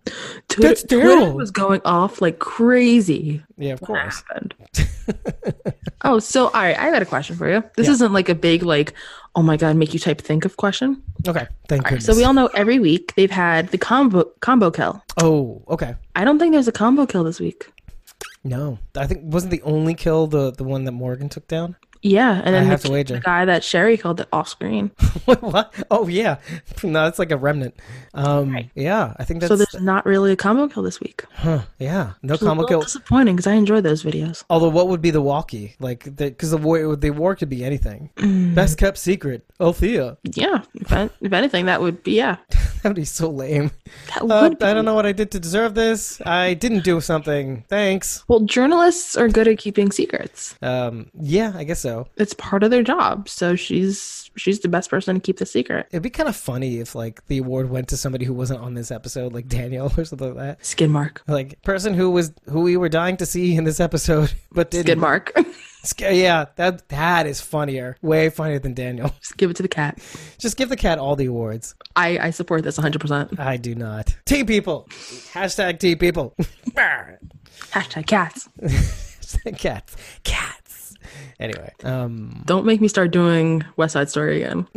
[SPEAKER 4] Twitter,
[SPEAKER 1] That's Daryl.
[SPEAKER 4] Twitter was going off like crazy.
[SPEAKER 1] Yeah, of
[SPEAKER 4] when that
[SPEAKER 1] course.
[SPEAKER 4] happened. oh, so all right, I got a question for you. This isn't like a big like, oh my god, make you type think of question.
[SPEAKER 1] Okay, thank
[SPEAKER 4] All right,
[SPEAKER 1] goodness.
[SPEAKER 4] so we all know every week they've had the combo combo kill.
[SPEAKER 1] oh, okay.
[SPEAKER 4] I don't think there's a combo kill this week.
[SPEAKER 1] No, I think wasn't the only kill the the one that Morgan took down.
[SPEAKER 4] Yeah, and then
[SPEAKER 1] have
[SPEAKER 4] the,
[SPEAKER 1] to wager.
[SPEAKER 4] the guy that Sherry killed it off screen.
[SPEAKER 1] Wait, what? Oh yeah, no, it's like a remnant. Um, yeah, I think that's
[SPEAKER 4] So there's not really a combo kill this week.
[SPEAKER 1] huh, yeah, no
[SPEAKER 4] It's a
[SPEAKER 1] combo
[SPEAKER 4] little
[SPEAKER 1] kill.
[SPEAKER 4] disappointing because I enjoy those videos.
[SPEAKER 1] Although, what would be the walkie? Like, because the war, the war could be anything.
[SPEAKER 4] Mm.
[SPEAKER 1] Best kept secret, Althea.
[SPEAKER 4] Yeah, if, I- if anything, that would be yeah,
[SPEAKER 1] That'd be so lame.
[SPEAKER 4] that
[SPEAKER 1] Uh,
[SPEAKER 4] would. Be.
[SPEAKER 1] I don't know what I did to deserve this. I didn't do something. Thanks.
[SPEAKER 4] Well, journalists are good at keeping secrets.
[SPEAKER 1] Um, yeah, I guess so.
[SPEAKER 4] It's part of their job. So she's she's the best person to keep the secret.
[SPEAKER 1] It'd be kind of funny if like the award went to somebody who wasn't on this episode, like Daniel or something like that.
[SPEAKER 4] Skid mark.
[SPEAKER 1] Like person who was who we were dying to see in this episode, but didn't.
[SPEAKER 4] Skid mark.
[SPEAKER 1] Sca- Yeah, that that is funnier, way funnier than Daniel.
[SPEAKER 4] Just give it to the cat.
[SPEAKER 1] Just give the cat all the awards.
[SPEAKER 4] I, I support this 100%.
[SPEAKER 1] I do not. Tea people, hashtag tea people,
[SPEAKER 4] Hashtag cats.
[SPEAKER 1] cats, cats. Anyway, um,
[SPEAKER 4] Don't make me start doing West Side Story again.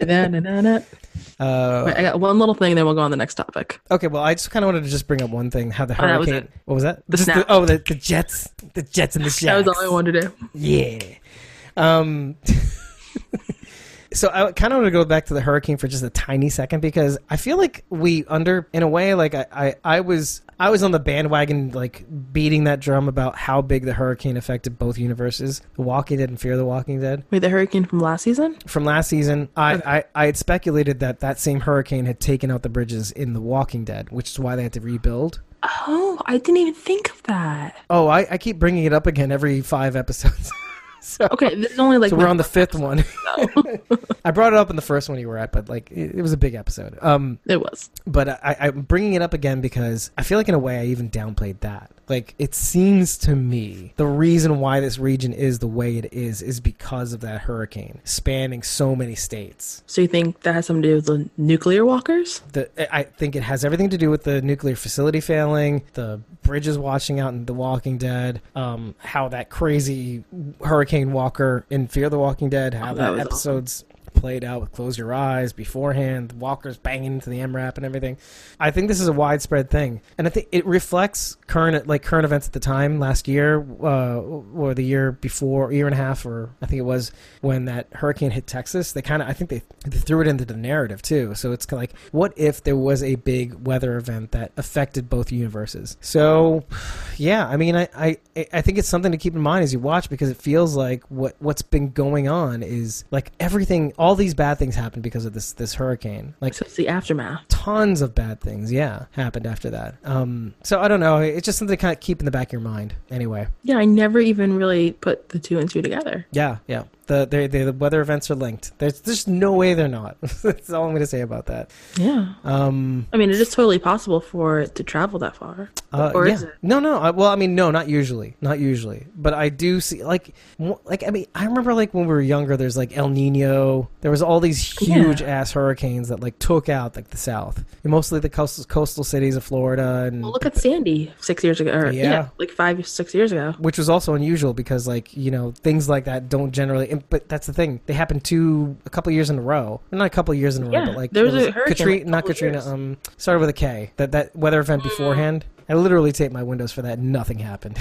[SPEAKER 4] Na-na-na-na.
[SPEAKER 1] uh,
[SPEAKER 4] Wait, I got one little thing, then we'll go on the next topic.
[SPEAKER 1] okay. Well, I just kind of wanted to just bring up one thing. How the
[SPEAKER 4] Oh, that was
[SPEAKER 1] hurricane?
[SPEAKER 4] it.
[SPEAKER 1] what was that?
[SPEAKER 4] The
[SPEAKER 1] Just
[SPEAKER 4] snap.
[SPEAKER 1] oh, the, the jets, the jets and the
[SPEAKER 4] That was
[SPEAKER 1] shacks.
[SPEAKER 4] all I wanted to do.
[SPEAKER 1] Yeah. Um, so I kind of want to go back to the hurricane for just a tiny second because I feel like we under in a way like I, I I was I was on the bandwagon like beating that drum about how big the hurricane affected both universes, The Walking Dead and Fear the Walking Dead.
[SPEAKER 4] Wait, the hurricane from last season?
[SPEAKER 1] From last season, I, I I had speculated that that same hurricane had taken out the bridges in The Walking Dead, which is why they had to rebuild.
[SPEAKER 4] Oh, I didn't even think of that.
[SPEAKER 1] Oh, I, I keep bringing it up again every five episodes. so
[SPEAKER 4] Okay, this is only like
[SPEAKER 1] So we're on the fifth one. I brought it up in the first one you were at, but like it, it was a big episode. Um,
[SPEAKER 4] it was.
[SPEAKER 1] but I, I'm bringing it up again because I feel like in a way I even downplayed that. Like it seems to me the reason why this region is the way it is is because of that hurricane spanning so many states.
[SPEAKER 4] So you think that has something to do with the nuclear walkers?
[SPEAKER 1] The I I think it has everything to do with the nuclear facility failing, the bridges washing out in The Walking Dead, um, how that crazy hurricane walker in Fear the Walking Dead, how
[SPEAKER 4] Oh, that
[SPEAKER 1] that,
[SPEAKER 4] was awful.
[SPEAKER 1] episode's played out with Close Your Eyes beforehand, the walkers banging into the MRAP and everything. I think this is a widespread thing, and I think it reflects current like current events at the time last year uh, or the year before, year and a half, or I think it was when that hurricane hit Texas. They kind of I think they, they threw it into the narrative too. So it's kinda like, what if there was a big weather event that affected both universes? So yeah, I mean, I, I I think it's something to keep in mind as you watch because it feels like what what's been going on is like everything, all these bad things happened because of this this hurricane. Like
[SPEAKER 4] So it's the aftermath.
[SPEAKER 1] tons of bad things, yeah, happened after that. Um, so I don't know. It's just something to kind of keep in the back of your mind. Anyway,
[SPEAKER 4] Yeah, I never even really put the two and two together.
[SPEAKER 1] yeah, yeah. The they they the weather events are linked. There's there's no way they're not. That's all I'm going to say about that.
[SPEAKER 4] Yeah.
[SPEAKER 1] Um,
[SPEAKER 4] I mean, it is totally possible for it to travel that far.
[SPEAKER 1] Uh,
[SPEAKER 4] or
[SPEAKER 1] yeah.
[SPEAKER 4] is it?
[SPEAKER 1] No, no. I, well, I mean, no, not usually, not usually. But I do see, like, mo- like I mean, I remember like when we were younger. There's like El Nino. There was all these huge ass hurricanes that like took out like the South, and mostly the coastal coastal cities of Florida, and
[SPEAKER 4] Well, look at Sandy six years ago. Or,
[SPEAKER 1] Yeah.
[SPEAKER 4] yeah. like five, six years ago.
[SPEAKER 1] which was also unusual because like you know things like that don't generally. and- But that's the thing; they happen to a couple years in a row. Not a couple years in a row,
[SPEAKER 4] Yeah,
[SPEAKER 1] but like
[SPEAKER 4] there was
[SPEAKER 1] it
[SPEAKER 4] a hurricane,
[SPEAKER 1] Katrina,
[SPEAKER 4] like, a
[SPEAKER 1] not
[SPEAKER 4] couple
[SPEAKER 1] Katrina.
[SPEAKER 4] years. Mm.
[SPEAKER 1] Um, started with a K. That that weather event beforehand. I literally taped my windows for that. Nothing happened.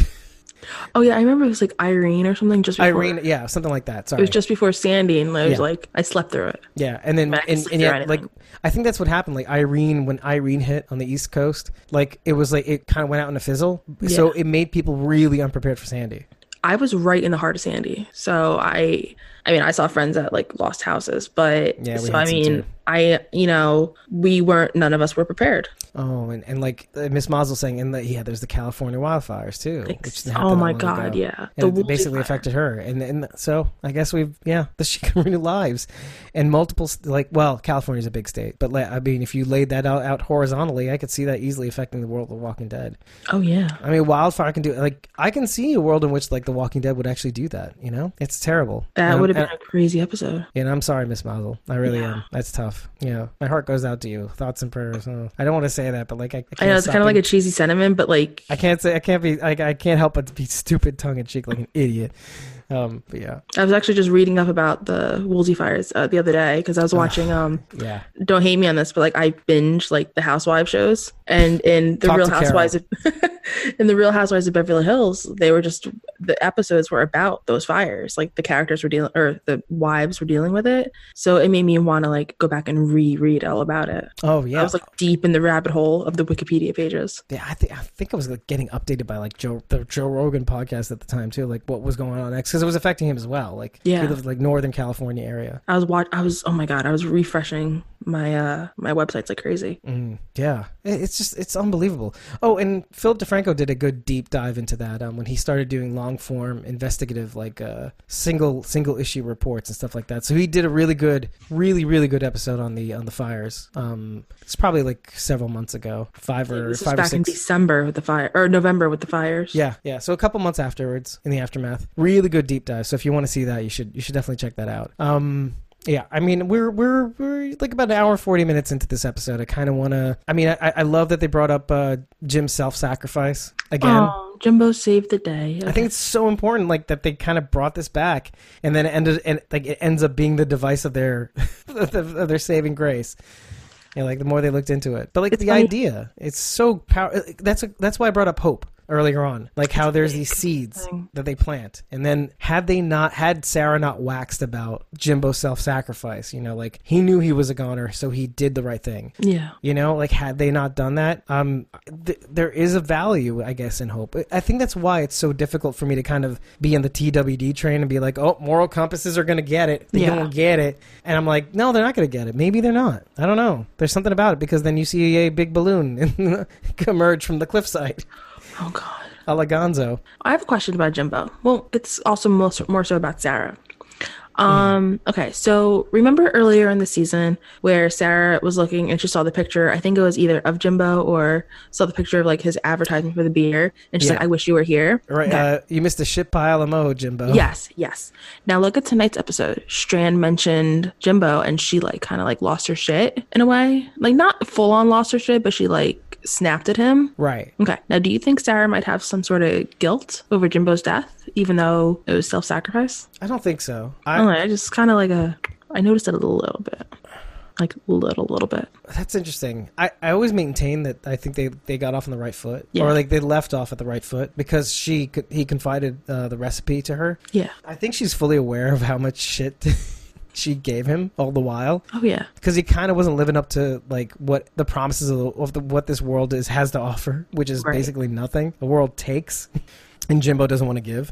[SPEAKER 4] Oh, yeah. I remember it was like Irene or something just before.
[SPEAKER 1] Irene, yeah, something like that.
[SPEAKER 4] It
[SPEAKER 1] Sorry,
[SPEAKER 4] was just before Sandy, and I was
[SPEAKER 1] Yeah.
[SPEAKER 4] like, I slept through it.
[SPEAKER 1] yeah, and then
[SPEAKER 4] Back
[SPEAKER 1] and,
[SPEAKER 4] sleep
[SPEAKER 1] and yeah,
[SPEAKER 4] through
[SPEAKER 1] like
[SPEAKER 4] anything.
[SPEAKER 1] I think that's what happened. Like Irene, when Irene hit on the East Coast, like it was like it kind of went out in a fizzle, so it made people really unprepared for Sandy.
[SPEAKER 4] I was right in the heart of Sandy. So I, I mean, I saw friends that like lost houses, but
[SPEAKER 1] Yeah, we
[SPEAKER 4] so
[SPEAKER 1] had
[SPEAKER 4] I
[SPEAKER 1] some
[SPEAKER 4] mean,
[SPEAKER 1] too.
[SPEAKER 4] I, you know, we weren't, none of us were prepared.
[SPEAKER 1] Oh, and, and like uh, Miss Mazel saying, and the, yeah, there's the California wildfires too.
[SPEAKER 4] Ex-
[SPEAKER 1] which didn't happen
[SPEAKER 4] oh
[SPEAKER 1] that
[SPEAKER 4] my
[SPEAKER 1] long
[SPEAKER 4] God,
[SPEAKER 1] ago.
[SPEAKER 4] yeah.
[SPEAKER 1] and
[SPEAKER 4] The
[SPEAKER 1] it
[SPEAKER 4] Woolsey
[SPEAKER 1] basically
[SPEAKER 4] fire.
[SPEAKER 1] affected her, and and so I guess we've yeah, the Chicago lives, and multiple st- like well, California's a big state, but like, I mean, if you laid that out, out horizontally, I could see that easily affecting the world of Walking Dead.
[SPEAKER 4] Oh, yeah.
[SPEAKER 1] I mean, wildfire can do like I can see a world in which like The Walking Dead would actually do that. You know, it's terrible.
[SPEAKER 4] That
[SPEAKER 1] And-
[SPEAKER 4] would have
[SPEAKER 1] and-
[SPEAKER 4] been a crazy episode.
[SPEAKER 1] And I'm sorry, Miss Mazel. I really
[SPEAKER 4] Yeah.
[SPEAKER 1] am. That's tough. You know, my heart goes out to you. Thoughts and prayers. Oh, I don't want to say that, but like I, I
[SPEAKER 4] I
[SPEAKER 1] can't
[SPEAKER 4] know it's
[SPEAKER 1] stop
[SPEAKER 4] kind of like
[SPEAKER 1] being-
[SPEAKER 4] a cheesy sentiment, but like,
[SPEAKER 1] I can't say I can't be I, I can't help but to be stupid tongue in cheek like an idiot. Um, but yeah,
[SPEAKER 4] I was actually just reading up about the Woolsey fires uh, the other day because I was watching. um
[SPEAKER 1] yeah.
[SPEAKER 4] Don't hate me on this, but like I binge like the Housewives shows, and in the
[SPEAKER 1] Talk
[SPEAKER 4] Real
[SPEAKER 1] to Carol.
[SPEAKER 4] Housewives, of, in the Real Housewives of Beverly Hills, they were just the episodes were about those fires. Like the characters were dealing, or the wives were dealing with it. So it made me want to like go back and reread all about it.
[SPEAKER 1] Oh yeah.
[SPEAKER 4] I was like deep in the rabbit hole of the Wikipedia pages.
[SPEAKER 1] yeah, I think I think I was like getting updated by like Joe the Joe Rogan podcast at the time too, like what was going on next because it was affecting him as well. Like
[SPEAKER 4] Yeah.
[SPEAKER 1] he lived like Northern California area.
[SPEAKER 4] I was watch. I was oh my god. I was refreshing my uh my websites like crazy.
[SPEAKER 1] Yeah, It- it's just it's unbelievable. Oh, and Phil DeFranco Franco did a good deep dive into that um, when he started doing long form investigative, like uh, single single issue reports and stuff like that. So he did a really good, really really good episode on the on the fires. Um, it's probably like several months ago, five or
[SPEAKER 4] This was
[SPEAKER 1] five or
[SPEAKER 4] back in
[SPEAKER 1] six.
[SPEAKER 4] December with the fire, or November with the fires.
[SPEAKER 1] Yeah, yeah. So a couple months afterwards, in the aftermath, really good deep dive. So if you want to see that, you should you should definitely check that out. Um, yeah. I mean, we're we're we're like about an hour and forty minutes into this episode. I kind of want to. I mean, I, I love that they brought up uh, Jim's self sacrifice again.
[SPEAKER 4] Oh, Jimbo saved the day.
[SPEAKER 1] I think it's so important, like that they kind of brought this back, and then it ended, and like it ends up being the device of their, of their saving grace. And like the more they looked into it, but like the
[SPEAKER 4] funny.
[SPEAKER 1] idea, it's so power. uh, That's that's why I brought up hope earlier on, like how there's these seeds
[SPEAKER 4] thing.
[SPEAKER 1] that they plant, and then had they not had Sarah not waxed about Jimbo's self-sacrifice, you know, like he knew he was a goner, so he did the right thing.
[SPEAKER 4] Yeah.
[SPEAKER 1] You know, like had they not done that, um, th- there is a value, I guess, in hope. I think that's why it's so difficult for me to kind of be in the TWD train and be like, oh, moral compasses are going to get it. They
[SPEAKER 4] Yeah.
[SPEAKER 1] don't get it. And I'm like, no, they're not going to get it. Maybe they're not. I don't know. There's something about it because then you see a big balloon emerge from the cliffside,
[SPEAKER 4] Oh God.
[SPEAKER 1] a la Gonzo.
[SPEAKER 4] I have a question about Jimbo. Well, it's also more so, more so about Sarah. Um, okay, so remember earlier in the season where Sarah was looking and she saw the picture, I think it was either of Jimbo or saw the picture of like his advertisement for the beer, and she's
[SPEAKER 1] Yeah.
[SPEAKER 4] like, I wish you were here.
[SPEAKER 1] Right.
[SPEAKER 4] Okay.
[SPEAKER 1] Uh, you missed a shit pile of mo, Jimbo.
[SPEAKER 4] Yes, yes. Now look at tonight's episode. Strand mentioned Jimbo and she like kind of like lost her shit in a way. Like not full on lost her shit, but she like snapped at him.
[SPEAKER 1] Right.
[SPEAKER 4] Okay. Now do you think Sarah might have some sort of guilt over Jimbo's death, even though it was self sacrifice?
[SPEAKER 1] I don't think so.
[SPEAKER 4] I
[SPEAKER 1] I,
[SPEAKER 4] don't know. I just kind of like a, I noticed it a little bit. Like little, little bit.
[SPEAKER 1] That's interesting. I, I always maintain that I think they, they got off on the right foot,
[SPEAKER 4] Yeah.
[SPEAKER 1] or like they left off at the right foot because she could, he confided uh, the recipe to her.
[SPEAKER 4] Yeah.
[SPEAKER 1] I think she's fully aware of how much shit she gave him all the while
[SPEAKER 4] Oh, yeah.
[SPEAKER 1] because he kind of wasn't living up to like what the promises of, the, of the, what this world is has to offer, which is
[SPEAKER 4] Right.
[SPEAKER 1] basically nothing. The world takes, and Jimbo doesn't want to give,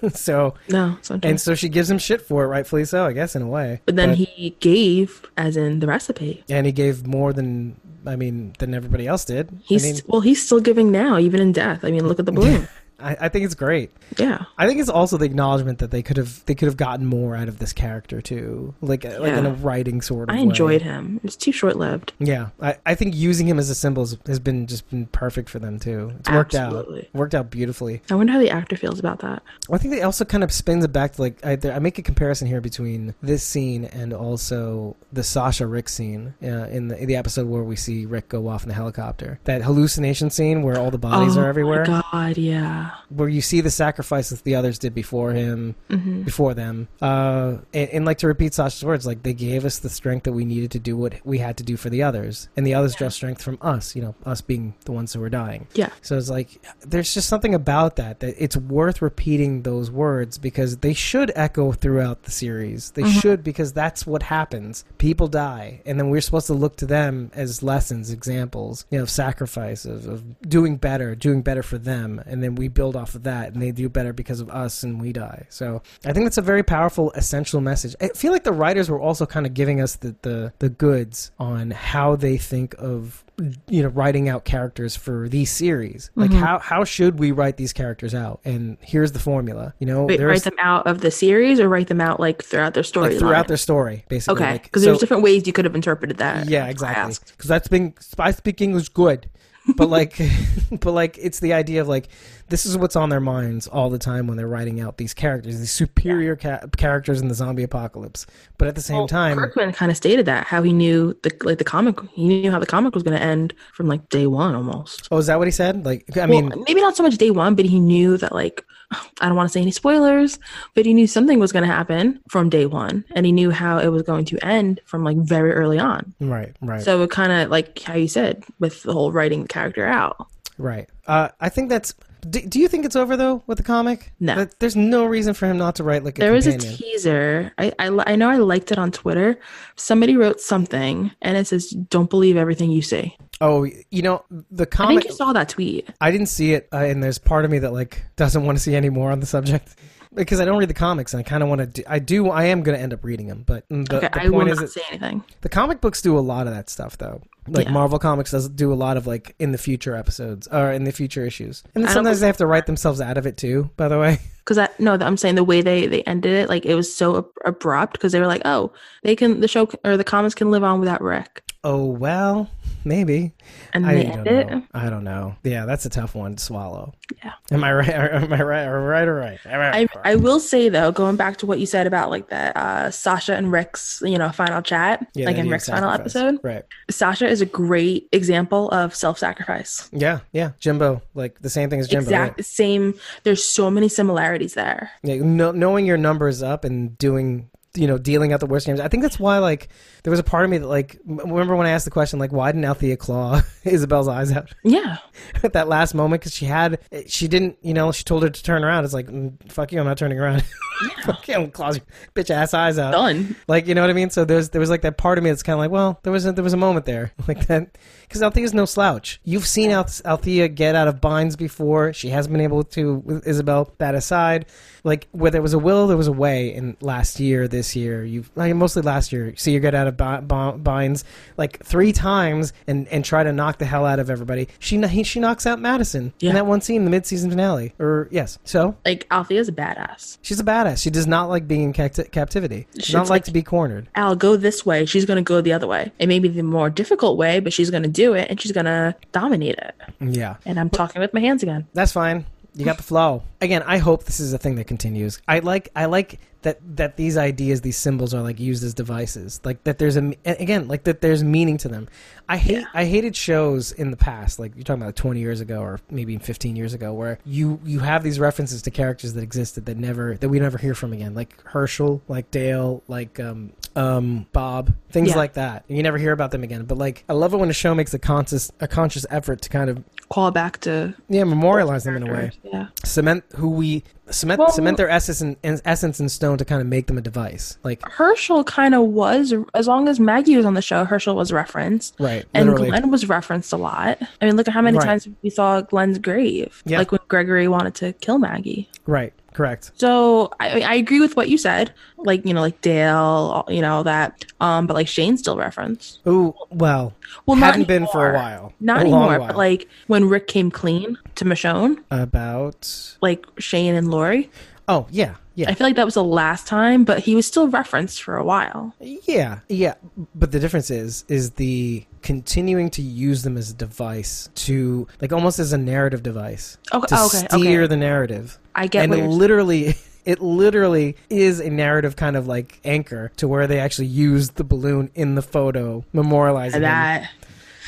[SPEAKER 1] so
[SPEAKER 4] No. it's not true.
[SPEAKER 1] and so she gives him shit for it, rightfully so, I guess in a way.
[SPEAKER 4] but then he gave, as in the recipe.
[SPEAKER 1] and he gave more than. I mean, than everybody else did.
[SPEAKER 4] He's
[SPEAKER 1] I mean,
[SPEAKER 4] well, he's still giving now, even in death. I mean, look at the balloon.
[SPEAKER 1] I, I think it's great.
[SPEAKER 4] yeah.
[SPEAKER 1] I think it's also the acknowledgement that they could have they could have gotten more out of this character too, like uh, like in a
[SPEAKER 4] Yeah.
[SPEAKER 1] writing sort of.
[SPEAKER 4] I
[SPEAKER 1] way.
[SPEAKER 4] enjoyed him. It was too short lived.
[SPEAKER 1] Yeah, I, I think using him as a symbol has- has been just been perfect for them too. It's worked
[SPEAKER 4] Absolutely.
[SPEAKER 1] out worked out beautifully.
[SPEAKER 4] I wonder how the actor feels about that.
[SPEAKER 1] Well, I think they also kind of spins it back to like I, I make a comparison here between this scene and also the Sasha Rick scene uh, in the in the episode where we see Rick go off in the helicopter. That hallucination scene where all the bodies
[SPEAKER 4] oh
[SPEAKER 1] are everywhere.
[SPEAKER 4] My God, yeah.
[SPEAKER 1] where you see the sacrifices the others did before him, before them. Uh, and, and like to repeat Sasha's words, like they gave us the strength that we needed to do what we had to do for the others, and the others draw strength from us. You know, us being the ones who were dying.
[SPEAKER 4] Yeah.
[SPEAKER 1] So it's like there's just something about that that it's worth repeating those words because they should echo throughout the series. They should because that's what happens. People die, and then we're supposed to look to them as lessons, examples, you know, of sacrifice, of, of doing better, doing better for them, and then we build off of that, and they do better because of us, and we die. So I think that's a very powerful, essential message. I feel like the writers were also kind of giving us the the, the goods on how they think of you know writing out characters for these series like
[SPEAKER 4] Mm-hmm.
[SPEAKER 1] how how should we write these characters out and here's the formula you know
[SPEAKER 4] Wait, write
[SPEAKER 1] there's
[SPEAKER 4] them out of the series or write them out like throughout their story?
[SPEAKER 1] like throughout their story basically
[SPEAKER 4] Okay.
[SPEAKER 1] like,
[SPEAKER 4] Because
[SPEAKER 1] so-
[SPEAKER 4] there's different ways you could have interpreted that.
[SPEAKER 1] yeah
[SPEAKER 4] That's why I
[SPEAKER 1] exactly
[SPEAKER 4] asked.
[SPEAKER 1] because that's been i speak english good but like but like it's the idea of like this is what's on their minds all the time when they're writing out these characters these superior ca- characters in the zombie apocalypse but at the same
[SPEAKER 4] Well,
[SPEAKER 1] time
[SPEAKER 4] Kirkman kind of stated that how he knew the like the comic he knew how the comic was going to end from like day one almost.
[SPEAKER 1] oh is that what he said like i
[SPEAKER 4] Well,
[SPEAKER 1] mean
[SPEAKER 4] maybe not so much day one, but he knew that like I don't want to say any spoilers, but he knew something was going to happen from day one, and he knew how it was going to end from like very early on.
[SPEAKER 1] right right
[SPEAKER 4] So it kind of like how you said with the whole writing the character out.
[SPEAKER 1] Right. Uh, I think that's. Do, do you think it's over though with the comic?
[SPEAKER 4] No.
[SPEAKER 1] That- there's no reason for him not to write like a
[SPEAKER 4] There was a
[SPEAKER 1] companion.
[SPEAKER 4] teaser. I, I li- I know I liked it on Twitter. Somebody wrote something, and it says, "Don't believe everything you see."
[SPEAKER 1] oh, you know the
[SPEAKER 4] I
[SPEAKER 1] comic.
[SPEAKER 4] think you saw that tweet.
[SPEAKER 1] I didn't see it, uh, and there's part of me that like doesn't want to see any more on the subject. because I don't read the comics, and I kind of want to. Do, I do. I am going to end up reading them, but mm, the,
[SPEAKER 4] Okay,
[SPEAKER 1] the
[SPEAKER 4] I will
[SPEAKER 1] point is,
[SPEAKER 4] not
[SPEAKER 1] that
[SPEAKER 4] say anything.
[SPEAKER 1] the comic books do a lot of that stuff, though. Like
[SPEAKER 4] Yeah.
[SPEAKER 1] Marvel Comics does do a lot of like in the future episodes or in the future issues, and then
[SPEAKER 4] I don't
[SPEAKER 1] sometimes
[SPEAKER 4] think-
[SPEAKER 1] they have to write themselves out of it too. By the way,
[SPEAKER 4] because I no, I'm saying the way they they ended it, like it was so ab- abrupt because they were like, oh, they can the show c- or the comics can live on without Rick,
[SPEAKER 1] oh well, maybe.
[SPEAKER 4] and
[SPEAKER 1] I
[SPEAKER 4] they
[SPEAKER 1] don't
[SPEAKER 4] end
[SPEAKER 1] know.
[SPEAKER 4] it.
[SPEAKER 1] I don't know. Yeah, that's a tough one to swallow.
[SPEAKER 4] Yeah.
[SPEAKER 1] Am I right? Am I right? Am I right or right? Am I
[SPEAKER 4] I I will say though, going back to what you said about like that uh, Sasha and Rick's you know final chat,
[SPEAKER 1] Yeah,
[SPEAKER 4] like
[SPEAKER 1] they
[SPEAKER 4] in
[SPEAKER 1] do
[SPEAKER 4] Rick's final
[SPEAKER 1] sacrifice.
[SPEAKER 4] episode,
[SPEAKER 1] Right.
[SPEAKER 4] Sasha is a great example of self sacrifice.
[SPEAKER 1] Yeah. Yeah. Jimbo. Like the same thing as Jimbo. right?
[SPEAKER 4] Exact same. There's so many similarities there.
[SPEAKER 1] Yeah, kno- knowing your numbers up and doing you know dealing out the worst games i think that's why like there was a part of me that like m- remember when i asked the question like why didn't althea claw isabel's eyes out
[SPEAKER 4] Yeah,
[SPEAKER 1] at that last moment because she had she didn't you know she told her to turn around it's like "Mm, fuck you i'm not turning around fuck you i'm gonna claw your bitch ass eyes out
[SPEAKER 4] done.
[SPEAKER 1] like you know what i mean so there's there was like that part of me that's kind of like well there was a there was a moment there like that because althea's no slouch you've seen Al- althea get out of binds before she has been able to with isabel that aside like where there was a will there was a way in last year this year you like mostly last year see you get out of bi- bi- binds like three times and and try to knock the hell out of everybody she kn- he- she knocks out madison
[SPEAKER 4] Yeah.
[SPEAKER 1] in that one scene the mid-season finale or yes so
[SPEAKER 4] Like Althea's a badass.
[SPEAKER 1] She's a badass. She does not like being in capti- captivity. She does not like
[SPEAKER 4] She's like-
[SPEAKER 1] to be cornered.
[SPEAKER 4] Al, go this way. She's going to go the other way. It may be the more difficult way, but she's going to do it and she's going to dominate it.
[SPEAKER 1] Yeah.
[SPEAKER 4] And I'm talking with my hands again.
[SPEAKER 1] That's fine. You got the flow. Again, I hope this is a thing that continues. I like I like that that these ideas, these symbols are like used as devices. Like that there's a and again, like that there's meaning to them. I hate I hated shows in the past, like you're talking about 20 years ago or maybe 15 years ago where you you have these references to characters that existed that never that we never hear from again, like Herschel, like Dale, like um um Bob, things
[SPEAKER 4] Yeah.
[SPEAKER 1] like that. You never hear about them again. But like I love it when a show makes a conscious a conscious effort to kind of
[SPEAKER 4] Call back to.
[SPEAKER 1] yeah, memorialize them in a way
[SPEAKER 4] Yeah.
[SPEAKER 1] cement who we cement
[SPEAKER 4] Well-
[SPEAKER 1] cement their essence in, in essence in stone to kind of make them a device like
[SPEAKER 4] Herschel kind of was, as long as Maggie was on the show, Herschel was referenced.
[SPEAKER 1] right
[SPEAKER 4] And
[SPEAKER 1] literally
[SPEAKER 4] Glenn was referenced a lot. I mean, look at how many
[SPEAKER 1] Right.
[SPEAKER 4] times we saw Glenn's grave,
[SPEAKER 1] Yeah.
[SPEAKER 4] like when Gregory wanted to kill Maggie.
[SPEAKER 1] right correct
[SPEAKER 4] So I, I agree with what you said, like you know, like Dale, you know all that. Um, but like Shane's still referenced.
[SPEAKER 1] ooh well
[SPEAKER 4] Well, not
[SPEAKER 1] hadn't been for a
[SPEAKER 4] anymore.
[SPEAKER 1] while
[SPEAKER 4] Not
[SPEAKER 1] a long
[SPEAKER 4] anymore,
[SPEAKER 1] while.
[SPEAKER 4] but like when Rick came clean to Michonne,
[SPEAKER 1] about
[SPEAKER 4] like Shane and Lori,
[SPEAKER 1] oh yeah yeah
[SPEAKER 4] I feel like that was the last time, but he was still referenced for a while.
[SPEAKER 1] yeah yeah but the difference is is the continuing to use them as a device to like almost as a narrative device
[SPEAKER 4] Okay,
[SPEAKER 1] to
[SPEAKER 4] okay, okay.
[SPEAKER 1] steer the narrative
[SPEAKER 4] I get
[SPEAKER 1] and
[SPEAKER 4] what
[SPEAKER 1] it
[SPEAKER 4] you're saying.
[SPEAKER 1] literally it literally is a narrative kind of like anchor to where they actually use the balloon in the photo memorializing him.
[SPEAKER 4] That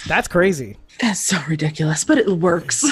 [SPEAKER 1] That's crazy.
[SPEAKER 4] that's so ridiculous, but it works.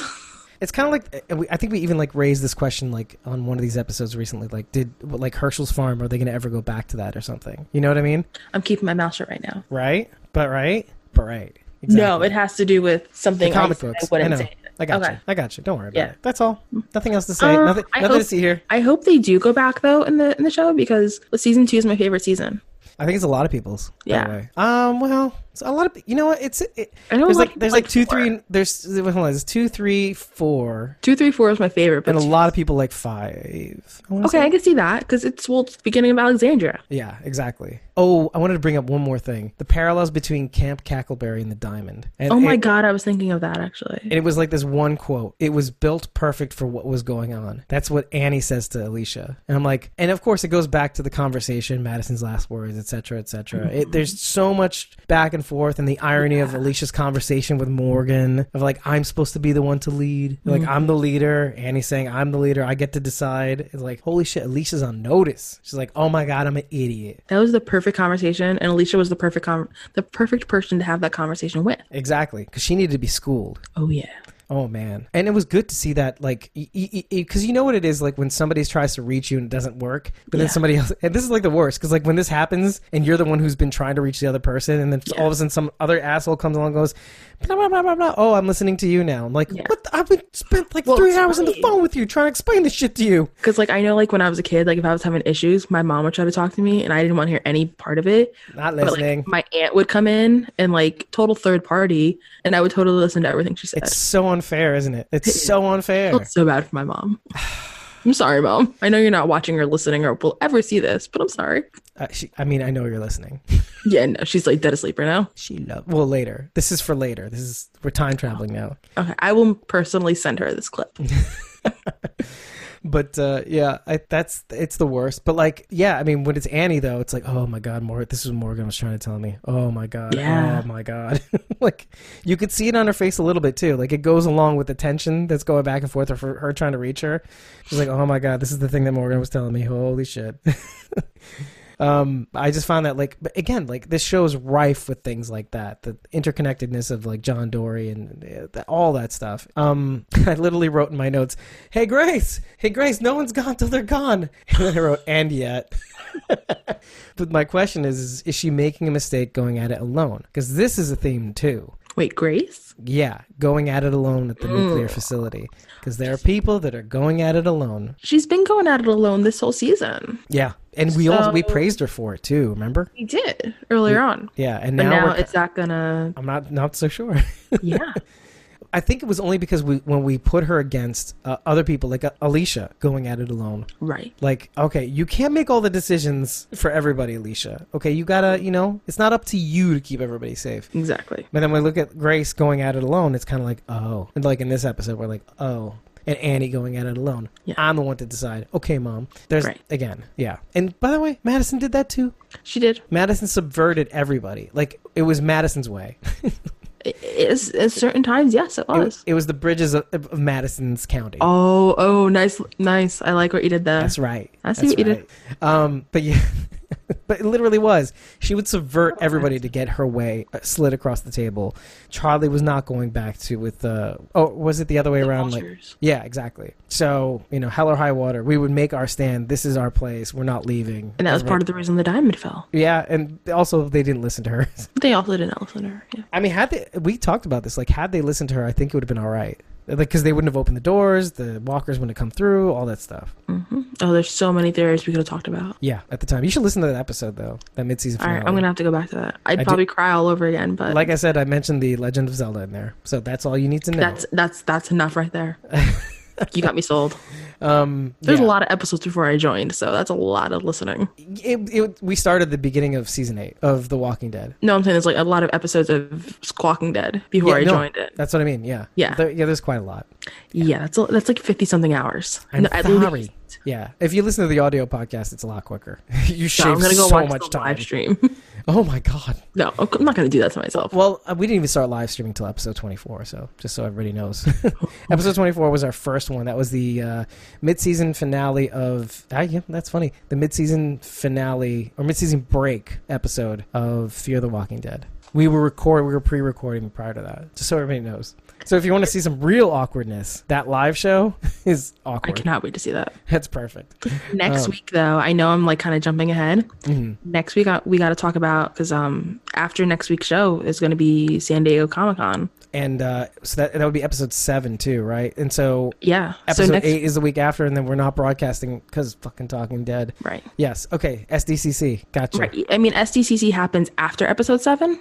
[SPEAKER 1] It's kind of like and we- I think we even like raised this question like on one of these episodes recently. Like, did like Herschel's farm? Are they going to ever go back to that or something? You know what I mean?
[SPEAKER 4] I'm keeping my mouth shut right now.
[SPEAKER 1] Right? But right? But right?
[SPEAKER 4] No, it has to do with something.
[SPEAKER 1] comic
[SPEAKER 4] else.
[SPEAKER 1] books.
[SPEAKER 4] I
[SPEAKER 1] I
[SPEAKER 4] wouldn't
[SPEAKER 1] know.
[SPEAKER 4] say it.
[SPEAKER 1] I got
[SPEAKER 4] Okay.
[SPEAKER 1] you. I got you. Don't worry about
[SPEAKER 4] Yeah.
[SPEAKER 1] it. That's all. Nothing else to say.
[SPEAKER 4] Uh,
[SPEAKER 1] nothing.
[SPEAKER 4] I
[SPEAKER 1] Nothing to
[SPEAKER 4] hope-
[SPEAKER 1] see here.
[SPEAKER 4] I hope they do go back though in the in the show because well, season two is my favorite season.
[SPEAKER 1] I think it's a lot of people's. by the
[SPEAKER 4] Yeah.
[SPEAKER 1] way. Um. Well, it's a lot of. You know what? It's. It,
[SPEAKER 4] I know a
[SPEAKER 1] there's
[SPEAKER 4] lot
[SPEAKER 1] like
[SPEAKER 4] of
[SPEAKER 1] there's
[SPEAKER 4] people
[SPEAKER 1] like
[SPEAKER 4] like
[SPEAKER 1] two,
[SPEAKER 4] four.
[SPEAKER 1] three. and- There's hold on. There's two, three, four,
[SPEAKER 4] Two, three, four is my favorite. But
[SPEAKER 1] and a lot of people like five. I wanna
[SPEAKER 4] okay,
[SPEAKER 1] say.
[SPEAKER 4] I can see that because it's well, it's the beginning of Alexandria.
[SPEAKER 1] Yeah, exactly. Oh, I wanted to bring up one more thing: the parallels between Camp Cackleberry and the Diamond. And
[SPEAKER 4] Oh my
[SPEAKER 1] it,
[SPEAKER 4] god, I was thinking of that actually.
[SPEAKER 1] And it was like this one quote. It was built perfect for what was going on. That's what Annie says to Alicia, and I'm like, and of course it goes back to the conversation, Madison's last words, etc., etc. It There's so much back and forth, and the irony of Alicia's conversation with Morgan of like, I'm supposed to be the one to lead, like I'm the leader. Annie saying, I'm the leader, I get to decide. It's like, holy shit, Alicia's on notice. She's like, oh my god, I'm an idiot.
[SPEAKER 4] That was the perfect conversation, and Alicia was the perfect con- the perfect person to have that conversation with.
[SPEAKER 1] Exactly, because she needed to be schooled.
[SPEAKER 4] Oh yeah,
[SPEAKER 1] Oh man, and it was good to see that, like, because you know what it is like when somebody tries to reach you and it doesn't work, but then
[SPEAKER 4] Yeah.
[SPEAKER 1] somebody else, and this is like the worst, because like when this happens and you're the one who's been trying to reach the other person, and then all of a sudden some other asshole comes along and goes, blah, blah, blah, blah, blah. oh, I'm listening to you now. I'm like,
[SPEAKER 4] Yeah.
[SPEAKER 1] what? The, I've been spent like
[SPEAKER 4] Well,
[SPEAKER 1] three
[SPEAKER 4] it's
[SPEAKER 1] hours on the
[SPEAKER 4] funny.
[SPEAKER 1] phone with you trying to explain this shit to you.
[SPEAKER 4] because like I know like when I was a kid, like if I was having issues, my mom would try to talk to me, and I didn't want to hear any part of it.
[SPEAKER 1] Not
[SPEAKER 4] But
[SPEAKER 1] listening.
[SPEAKER 4] like my aunt would come in and like total third party, and I would totally listen to everything she said.
[SPEAKER 1] it's so unfair, isn't it? It's so unfair.
[SPEAKER 4] felt so bad for my mom.
[SPEAKER 2] I'm sorry, mom. I know you're not watching or listening or will ever see this, but I'm sorry.
[SPEAKER 1] Uh, she, I mean, I know you're listening.
[SPEAKER 2] Yeah, no, she's like dead asleep right now.
[SPEAKER 1] She loves. Well, later. This is for later. This is we're time traveling now.
[SPEAKER 2] Okay, I will personally send her this clip.
[SPEAKER 1] But uh, yeah, I, that's it's the worst. But like, yeah, I mean, when it's Annie though, it's like, oh my god, Morgan. This is what Morgan was trying to tell me. Oh my god.
[SPEAKER 2] Yeah.
[SPEAKER 1] Oh my god. like, you could see it on her face a little bit too. Like, it goes along with the tension that's going back and forth of her, her trying to reach her. She's like, oh my god, this is the thing that Morgan was telling me. Holy shit. um, I just found that like, but again, like this show is rife with things like that, the interconnectedness of like John Dory and uh, th- all that stuff. Um, I literally wrote in my notes, "Hey Grace, hey Grace, no one's gone till they're gone," and then I wrote, "And yet." but my question is, is, is she making a mistake going at it alone? Because this is a theme too.
[SPEAKER 2] Wait, Grace?
[SPEAKER 1] Yeah, going at it alone at the nuclear facility. Because there are people that are going at it alone.
[SPEAKER 2] She's been going at it alone this whole season.
[SPEAKER 1] Yeah, and we all we praised her for it too. Remember?
[SPEAKER 2] We did earlier on.
[SPEAKER 1] Yeah, and
[SPEAKER 2] But
[SPEAKER 1] now,
[SPEAKER 2] now
[SPEAKER 1] we're,
[SPEAKER 2] it's not gonna.
[SPEAKER 1] I'm not not so sure.
[SPEAKER 2] Yeah.
[SPEAKER 1] I think it was only because we when we put her against uh, other people, like uh, Alicia going at it alone.
[SPEAKER 2] right.
[SPEAKER 1] Like, okay, you can't make all the decisions for everybody, Alicia. Okay, you gotta, you know, it's not up to you to keep everybody safe.
[SPEAKER 2] Exactly.
[SPEAKER 1] But then when we look at Grace going at it alone, it's kind of like, oh, and like in this episode, we're like, oh, and Annie going at it alone.
[SPEAKER 2] Yeah.
[SPEAKER 1] I'm the one to decide. Okay, mom. There's
[SPEAKER 2] Right.
[SPEAKER 1] again, yeah. And by the way, Madison did that too.
[SPEAKER 2] She did.
[SPEAKER 1] Madison subverted everybody. Like it was Madison's way.
[SPEAKER 2] I- It's, at certain times, yes, it
[SPEAKER 1] It
[SPEAKER 2] was.
[SPEAKER 1] was, it was the bridges of, of Madison's county.
[SPEAKER 2] oh, oh, nice, nice. I like what you did there.
[SPEAKER 1] That's right.
[SPEAKER 2] I see
[SPEAKER 1] That's
[SPEAKER 2] what you did.
[SPEAKER 1] right. Um, but yeah, but it literally was. She would subvert everybody to get her way, uh, slid across the table. Charlie was not going back to with uh, oh, was it the other way around? Like,
[SPEAKER 2] vultures.
[SPEAKER 1] yeah, exactly. So you know, hell or high water, we would make our stand. This is our place. We're not leaving.
[SPEAKER 2] And that was part of the reason the diamond fell.
[SPEAKER 1] yeah, and also they didn't listen to her.
[SPEAKER 2] They also did an elephant or yeah.
[SPEAKER 1] I mean, had they we talked about this, like had they listened to her, I think it would have been all right. Like, because they wouldn't have opened the doors, the walkers wouldn't have come through, all that stuff.
[SPEAKER 2] Oh, there's so many theories we could have talked about.
[SPEAKER 1] Yeah, at the time. You should listen to that episode though, that mid-season
[SPEAKER 2] All
[SPEAKER 1] finale.
[SPEAKER 2] right, I'm gonna have to go back to that. I'd
[SPEAKER 1] I
[SPEAKER 2] probably cry all over again, but
[SPEAKER 1] Like I said, I mentioned the Legend of Zelda in there, so that's all you need to know.
[SPEAKER 2] that's that's that's enough right there. you got me sold.
[SPEAKER 1] um,
[SPEAKER 2] There's
[SPEAKER 1] yeah.
[SPEAKER 2] a lot of episodes before I joined, so that's a lot of listening.
[SPEAKER 1] It, it, we started the beginning of season eight of The Walking Dead.
[SPEAKER 2] No, I'm saying there's like a lot of episodes of Squawking Dead before I
[SPEAKER 1] no,
[SPEAKER 2] joined it.
[SPEAKER 1] That's what I mean. Yeah,
[SPEAKER 2] Yeah.
[SPEAKER 1] There- yeah. There's quite a lot.
[SPEAKER 2] Yeah, that's a, that's like fifty something hours.
[SPEAKER 1] I'm
[SPEAKER 2] No, at
[SPEAKER 1] sorry.
[SPEAKER 2] least.
[SPEAKER 1] Yeah, if you listen to the audio podcast, it's a lot quicker. you
[SPEAKER 2] No,
[SPEAKER 1] shave
[SPEAKER 2] I'm gonna go
[SPEAKER 1] so
[SPEAKER 2] watch
[SPEAKER 1] much
[SPEAKER 2] the
[SPEAKER 1] time.
[SPEAKER 2] live stream.
[SPEAKER 1] Oh my god.
[SPEAKER 2] no, I'm not gonna do that to myself.
[SPEAKER 1] Well, uh, we didn't even start live streaming till episode 24, so just so everybody knows. episode 24 was our first one. That was the uh, mid-season finale of Ah, yeah, that's funny. The mid-season finale or mid-season break episode of Fear the Walking Dead. We were record we were pre-recording prior to that, just so everybody knows. So if you want to see some real awkwardness, that live show is
[SPEAKER 2] I
[SPEAKER 1] awkward.
[SPEAKER 2] cannot wait to see that.
[SPEAKER 1] That's perfect.
[SPEAKER 2] Next
[SPEAKER 1] Uh.
[SPEAKER 2] week, though, I know I'm like kind of jumping ahead.
[SPEAKER 1] Mm-hmm.
[SPEAKER 2] Next week, I, we got to talk about because um after next week's show is going to be San Diego Comic Con.
[SPEAKER 1] And uh, so that that would be episode 7 too, right? And so
[SPEAKER 2] Yeah.
[SPEAKER 1] Episode
[SPEAKER 2] so next,
[SPEAKER 1] eight is the week after, and then we're not broadcasting because fucking Talking Dead.
[SPEAKER 2] Right.
[SPEAKER 1] Yes. Okay. SDCC. Gotcha. Right.
[SPEAKER 2] Right. I mean, SDCC happens after episode seven,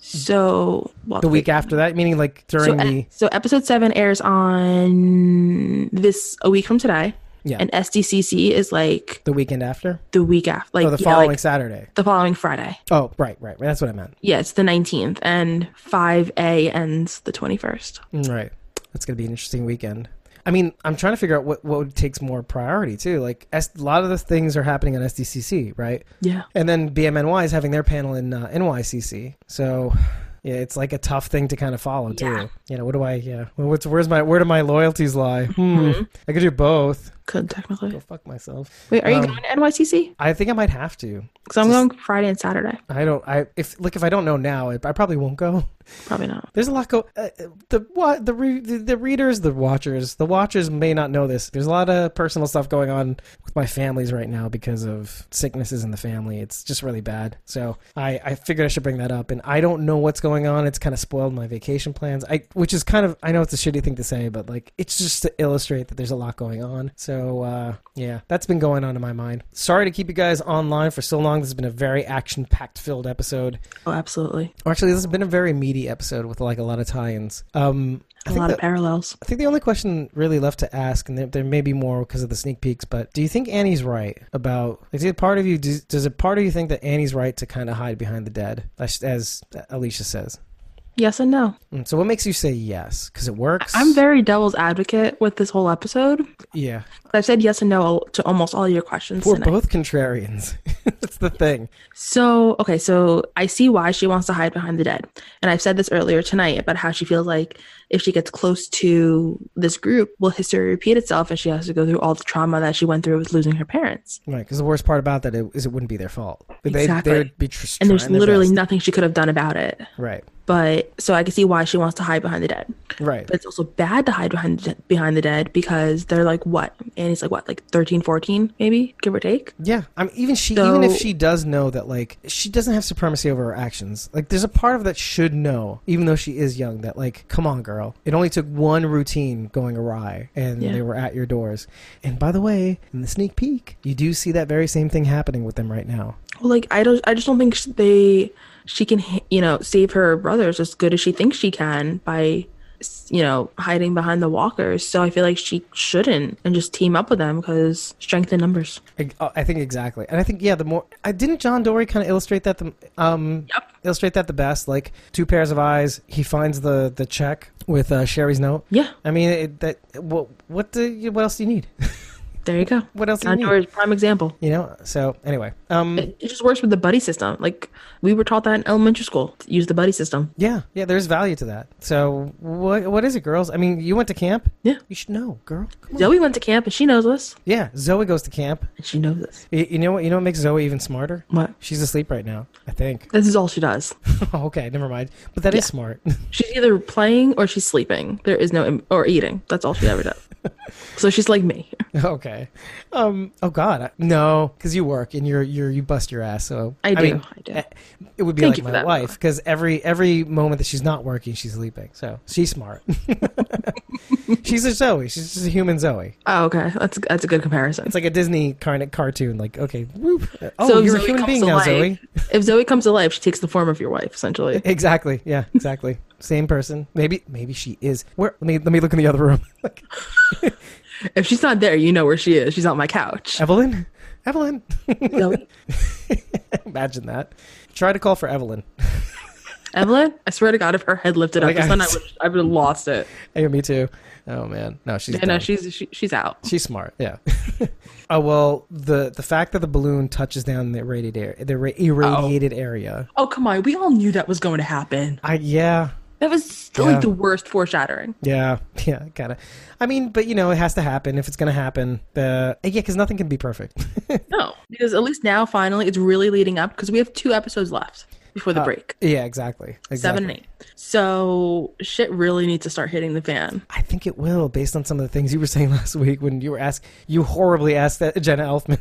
[SPEAKER 2] so well,
[SPEAKER 1] The week after that, meaning like during
[SPEAKER 2] So,
[SPEAKER 1] the
[SPEAKER 2] e- so episode seven airs on this a week from today.
[SPEAKER 1] Yeah.
[SPEAKER 2] And SDCC is like
[SPEAKER 1] the weekend after,
[SPEAKER 2] the week after, like
[SPEAKER 1] or Oh, the
[SPEAKER 2] yeah,
[SPEAKER 1] following
[SPEAKER 2] like
[SPEAKER 1] Saturday.
[SPEAKER 2] the following Friday.
[SPEAKER 1] Oh, right, right. That's what I meant.
[SPEAKER 2] Yeah, it's the 19th, and 5A ends the 21st.
[SPEAKER 1] Mm, Right. That's gonna be an interesting weekend. I mean, I'm trying to figure out what what takes more priority too. Like S- a lot of the things are happening on SDCC, right?
[SPEAKER 2] Yeah.
[SPEAKER 1] And then BMNY is having their panel in uh, NYCC. So yeah, it's like a tough thing to kind of follow too.
[SPEAKER 2] Yeah.
[SPEAKER 1] You know, what do I? Yeah, well, what's where's my where do my loyalties lie? Hmm. I could do both.
[SPEAKER 2] Could technically.
[SPEAKER 1] Go fuck myself.
[SPEAKER 2] Wait, are you going to NYCC?
[SPEAKER 1] I think I might have to.
[SPEAKER 2] Because I'm going Friday and Saturday.
[SPEAKER 1] I don't. I if look if I don't know now, I, I probably won't go.
[SPEAKER 2] Probably not.
[SPEAKER 1] There's a lot go. Uh, uh, the what the, re, the the readers, the watchers, the watchers may not know this. There's a lot of personal stuff going on with my families right now because of sicknesses in the family. It's just really bad. So I I figured I should bring that up, and I don't know what's going on. It's kind of spoiled my vacation plans. I which is kind of I know it's a shitty thing to say, but like it's just to illustrate that there's a lot going on. So So uh, yeah, that's been going on in my mind. Sorry to keep you guys online for so long. This has been a very action-packed filled episode.
[SPEAKER 4] Oh, absolutely.
[SPEAKER 1] Or actually, this has been a very meaty episode with like a lot of tie-ins. Um, I
[SPEAKER 4] A
[SPEAKER 1] think
[SPEAKER 4] lot
[SPEAKER 1] the,
[SPEAKER 4] of parallels.
[SPEAKER 1] I think the only question really left to ask, and there, there may be more because of the sneak peeks, but do you think Annie's right about? Like, did part of you does, does a part of you think that Annie's right to kind of hide behind the dead, as, as Alicia says?
[SPEAKER 4] Yes and no.
[SPEAKER 1] Mm, So what makes you say yes? Because it works.
[SPEAKER 4] I'm very devil's advocate with this whole episode.
[SPEAKER 1] yeah.
[SPEAKER 4] I've said yes and no to almost all your questions.
[SPEAKER 1] We're
[SPEAKER 4] tonight.
[SPEAKER 1] both contrarians. That's the thing.
[SPEAKER 4] So, okay, so I see why she wants to hide behind the dead. And I've said this earlier tonight about how she feels like if she gets close to this group, will history repeat itself and she has to go through all the trauma that she went through with losing her parents.
[SPEAKER 1] Right, because the worst part about that is it wouldn't be their fault. They,
[SPEAKER 4] Exactly.
[SPEAKER 1] they would be tr-
[SPEAKER 4] And there's
[SPEAKER 1] trying their
[SPEAKER 4] literally
[SPEAKER 1] best.
[SPEAKER 4] nothing she could have done about it.
[SPEAKER 1] right,
[SPEAKER 4] But so I can see why she wants to hide behind the dead.
[SPEAKER 1] right,
[SPEAKER 4] But it's also bad to hide behind the- behind the dead because they're like what? And he's like what? Like 13, 14 maybe, give or take.
[SPEAKER 1] yeah. I mean, even she, even if
[SPEAKER 4] So-
[SPEAKER 1] she does know that, like, she doesn't have supremacy over her actions. Like, there's a part of that should know, even though she is young, that like, come on, girl. It only took one routine going awry, and
[SPEAKER 4] Yeah.
[SPEAKER 1] they were at your doors. And by the way, in the sneak peek, you do see that very same thing happening with them right now.
[SPEAKER 4] Well, like I don't, I just don't think sh- they, she can, h- you know, save her brothers as good as she thinks she can by, s- you know, hiding behind the walkers. So I feel like she shouldn't and just team up with them because strength in numbers.
[SPEAKER 1] I, uh, I think exactly, and I think yeah. The more I didn't John Dory kind of illustrate that the um
[SPEAKER 4] Yep.
[SPEAKER 1] illustrate that the best. Like two pairs of eyes, he finds the the check with uh, Sherry's note.
[SPEAKER 4] Yeah,
[SPEAKER 1] I mean it, that. What what do you, what else do you need?
[SPEAKER 4] there you go.
[SPEAKER 1] What else do you
[SPEAKER 4] John
[SPEAKER 1] need?
[SPEAKER 4] Doerr is a prime example.
[SPEAKER 1] You know. So anyway, um,
[SPEAKER 4] It, it just works with the buddy system. Like we were taught that in elementary school. to Use the buddy system.
[SPEAKER 1] yeah, yeah. There's value to that. So what what is it, girls? I mean, you went to camp.
[SPEAKER 4] Yeah.
[SPEAKER 1] You should know, girl. Come on.
[SPEAKER 4] Zoe went to camp and she knows this.
[SPEAKER 1] Yeah, Zoe goes to camp.
[SPEAKER 4] And she knows this.
[SPEAKER 1] Y- You know what? You know what makes Zoe even smarter?
[SPEAKER 4] What?
[SPEAKER 1] She's asleep right now. I think.
[SPEAKER 4] This is all she does.
[SPEAKER 1] okay, never mind. But that is smart.
[SPEAKER 4] She's either playing or she's sleeping. There is no im- or eating. That's all she ever does. so she's like me.
[SPEAKER 1] Okay. Um. Oh God. I- No, because you work and you're you're you bust your ass. So
[SPEAKER 4] I do,
[SPEAKER 1] mean,
[SPEAKER 4] I do.
[SPEAKER 1] eh, It would be
[SPEAKER 4] Thank you for
[SPEAKER 1] like my
[SPEAKER 4] that,
[SPEAKER 1] wife because every every moment that she's not working, she's sleeping. So she's smart. she's a Zoe. She's just a human Zoe.
[SPEAKER 4] Oh, okay. That's that's a good comparison.
[SPEAKER 1] It's like a Disney kind of cartoon. Like okay, whoop. Oh,
[SPEAKER 4] if
[SPEAKER 1] you're a
[SPEAKER 4] Zoe
[SPEAKER 1] human
[SPEAKER 4] comes
[SPEAKER 1] being
[SPEAKER 4] to
[SPEAKER 1] now,
[SPEAKER 4] life-
[SPEAKER 1] Zoe.
[SPEAKER 4] If Zoe comes to life, she takes the form of your wife, essentially.
[SPEAKER 1] Exactly. Yeah. Exactly. Same person. Maybe maybe she is. Where? Let me let me look in the other room. like
[SPEAKER 4] If she's not there, you know where she is. She's on my couch.
[SPEAKER 1] Evelyn. Evelyn.
[SPEAKER 4] Zoe,
[SPEAKER 1] Imagine that. Try to call for Evelyn.
[SPEAKER 4] Evelyn, I swear to God, if her head lifted up,
[SPEAKER 1] Like,
[SPEAKER 4] the
[SPEAKER 1] I-
[SPEAKER 4] sun, I would I would have lost it.
[SPEAKER 1] Yeah, me too. Oh man, no, she's
[SPEAKER 4] Yeah, no,
[SPEAKER 1] done.
[SPEAKER 4] she's she, she's out.
[SPEAKER 1] she's smart. Yeah. oh well, the the fact that the balloon touches down the irradiated area, the ra- irradiated area.
[SPEAKER 4] Oh come on, we all knew that was going to happen.
[SPEAKER 1] I yeah
[SPEAKER 4] That was still
[SPEAKER 1] Yeah.
[SPEAKER 4] like the worst foreshadowing.
[SPEAKER 1] yeah yeah kind of. I mean, but you know, it has to happen if it's gonna happen. The yeah, because nothing can be perfect.
[SPEAKER 4] No, because at least now, finally, it's really leading up because we have two episodes left before the break,
[SPEAKER 1] yeah, exactly. Uh, exactly.
[SPEAKER 4] seven and eight. So shit really needs to start hitting the fan.
[SPEAKER 1] I think it will, based on some of the things you were saying last week when you were asked, you horribly asked that Jenna Elfman.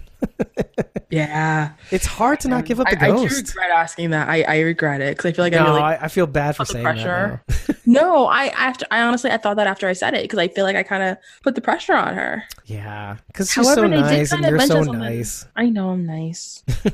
[SPEAKER 4] Yeah.
[SPEAKER 1] it's hard to not give up the
[SPEAKER 4] Um, I, I do
[SPEAKER 1] ghost.
[SPEAKER 4] regret asking that. I, I regret it because I feel like I
[SPEAKER 1] no,
[SPEAKER 4] really
[SPEAKER 1] I, I feel bad for
[SPEAKER 4] put the
[SPEAKER 1] saying
[SPEAKER 4] pressure.
[SPEAKER 1] that. now.
[SPEAKER 4] no, I after I honestly I thought that after I said it because I feel like I kind of put the pressure on her.
[SPEAKER 1] Yeah, because she's so
[SPEAKER 4] they did
[SPEAKER 1] nice and
[SPEAKER 4] kinda
[SPEAKER 1] you're so
[SPEAKER 4] mention something.
[SPEAKER 1] nice.
[SPEAKER 4] I know I'm nice.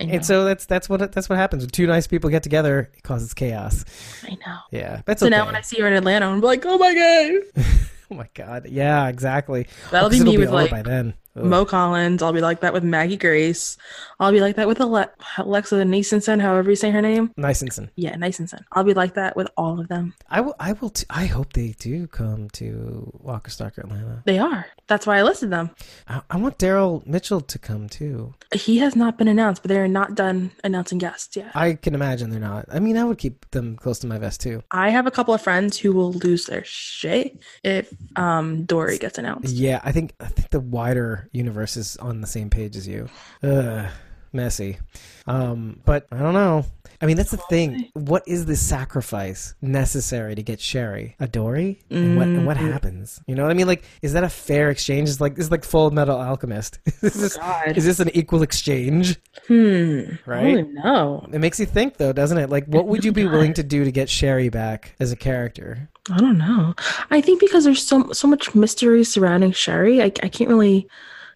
[SPEAKER 4] I know.
[SPEAKER 1] And so that's that's what that's what happens when two nice people get together. It causes chaos.
[SPEAKER 4] I know.
[SPEAKER 1] Yeah, that's
[SPEAKER 4] So
[SPEAKER 1] okay.
[SPEAKER 4] now when I see her in Atlanta, I'm like, oh my god,
[SPEAKER 1] oh my god, yeah, exactly.
[SPEAKER 4] That'll
[SPEAKER 1] Oh,
[SPEAKER 4] be
[SPEAKER 1] 'cause it'll
[SPEAKER 4] me with,
[SPEAKER 1] over
[SPEAKER 4] like,
[SPEAKER 1] by then. Ugh.
[SPEAKER 4] Mo Collins. I'll be like that with Maggie Grace. I'll be like that with Ale- Alexa Neeson, however you say her name.
[SPEAKER 1] nice and sin.
[SPEAKER 4] Yeah, Neeson. I'll be like that with all of them.
[SPEAKER 1] I will. I will. T- I hope they do come to Walker Stalker Atlanta.
[SPEAKER 4] They are. That's why I listed them.
[SPEAKER 1] I, I want Daryl Mitchell to come too.
[SPEAKER 4] He has not been announced, but they are not done announcing guests yet.
[SPEAKER 1] I can imagine they're not. I mean, I would keep them close to my vest too.
[SPEAKER 4] I have a couple of friends who will lose their shit if um Dory gets announced.
[SPEAKER 1] Yeah, I think I think the wider universe is on the same page as you. Ugh, messy. Um, but I don't know. I mean, that's the thing. What is the sacrifice necessary to get Sherry a Dory? And what and what
[SPEAKER 4] Mm-hmm.
[SPEAKER 1] happens? You know what I mean? Like, is that a fair exchange? Is like is like Full Metal Alchemist? is this
[SPEAKER 4] God.
[SPEAKER 1] is this an equal exchange?
[SPEAKER 4] Hmm.
[SPEAKER 1] Right.
[SPEAKER 4] no.
[SPEAKER 1] It makes you think, though, doesn't it? Like, what would you be willing to do to get Sherry back as a character?
[SPEAKER 4] I don't know. I think because there's so so much mystery surrounding Sherry, I, I can't really,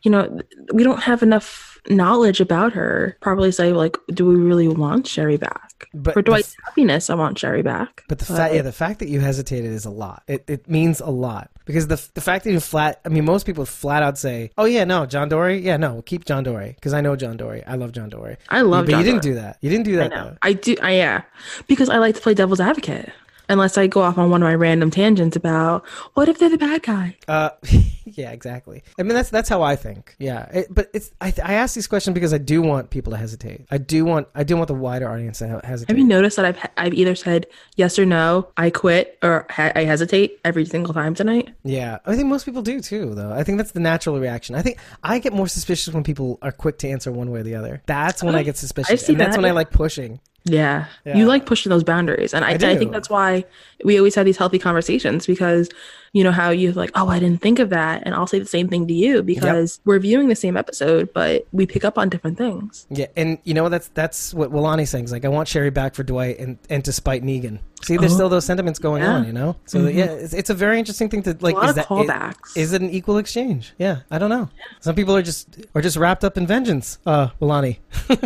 [SPEAKER 4] you know, we don't have enough knowledge about her. Probably say like, do we really want Sherry back?
[SPEAKER 1] But
[SPEAKER 4] For
[SPEAKER 1] the
[SPEAKER 4] Dwight's
[SPEAKER 1] f-
[SPEAKER 4] happiness, I want Sherry back.
[SPEAKER 1] But the fact, yeah, the fact that you hesitated is a lot. It, it means a lot because the the fact that you flat, I mean, most people flat out say, "Oh yeah, no, John Dory, yeah, no, we'll keep John Dory because I know John Dory, I love John Dory."
[SPEAKER 4] I love.
[SPEAKER 1] but
[SPEAKER 4] John
[SPEAKER 1] you didn't
[SPEAKER 4] Doerr.
[SPEAKER 1] do that. You didn't do that.
[SPEAKER 4] No,
[SPEAKER 1] Though.
[SPEAKER 4] I do. I yeah, because I like to play devil's advocate. Unless I go off on one of my random tangents about what if they're the bad guy?
[SPEAKER 1] Uh, yeah, exactly. I mean, that's that's how I think. Yeah, it, but it's I, I ask these questions because I do want people to hesitate. I do want I do want the wider audience to he- hesitate.
[SPEAKER 4] Have you noticed that I've I've either said yes or no, I quit, or he- I hesitate every single time tonight?
[SPEAKER 1] Yeah, I think most people do too, though. I think that's the natural reaction. I think I get more suspicious when people are quick to answer one way or the other. That's when I get suspicious,
[SPEAKER 4] Oh, I see
[SPEAKER 1] and that's
[SPEAKER 4] that,
[SPEAKER 1] when I
[SPEAKER 4] yeah.
[SPEAKER 1] like pushing.
[SPEAKER 4] Yeah.
[SPEAKER 1] Yeah.
[SPEAKER 4] You like pushing those boundaries. And I, I,
[SPEAKER 1] do.
[SPEAKER 4] think that's why we always have these healthy conversations because you know how you're like, oh, I didn't think of that. And I'll say the same thing to you because we're viewing the same episode, but we pick up on different things.
[SPEAKER 1] Yeah, and you know that's that's what Willani sings. Like, I want Sherry back for Dwight, and and to spite Negan. See, there's
[SPEAKER 4] Oh.
[SPEAKER 1] still those sentiments going
[SPEAKER 4] Yeah. Mm-hmm.
[SPEAKER 1] on, you know. So yeah, it's, it's a very interesting thing to like.
[SPEAKER 4] lot
[SPEAKER 1] is
[SPEAKER 4] of
[SPEAKER 1] that-
[SPEAKER 4] callbacks.
[SPEAKER 1] Is, it an equal exchange? Yeah, I don't know. Some people are just are just wrapped up in vengeance. Uh, Willani.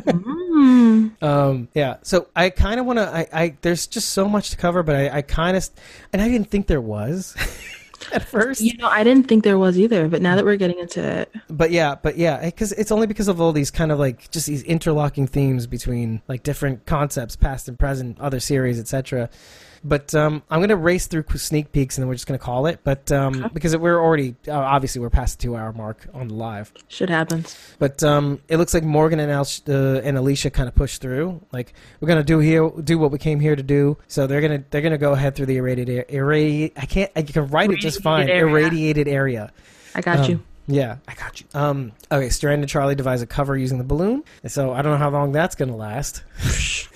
[SPEAKER 4] Mm-hmm.
[SPEAKER 1] Um, yeah. So I kind of want to. I, I there's just so much to cover, but I, I kind of and I didn't think there was at first.
[SPEAKER 4] You know, I didn't think there was either, but now that we're getting into it,
[SPEAKER 1] But yeah, but yeah, because it's only because of all these kind of like just these interlocking themes between like different concepts, past and present, other series, etc. But um, I'm gonna race through sneak peeks, and then we're just gonna call it. But um, because we're already uh, obviously we're past the two hour mark on the live.
[SPEAKER 4] shit happens.
[SPEAKER 1] But um, it looks like Morgan and Al- uh, and Alicia kind of pushed through. Like we're gonna do here, do what we came here to do. So they're gonna they're gonna go ahead through the irradiated irradi- I can't I can write it just fine.
[SPEAKER 4] Irradiated area.
[SPEAKER 1] Irradiated area.
[SPEAKER 4] I got
[SPEAKER 1] Um,
[SPEAKER 4] you.
[SPEAKER 1] Yeah, I got you. Um, okay, Strand and Charlie devise a cover using the balloon. So I don't know how long that's gonna last.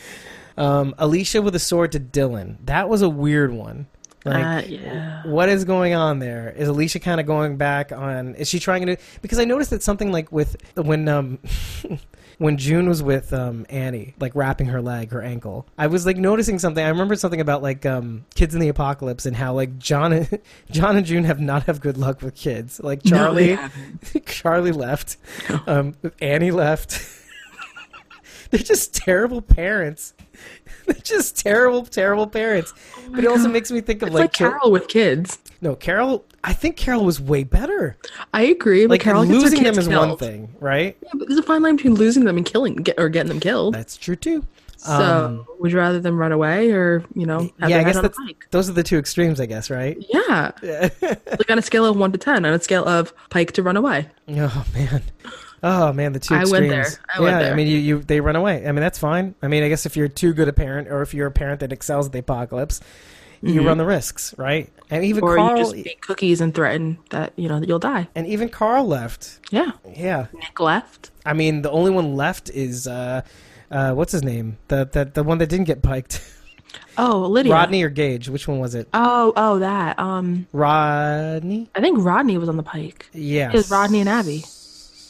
[SPEAKER 1] um, Alicia with a sword to Dylan. That was a weird one. Like,
[SPEAKER 4] uh, yeah.
[SPEAKER 1] what is going on there? Is Alicia kind of going back on? Is she trying to? Because I noticed that something like with when um when June was with um Annie, like wrapping her leg, her ankle. I was like noticing something. I remember something about like um kids in the apocalypse and how like John and, John and June have not have good luck with kids. Like
[SPEAKER 4] No,
[SPEAKER 1] Charlie,
[SPEAKER 4] they haven't.
[SPEAKER 1] Charlie left. Um, Annie left. They're just terrible parents. They're just terrible, terrible parents. but it also
[SPEAKER 4] Oh God.
[SPEAKER 1] makes me think of
[SPEAKER 4] It's like,
[SPEAKER 1] like chil-
[SPEAKER 4] Carol with kids.
[SPEAKER 1] no, Carol. I think Carol was way better.
[SPEAKER 4] I agree. But
[SPEAKER 1] Like
[SPEAKER 4] Carol gets her
[SPEAKER 1] losing
[SPEAKER 4] kids
[SPEAKER 1] them is one
[SPEAKER 4] killed.
[SPEAKER 1] thing, right?
[SPEAKER 4] Yeah, but there's a fine line between losing them and killing get, or getting them killed.
[SPEAKER 1] That's true too.
[SPEAKER 4] So would you rather them run away or, you know, have
[SPEAKER 1] Um, yeah,
[SPEAKER 4] their
[SPEAKER 1] I
[SPEAKER 4] head
[SPEAKER 1] guess
[SPEAKER 4] on a
[SPEAKER 1] that's
[SPEAKER 4] pike?
[SPEAKER 1] those are the two extremes. I guess right.
[SPEAKER 4] Yeah. like on a scale of one to ten, on a scale of pike to run away.
[SPEAKER 1] Oh man. Oh man, the two
[SPEAKER 4] I
[SPEAKER 1] extremes.
[SPEAKER 4] went there. I went
[SPEAKER 1] yeah, I
[SPEAKER 4] there.
[SPEAKER 1] mean, you, you they run away. I mean, that's fine. I mean, I guess if you're too good a parent, or if you're a parent that excels at the apocalypse, you run the risks, right? And even
[SPEAKER 4] Mm-hmm. Or
[SPEAKER 1] Carl, e,
[SPEAKER 4] you just bake cookies and threaten that, you know, that you'll die.
[SPEAKER 1] and even Carl left.
[SPEAKER 4] Yeah.
[SPEAKER 1] Yeah,
[SPEAKER 4] Nick left.
[SPEAKER 1] I mean, the only one left is uh, uh, what's his name? The the the one that didn't get piked,
[SPEAKER 4] Oh, Lydia.
[SPEAKER 1] Rodney or Gage? Which one was it?
[SPEAKER 4] Oh, oh that. Um
[SPEAKER 1] Rodney.
[SPEAKER 4] I think Rodney was on the pike.
[SPEAKER 1] Yeah.
[SPEAKER 4] It was Rodney and Abby.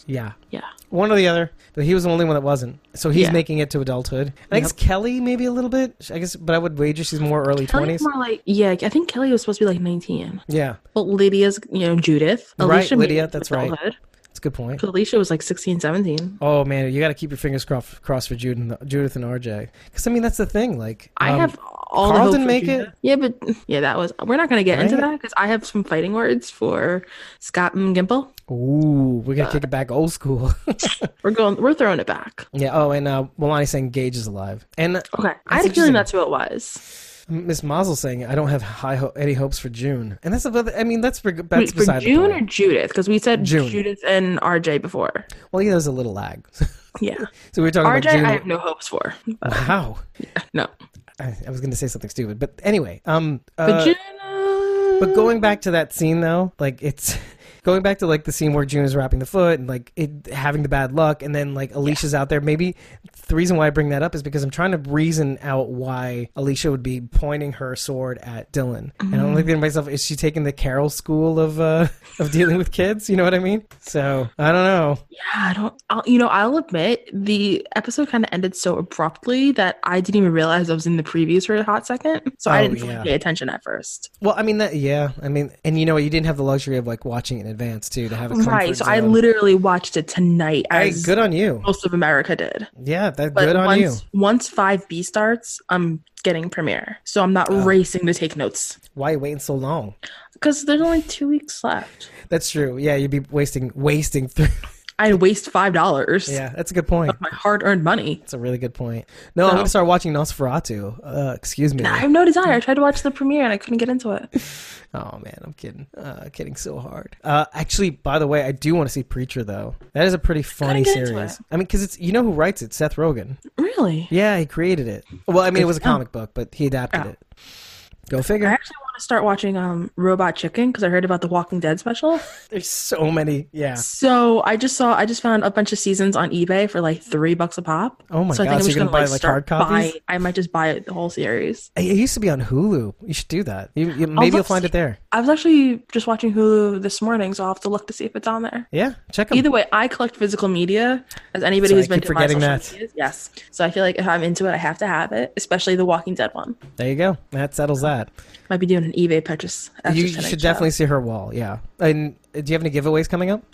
[SPEAKER 1] Yeah.
[SPEAKER 4] Yeah.
[SPEAKER 1] One or the other, but he was the only one that wasn't. So he's
[SPEAKER 4] Yeah.
[SPEAKER 1] making it to adulthood. And I guess Kelly maybe a little bit. I guess, but I would wager she's more early
[SPEAKER 4] Kelly's
[SPEAKER 1] twenties.
[SPEAKER 4] more like yeah, I think Kelly was supposed to be like nineteen.
[SPEAKER 1] Yeah,
[SPEAKER 4] Well Lydia's you know, Judith.
[SPEAKER 1] Right,
[SPEAKER 4] Alicia made
[SPEAKER 1] Lydia,
[SPEAKER 4] it to
[SPEAKER 1] that's right.
[SPEAKER 4] adulthood.
[SPEAKER 1] that's a good point.
[SPEAKER 4] Alicia was like 16, 17.
[SPEAKER 1] Oh man, you got to keep your fingers crossed, crossed for Jude and, Judith and RJ. Because I mean, that's the thing. Like,
[SPEAKER 4] I
[SPEAKER 1] um,
[SPEAKER 4] have all the
[SPEAKER 1] Carl
[SPEAKER 4] hope
[SPEAKER 1] didn't
[SPEAKER 4] for
[SPEAKER 1] make
[SPEAKER 4] Judah.
[SPEAKER 1] it.
[SPEAKER 4] Yeah, but yeah, that was. We're not going to get into
[SPEAKER 1] Right?
[SPEAKER 4] that because I have some fighting words for Scott and Gimple.
[SPEAKER 1] Ooh, we're gonna
[SPEAKER 4] Uh,
[SPEAKER 1] kick it back old school.
[SPEAKER 4] We're going. We're throwing it back.
[SPEAKER 1] yeah. Oh, and uh, Milani saying Gage is alive, and
[SPEAKER 4] Okay, I had a
[SPEAKER 1] interesting.
[SPEAKER 4] feeling that's who it was.
[SPEAKER 1] Miss Mazel saying I don't have high ho- any hopes for June, and that's about. I mean, that's reg-
[SPEAKER 4] Wait,
[SPEAKER 1] that's
[SPEAKER 4] for
[SPEAKER 1] beside
[SPEAKER 4] June
[SPEAKER 1] the
[SPEAKER 4] or
[SPEAKER 1] point.
[SPEAKER 4] Judith? Because we said
[SPEAKER 1] June.
[SPEAKER 4] Judith and RJ before.
[SPEAKER 1] Well, yeah, there's a little lag.
[SPEAKER 4] Yeah,
[SPEAKER 1] so we were talking
[SPEAKER 4] RJ,
[SPEAKER 1] about June.
[SPEAKER 4] I have no hopes for.
[SPEAKER 1] Wow.
[SPEAKER 4] No,
[SPEAKER 1] I, I was going to say something stupid, but anyway, um,
[SPEAKER 4] but
[SPEAKER 1] uh,
[SPEAKER 4] June.
[SPEAKER 1] but going back to that scene though, like it's going back to like the scene where June is wrapping the foot and like it having the bad luck, and then like Alicia's out there. Maybe the reason why I bring that up is because I'm trying to reason out why Alicia would be pointing her sword at Dylan. And
[SPEAKER 4] Mm.
[SPEAKER 1] I'm looking at myself: is she taking the Carol school of uh of dealing with kids? You know what I mean? So I don't know.
[SPEAKER 4] Yeah, I don't. I'll, you know, I'll admit the episode kind of ended so abruptly that I didn't even realize I was in the previews for a hot second, so I
[SPEAKER 1] Oh,
[SPEAKER 4] didn't fully
[SPEAKER 1] yeah.
[SPEAKER 4] pay attention at first.
[SPEAKER 1] Well, I mean that. Yeah, I mean, and you know, what? you didn't have the luxury of like watching it in advance too to have a comfort
[SPEAKER 4] Right, so I
[SPEAKER 1] zone.
[SPEAKER 4] literally watched it tonight.
[SPEAKER 1] Hey,
[SPEAKER 4] as
[SPEAKER 1] good on you.
[SPEAKER 4] Most of America did.
[SPEAKER 1] Yeah, that
[SPEAKER 4] But
[SPEAKER 1] good on
[SPEAKER 4] once
[SPEAKER 1] you.
[SPEAKER 4] once five B starts, I'm getting premiere, so I'm not
[SPEAKER 1] Oh.
[SPEAKER 4] racing to take notes
[SPEAKER 1] Why you waiting so long?
[SPEAKER 4] because there's only two weeks left.
[SPEAKER 1] That's true. Yeah, you'd be wasting wasting through.
[SPEAKER 4] I waste five dollars.
[SPEAKER 1] yeah, that's a good point.
[SPEAKER 4] My hard earned money.
[SPEAKER 1] That's a really good point. No, I'm
[SPEAKER 4] No.
[SPEAKER 1] gonna start watching Nosferatu. Uh, excuse me.
[SPEAKER 4] I have no desire. I tried to watch the premiere and I couldn't get into it.
[SPEAKER 1] Oh man, I'm kidding. Uh, kidding so hard. Uh, actually, by the way, I do want to see Preacher though. That is a pretty funny
[SPEAKER 4] get into
[SPEAKER 1] series.
[SPEAKER 4] it.
[SPEAKER 1] I mean, because it's you know who writes it, Seth Rogen.
[SPEAKER 4] Really?
[SPEAKER 1] Yeah, he created it. Well, I mean, it was a comic book, but he adapted
[SPEAKER 4] Oh.
[SPEAKER 1] it. Go
[SPEAKER 4] I
[SPEAKER 1] figure.
[SPEAKER 4] actually want to start watching um Robot Chicken because I heard about the Walking Dead special.
[SPEAKER 1] There's so many. Yeah.
[SPEAKER 4] So I just saw I just found a bunch of seasons on eBay for like three bucks a pop.
[SPEAKER 1] Oh my
[SPEAKER 4] so
[SPEAKER 1] God, so you're gonna buy, like, hard
[SPEAKER 4] start
[SPEAKER 1] copies?
[SPEAKER 4] buying- I might just buy it, the whole series.
[SPEAKER 1] It it used to be on Hulu. You should do that. You, you, maybe you'll
[SPEAKER 4] look
[SPEAKER 1] find
[SPEAKER 4] see-
[SPEAKER 1] it there.
[SPEAKER 4] I was actually just watching Hulu this morning, so I'll have to look to see if it's on there.
[SPEAKER 1] Yeah, check them.
[SPEAKER 4] Either way, I collect physical media. As anybody
[SPEAKER 1] So
[SPEAKER 4] who's
[SPEAKER 1] I
[SPEAKER 4] been
[SPEAKER 1] keep
[SPEAKER 4] to my
[SPEAKER 1] forgetting
[SPEAKER 4] social
[SPEAKER 1] that.
[SPEAKER 4] medias, yes. So I feel like if I'm into it, I have to have it, especially the Walking Dead one.
[SPEAKER 1] There you go. That settles that.
[SPEAKER 4] Might be doing an eBay purchase. after
[SPEAKER 1] You, you
[SPEAKER 4] tonight's
[SPEAKER 1] should
[SPEAKER 4] show.
[SPEAKER 1] definitely see her wall. Yeah. And uh, do you have any giveaways coming up?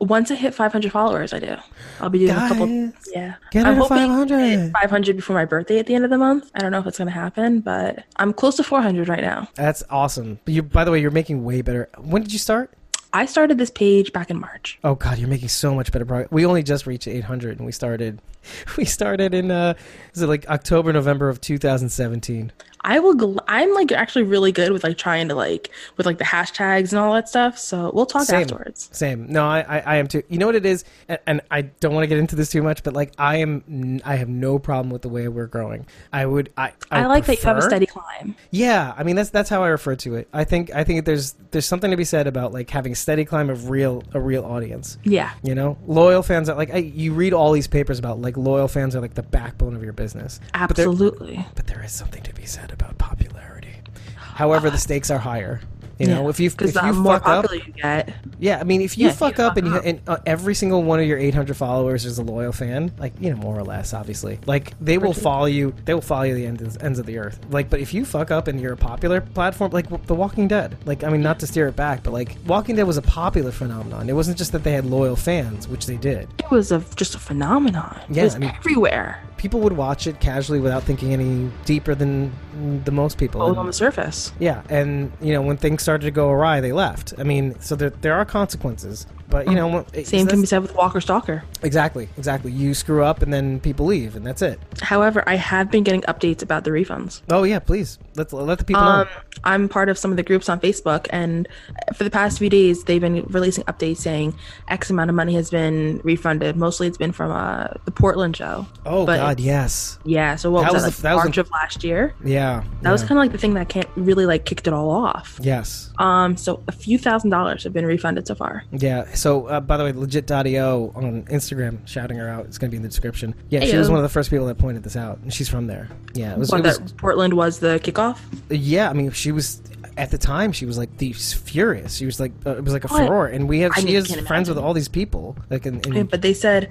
[SPEAKER 4] Once I hit 500 followers, I do. I'll be doing a couple.
[SPEAKER 1] Guys,
[SPEAKER 4] Yeah,
[SPEAKER 1] get
[SPEAKER 4] I'm
[SPEAKER 1] her to
[SPEAKER 4] hoping to
[SPEAKER 1] 500.
[SPEAKER 4] hit 500 before my birthday at the end of the month. I don't know if it's gonna happen, but I'm close to 400 right now.
[SPEAKER 1] That's awesome. But you, by the way, you're making way better. When did you start?
[SPEAKER 4] I started this page back in March.
[SPEAKER 1] Oh God, you're making so much better progress. We only just reached 800, and we started, we started in uh, is it like October, November of 2017?
[SPEAKER 4] I will. Gl- I'm like actually really good with like trying to like with like the hashtags and all that stuff. So we'll talk
[SPEAKER 1] Same.
[SPEAKER 4] afterwards.
[SPEAKER 1] Same. No, I, I, I am too. You know what it is, and, and I don't want to get into this too much, but like I am, I have no problem with the way we're growing. I would, I, I,
[SPEAKER 4] I, like that you have a
[SPEAKER 1] prefer-
[SPEAKER 4] steady climb.
[SPEAKER 1] Yeah, I mean that's that's how I refer to it. I think I think there's there's something to be said about like having a steady climb of real a real audience.
[SPEAKER 4] Yeah.
[SPEAKER 1] You know, loyal fans are like I, you read all these papers about like loyal fans are like the backbone of your business. But there,
[SPEAKER 4] Absolutely.
[SPEAKER 1] but there is something to be said about popularity. However, the stakes are higher. You know, if you if you
[SPEAKER 4] because the more
[SPEAKER 1] fuck up,
[SPEAKER 4] popular you get,
[SPEAKER 1] yeah, I mean, if you
[SPEAKER 4] Yeah, if you
[SPEAKER 1] fuck up and, you,
[SPEAKER 4] fuck
[SPEAKER 1] and uh, every single one of your 800 followers is a loyal fan, like you know, more or less, obviously, like they will follow you. They will follow you the ends, ends of the earth. Like, but if you fuck up and you're a popular platform, like w- The Walking Dead, like I mean, not to steer it back, but like Walking Dead was a popular phenomenon. It wasn't just that they had loyal fans, which they did.
[SPEAKER 4] it was a just a phenomenon.
[SPEAKER 1] Yeah,
[SPEAKER 4] it was
[SPEAKER 1] I mean-
[SPEAKER 4] everywhere,
[SPEAKER 1] People would watch it casually without thinking any deeper than mm, the most people.
[SPEAKER 4] all
[SPEAKER 1] And-
[SPEAKER 4] on the surface.
[SPEAKER 1] Yeah, and you know when things started to go awry, they left. I mean, so there there are consequences, but you know when- it's-
[SPEAKER 4] Oh, Same can
[SPEAKER 1] that's-
[SPEAKER 4] be said with Walker Stalker.
[SPEAKER 1] Exactly, exactly. You screw up and then people leave, and that's it.
[SPEAKER 4] However, I have been getting updates about the refunds.
[SPEAKER 1] Oh yeah, please let let the people
[SPEAKER 4] Um,
[SPEAKER 1] know.
[SPEAKER 4] I'm part of some of the groups on Facebook, and for the past few days, they've been releasing updates saying X amount of money has been refunded. Mostly, it's been from uh, the Portland show.
[SPEAKER 1] Oh
[SPEAKER 4] but-
[SPEAKER 1] God, yes,
[SPEAKER 4] Yeah, so what
[SPEAKER 1] That
[SPEAKER 4] was,
[SPEAKER 1] was
[SPEAKER 4] that,
[SPEAKER 1] the- that
[SPEAKER 4] like
[SPEAKER 1] was the-
[SPEAKER 4] March of last year?
[SPEAKER 1] yeah,
[SPEAKER 4] That was
[SPEAKER 1] yeah.
[SPEAKER 4] kind of like the thing that can't really like kicked it all off.
[SPEAKER 1] yes,
[SPEAKER 4] Um, so a few thousand dollars have been refunded so far.
[SPEAKER 1] yeah. So uh, by the way, legit.io on Instagram, shouting her out. It's gonna be in the description. Yeah, she
[SPEAKER 4] Ayo.
[SPEAKER 1] was one of the first people that pointed this out, and she's from there. Yeah, it was.
[SPEAKER 4] What,
[SPEAKER 1] It was
[SPEAKER 4] that Portland was the kickoff.
[SPEAKER 1] yeah, I mean, she was at the time. She was like the furious. She was like uh, it was like a
[SPEAKER 4] What?
[SPEAKER 1] furor, and we have
[SPEAKER 4] I
[SPEAKER 1] she
[SPEAKER 4] mean,
[SPEAKER 1] is
[SPEAKER 4] can't
[SPEAKER 1] friends with
[SPEAKER 4] imagine.
[SPEAKER 1] all these people. Like in, in,
[SPEAKER 4] But they said,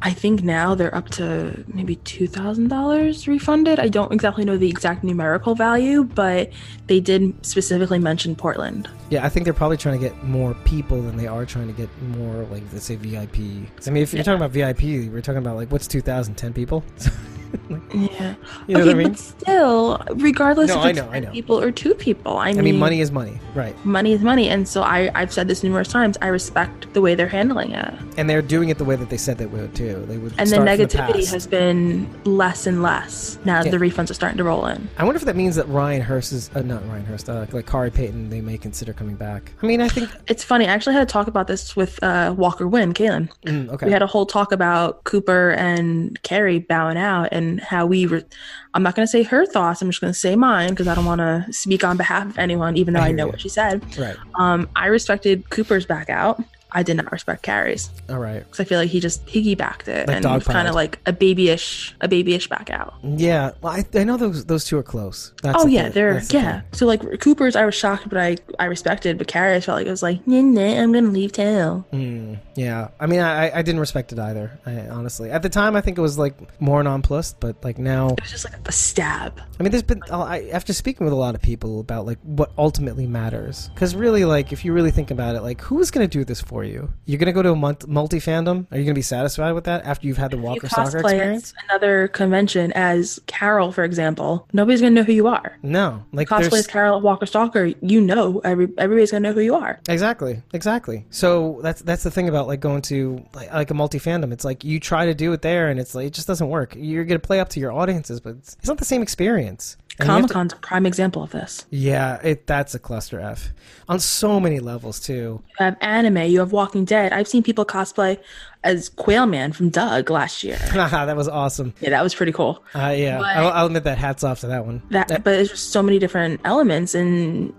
[SPEAKER 4] I think now they're up to maybe two thousand dollars refunded. I don't exactly know the exact numerical value, but they did specifically mention Portland.
[SPEAKER 1] Yeah, I think they're probably trying to get more people than they are trying to get more, like, let's say VIP. 'Cause, I mean, if you're talking about VIP, we're talking about, like, what's 2,000, 10 people?
[SPEAKER 4] Yeah.
[SPEAKER 1] You know
[SPEAKER 4] okay,
[SPEAKER 1] what I mean?
[SPEAKER 4] but still, regardless
[SPEAKER 1] No,
[SPEAKER 4] if it's
[SPEAKER 1] I know, I
[SPEAKER 4] 10
[SPEAKER 1] know.
[SPEAKER 4] people or two people, I mean,
[SPEAKER 1] I mean, money is money. Right.
[SPEAKER 4] money is money, and so I, I've said this numerous times. I respect the way they're handling it,
[SPEAKER 1] And they're doing it the way that they said they would, too. They would
[SPEAKER 4] and the
[SPEAKER 1] start from
[SPEAKER 4] negativity
[SPEAKER 1] past.
[SPEAKER 4] has been less and less now that
[SPEAKER 1] Yeah.
[SPEAKER 4] the refunds are starting to roll in.
[SPEAKER 1] I wonder if that means that Ryan Hurst is. Uh, not Ryan Hurst, uh, like, Kari Payton, they may consider coming back. I mean, I think.
[SPEAKER 4] It's funny. I actually had a talk about this with uh, Walker Wynn, Kalen.
[SPEAKER 1] mm, okay.
[SPEAKER 4] We had a whole talk about Cooper and Carrie bowing out, and how we. Re- I'm not going to say her thoughts. I'm just going to say mine because I don't want to speak on behalf of anyone, even though
[SPEAKER 1] I
[SPEAKER 4] I,
[SPEAKER 1] hear
[SPEAKER 4] know
[SPEAKER 1] you.
[SPEAKER 4] what she said.
[SPEAKER 1] Right.
[SPEAKER 4] Um, I respected Cooper's back out. I did not respect Carrie's
[SPEAKER 1] All right.
[SPEAKER 4] because I feel like he just piggybacked it
[SPEAKER 1] Like
[SPEAKER 4] and
[SPEAKER 1] dog
[SPEAKER 4] was kind
[SPEAKER 1] piled.
[SPEAKER 4] of like a babyish, a babyish back out.
[SPEAKER 1] Yeah. Well, I, I know those those two are close. That's
[SPEAKER 4] oh
[SPEAKER 1] the
[SPEAKER 4] yeah,
[SPEAKER 1] thing.
[SPEAKER 4] they're
[SPEAKER 1] That's the
[SPEAKER 4] yeah. So like Cooper's, I was shocked, but I I respected. But Carrie's felt like it was like, nah, nah, I'm gonna leave town.
[SPEAKER 1] thing. Mm, yeah. I mean, I I didn't respect it either. I, honestly, at the time, I think it was like more nonplussed, but like now,
[SPEAKER 4] It was just like a stab.
[SPEAKER 1] I mean, there's been I, after speaking with a lot of people about like what ultimately matters, because really, like if you really think about it, like who's gonna do this for you? You're gonna go to a multi fandom. Are you gonna be satisfied with that after you've had the
[SPEAKER 4] You
[SPEAKER 1] Walker Soccer
[SPEAKER 4] cosplay
[SPEAKER 1] experience?
[SPEAKER 4] at another convention as Carol, for example. Nobody's gonna know who you are.
[SPEAKER 1] No. Like
[SPEAKER 4] Cosplay
[SPEAKER 1] there's
[SPEAKER 4] as Carol at Walker Stalker. You know, every everybody's gonna know who you are.
[SPEAKER 1] Exactly, exactly. So that's that's the thing about like going to like, like a multi fandom. It's like you try to do it there, and it's like it just doesn't work. You're gonna play up to your audiences, but it's, it's not the same experience. And you have
[SPEAKER 4] Comic
[SPEAKER 1] to-
[SPEAKER 4] Con's a prime example of this.
[SPEAKER 1] yeah, it that's a cluster f on so many levels too.
[SPEAKER 4] You have anime. You have Walking Dead. I've seen people cosplay as Quailman from Doug last year.
[SPEAKER 1] Haha, that was awesome.
[SPEAKER 4] Yeah, that was pretty cool.
[SPEAKER 1] Uh, yeah,
[SPEAKER 4] But-
[SPEAKER 1] I'll, I'll admit that. Hats off to that one.
[SPEAKER 4] that but it's just so many different elements and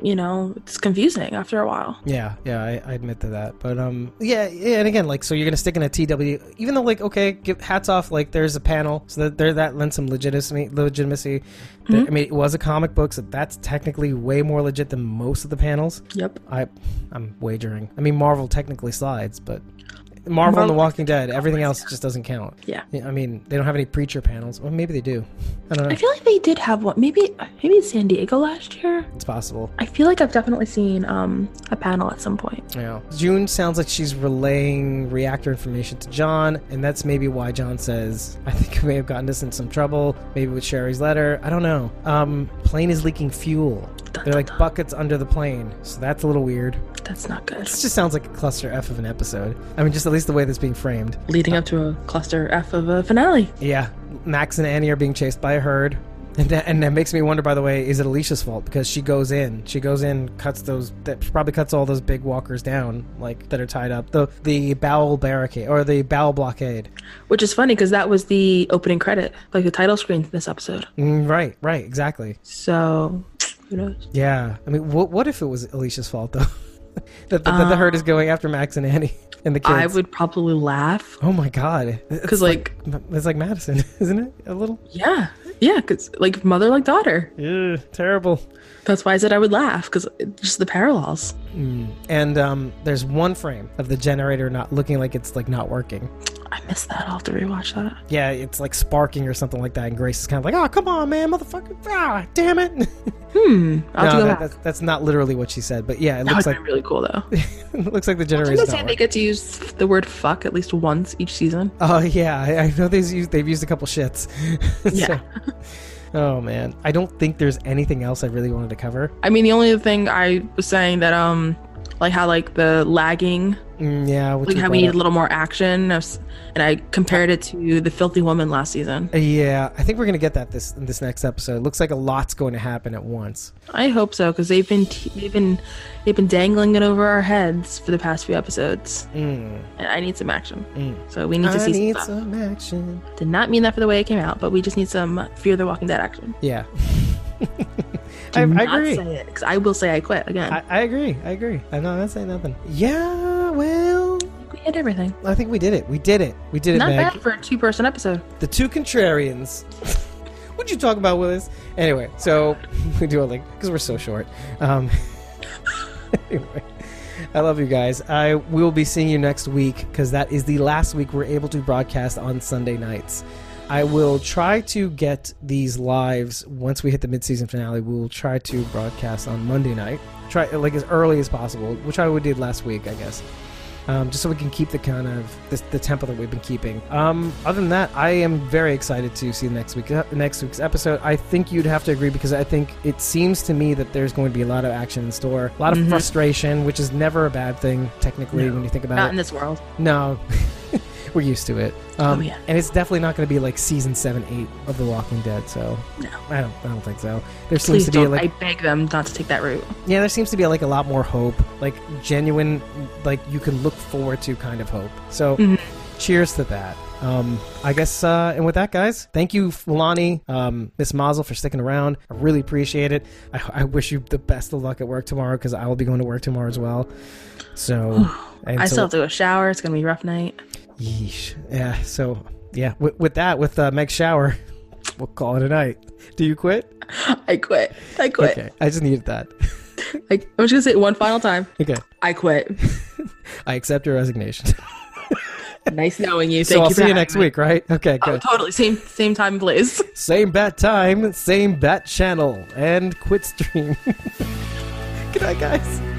[SPEAKER 4] you know it's confusing after a while
[SPEAKER 1] Yeah, yeah, I, I admit to that. But um, yeah, yeah, and again, like, so you're gonna stick in a TW, even though like, okay, give, hats off. Like, there's a panel, so that there that lends some legitimacy. Legitimacy. There- I mean, it was a comic book, so that's technically way more legit than most of the panels.
[SPEAKER 4] yep
[SPEAKER 1] I, I'm wagering. I mean, Marvel technically slides, but Marvel and The Walking Dead, everything else just doesn't count.
[SPEAKER 4] Yeah.
[SPEAKER 1] I mean, they don't have any preacher panels. Well, maybe they do. I don't know.
[SPEAKER 4] i feel like they did have one maybe maybe it's san diego last year
[SPEAKER 1] it's possible.
[SPEAKER 4] i feel like i've definitely seen um a panel at some point
[SPEAKER 1] Yeah. June sounds like she's relaying reactor information to John, and that's maybe why John says, I think I may have gotten us in some trouble, maybe with Sherry's letter. I don't know. Um, plane is leaking fuel. They're like buckets under the plane, so that's a little weird.
[SPEAKER 4] that's not good
[SPEAKER 1] This just sounds like a cluster F of an episode. I mean, just at least the way that's being framed.
[SPEAKER 4] leading up to a cluster f of a finale
[SPEAKER 1] Yeah, Max and Annie are being chased by a herd. And that, and that makes me wonder, by the way, is it Alicia's fault? Because she goes in. She goes in, cuts those, that probably cuts all those big walkers down, like, that are tied up. The the bowel barricade, or the bowel blockade.
[SPEAKER 4] which is funny because that was the opening credit like the title screen to this episode
[SPEAKER 1] Mm, right, right, exactly.
[SPEAKER 4] so who knows
[SPEAKER 1] Yeah. I mean, what, what if it was Alicia's fault, though? that, the, that the herd is going after Max and Annie and the kids.
[SPEAKER 4] i would probably laugh
[SPEAKER 1] oh, my God. It's,
[SPEAKER 4] because like
[SPEAKER 1] it's like Madison, isn't it? A little?
[SPEAKER 4] yeah yeah because like mother like daughter
[SPEAKER 1] Yeah, terrible.
[SPEAKER 4] That's why I said I would laugh because just the parallels.
[SPEAKER 1] And um, there's one frame of the generator not looking like it's like not working.
[SPEAKER 4] I missed that. I'll have to rewatch that.
[SPEAKER 1] Yeah, it's like sparking or something like that. And Grace is kind of like, "Oh, come on, man, motherfucker! Ah, damn it!"
[SPEAKER 4] Hmm, I'll have
[SPEAKER 1] no,
[SPEAKER 4] to go
[SPEAKER 1] that,
[SPEAKER 4] back.
[SPEAKER 1] that's, that's not literally what she said, but yeah, it
[SPEAKER 4] That would
[SPEAKER 1] looks
[SPEAKER 4] have
[SPEAKER 1] like
[SPEAKER 4] been really cool though.
[SPEAKER 1] it looks like the
[SPEAKER 4] I'm
[SPEAKER 1] generator's
[SPEAKER 4] just
[SPEAKER 1] not
[SPEAKER 4] saying they
[SPEAKER 1] working.
[SPEAKER 4] get to use the word "fuck" at least once each season.
[SPEAKER 1] Oh yeah, I, I know they've used they've used a couple shits.
[SPEAKER 4] Yeah.
[SPEAKER 1] So- oh man, I don't think there's anything else I really wanted to cover.
[SPEAKER 4] I mean, the only thing I was saying that um, like how like the lagging,
[SPEAKER 1] Mm, yeah, which
[SPEAKER 4] like
[SPEAKER 1] we
[SPEAKER 4] how we
[SPEAKER 1] brought
[SPEAKER 4] need
[SPEAKER 1] up.
[SPEAKER 4] a little more action, I was- and I compared it to the Filthy Woman last season.
[SPEAKER 1] Yeah, I think we're gonna get that this in this next episode. looks like a lot's going to happen at once.
[SPEAKER 4] I hope so because they've been t- they've been they've been dangling it over our heads for the past few episodes,
[SPEAKER 1] Mm,
[SPEAKER 4] and I need some action.
[SPEAKER 1] Mm.
[SPEAKER 4] So we need to
[SPEAKER 1] I
[SPEAKER 4] see
[SPEAKER 1] need
[SPEAKER 4] some.
[SPEAKER 1] some action.
[SPEAKER 4] Did not mean that for the way it came out, but we just need some Fear the Walking Dead action.
[SPEAKER 1] Yeah. I, I
[SPEAKER 4] Not
[SPEAKER 1] agree.
[SPEAKER 4] say it, 'cause I will say I quit again.
[SPEAKER 1] I, I agree. I agree. I'm not, I'm not saying nothing. Yeah, well,
[SPEAKER 4] we hit everything.
[SPEAKER 1] I think we did it. We did it. We did it,
[SPEAKER 4] Not
[SPEAKER 1] Meg.
[SPEAKER 4] bad for a two-person episode.
[SPEAKER 1] The two contrarians. what you talking about, Willis? Anyway, so we do it like because we're so short. Um, anyway, I love you guys. I will be seeing you next week because that is the last week we're able to broadcast on Sunday nights. I will try to get these lives once we hit the midseason finale. We will try to broadcast on Monday night, try like as early as possible. We'll try what we did last week, I guess um, just so we can keep the kind of the, the tempo that we've been keeping. Um, other than that, I am very excited to see next week uh, next week's episode. I think you'd have to agree because I think it seems to me that there's going to be a lot of action in store, a lot of frustration, which is never a bad thing technically when you think about
[SPEAKER 4] Not
[SPEAKER 1] it.
[SPEAKER 4] in this world.
[SPEAKER 1] no. We're used to it, um,
[SPEAKER 4] Oh, yeah.
[SPEAKER 1] and it's definitely not going to be like season seven, eight of The Walking Dead. So
[SPEAKER 4] No.
[SPEAKER 1] I don't, I don't think so. There seems
[SPEAKER 4] Please
[SPEAKER 1] to be
[SPEAKER 4] don't.
[SPEAKER 1] like
[SPEAKER 4] I beg them not to take that route.
[SPEAKER 1] yeah there seems to be like a
[SPEAKER 4] Mm-hmm.
[SPEAKER 1] lot more hope like genuine like you can look forward to kind of hope so cheers to that. Um, I guess, uh, and with that, guys, thank you, Lonnie, um, Miss Mazel, for sticking around. I really appreciate it. I, I wish you the best of luck at work tomorrow because I will be going to work tomorrow as well. So, and
[SPEAKER 2] I
[SPEAKER 1] so-
[SPEAKER 2] still have to go shower. It's gonna be a rough night.
[SPEAKER 1] Yeesh. Yeah. So, yeah. With, with that, with uh, Meg's shower, we'll call it a night. Do you quit?
[SPEAKER 2] I quit. I quit.
[SPEAKER 1] Okay. I just needed that.
[SPEAKER 2] I, I'm just gonna say it one final time.
[SPEAKER 1] Okay.
[SPEAKER 2] I quit.
[SPEAKER 1] I accept your resignation.
[SPEAKER 2] nice knowing you. Thank
[SPEAKER 1] so I'll see
[SPEAKER 2] you. for
[SPEAKER 1] you
[SPEAKER 2] having
[SPEAKER 1] next
[SPEAKER 2] me.
[SPEAKER 1] week, right? Okay.
[SPEAKER 2] Oh,
[SPEAKER 1] Good.
[SPEAKER 2] totally. Same same time, place.
[SPEAKER 1] Same bat time, same bat channel, and quit stream. Good night, guys.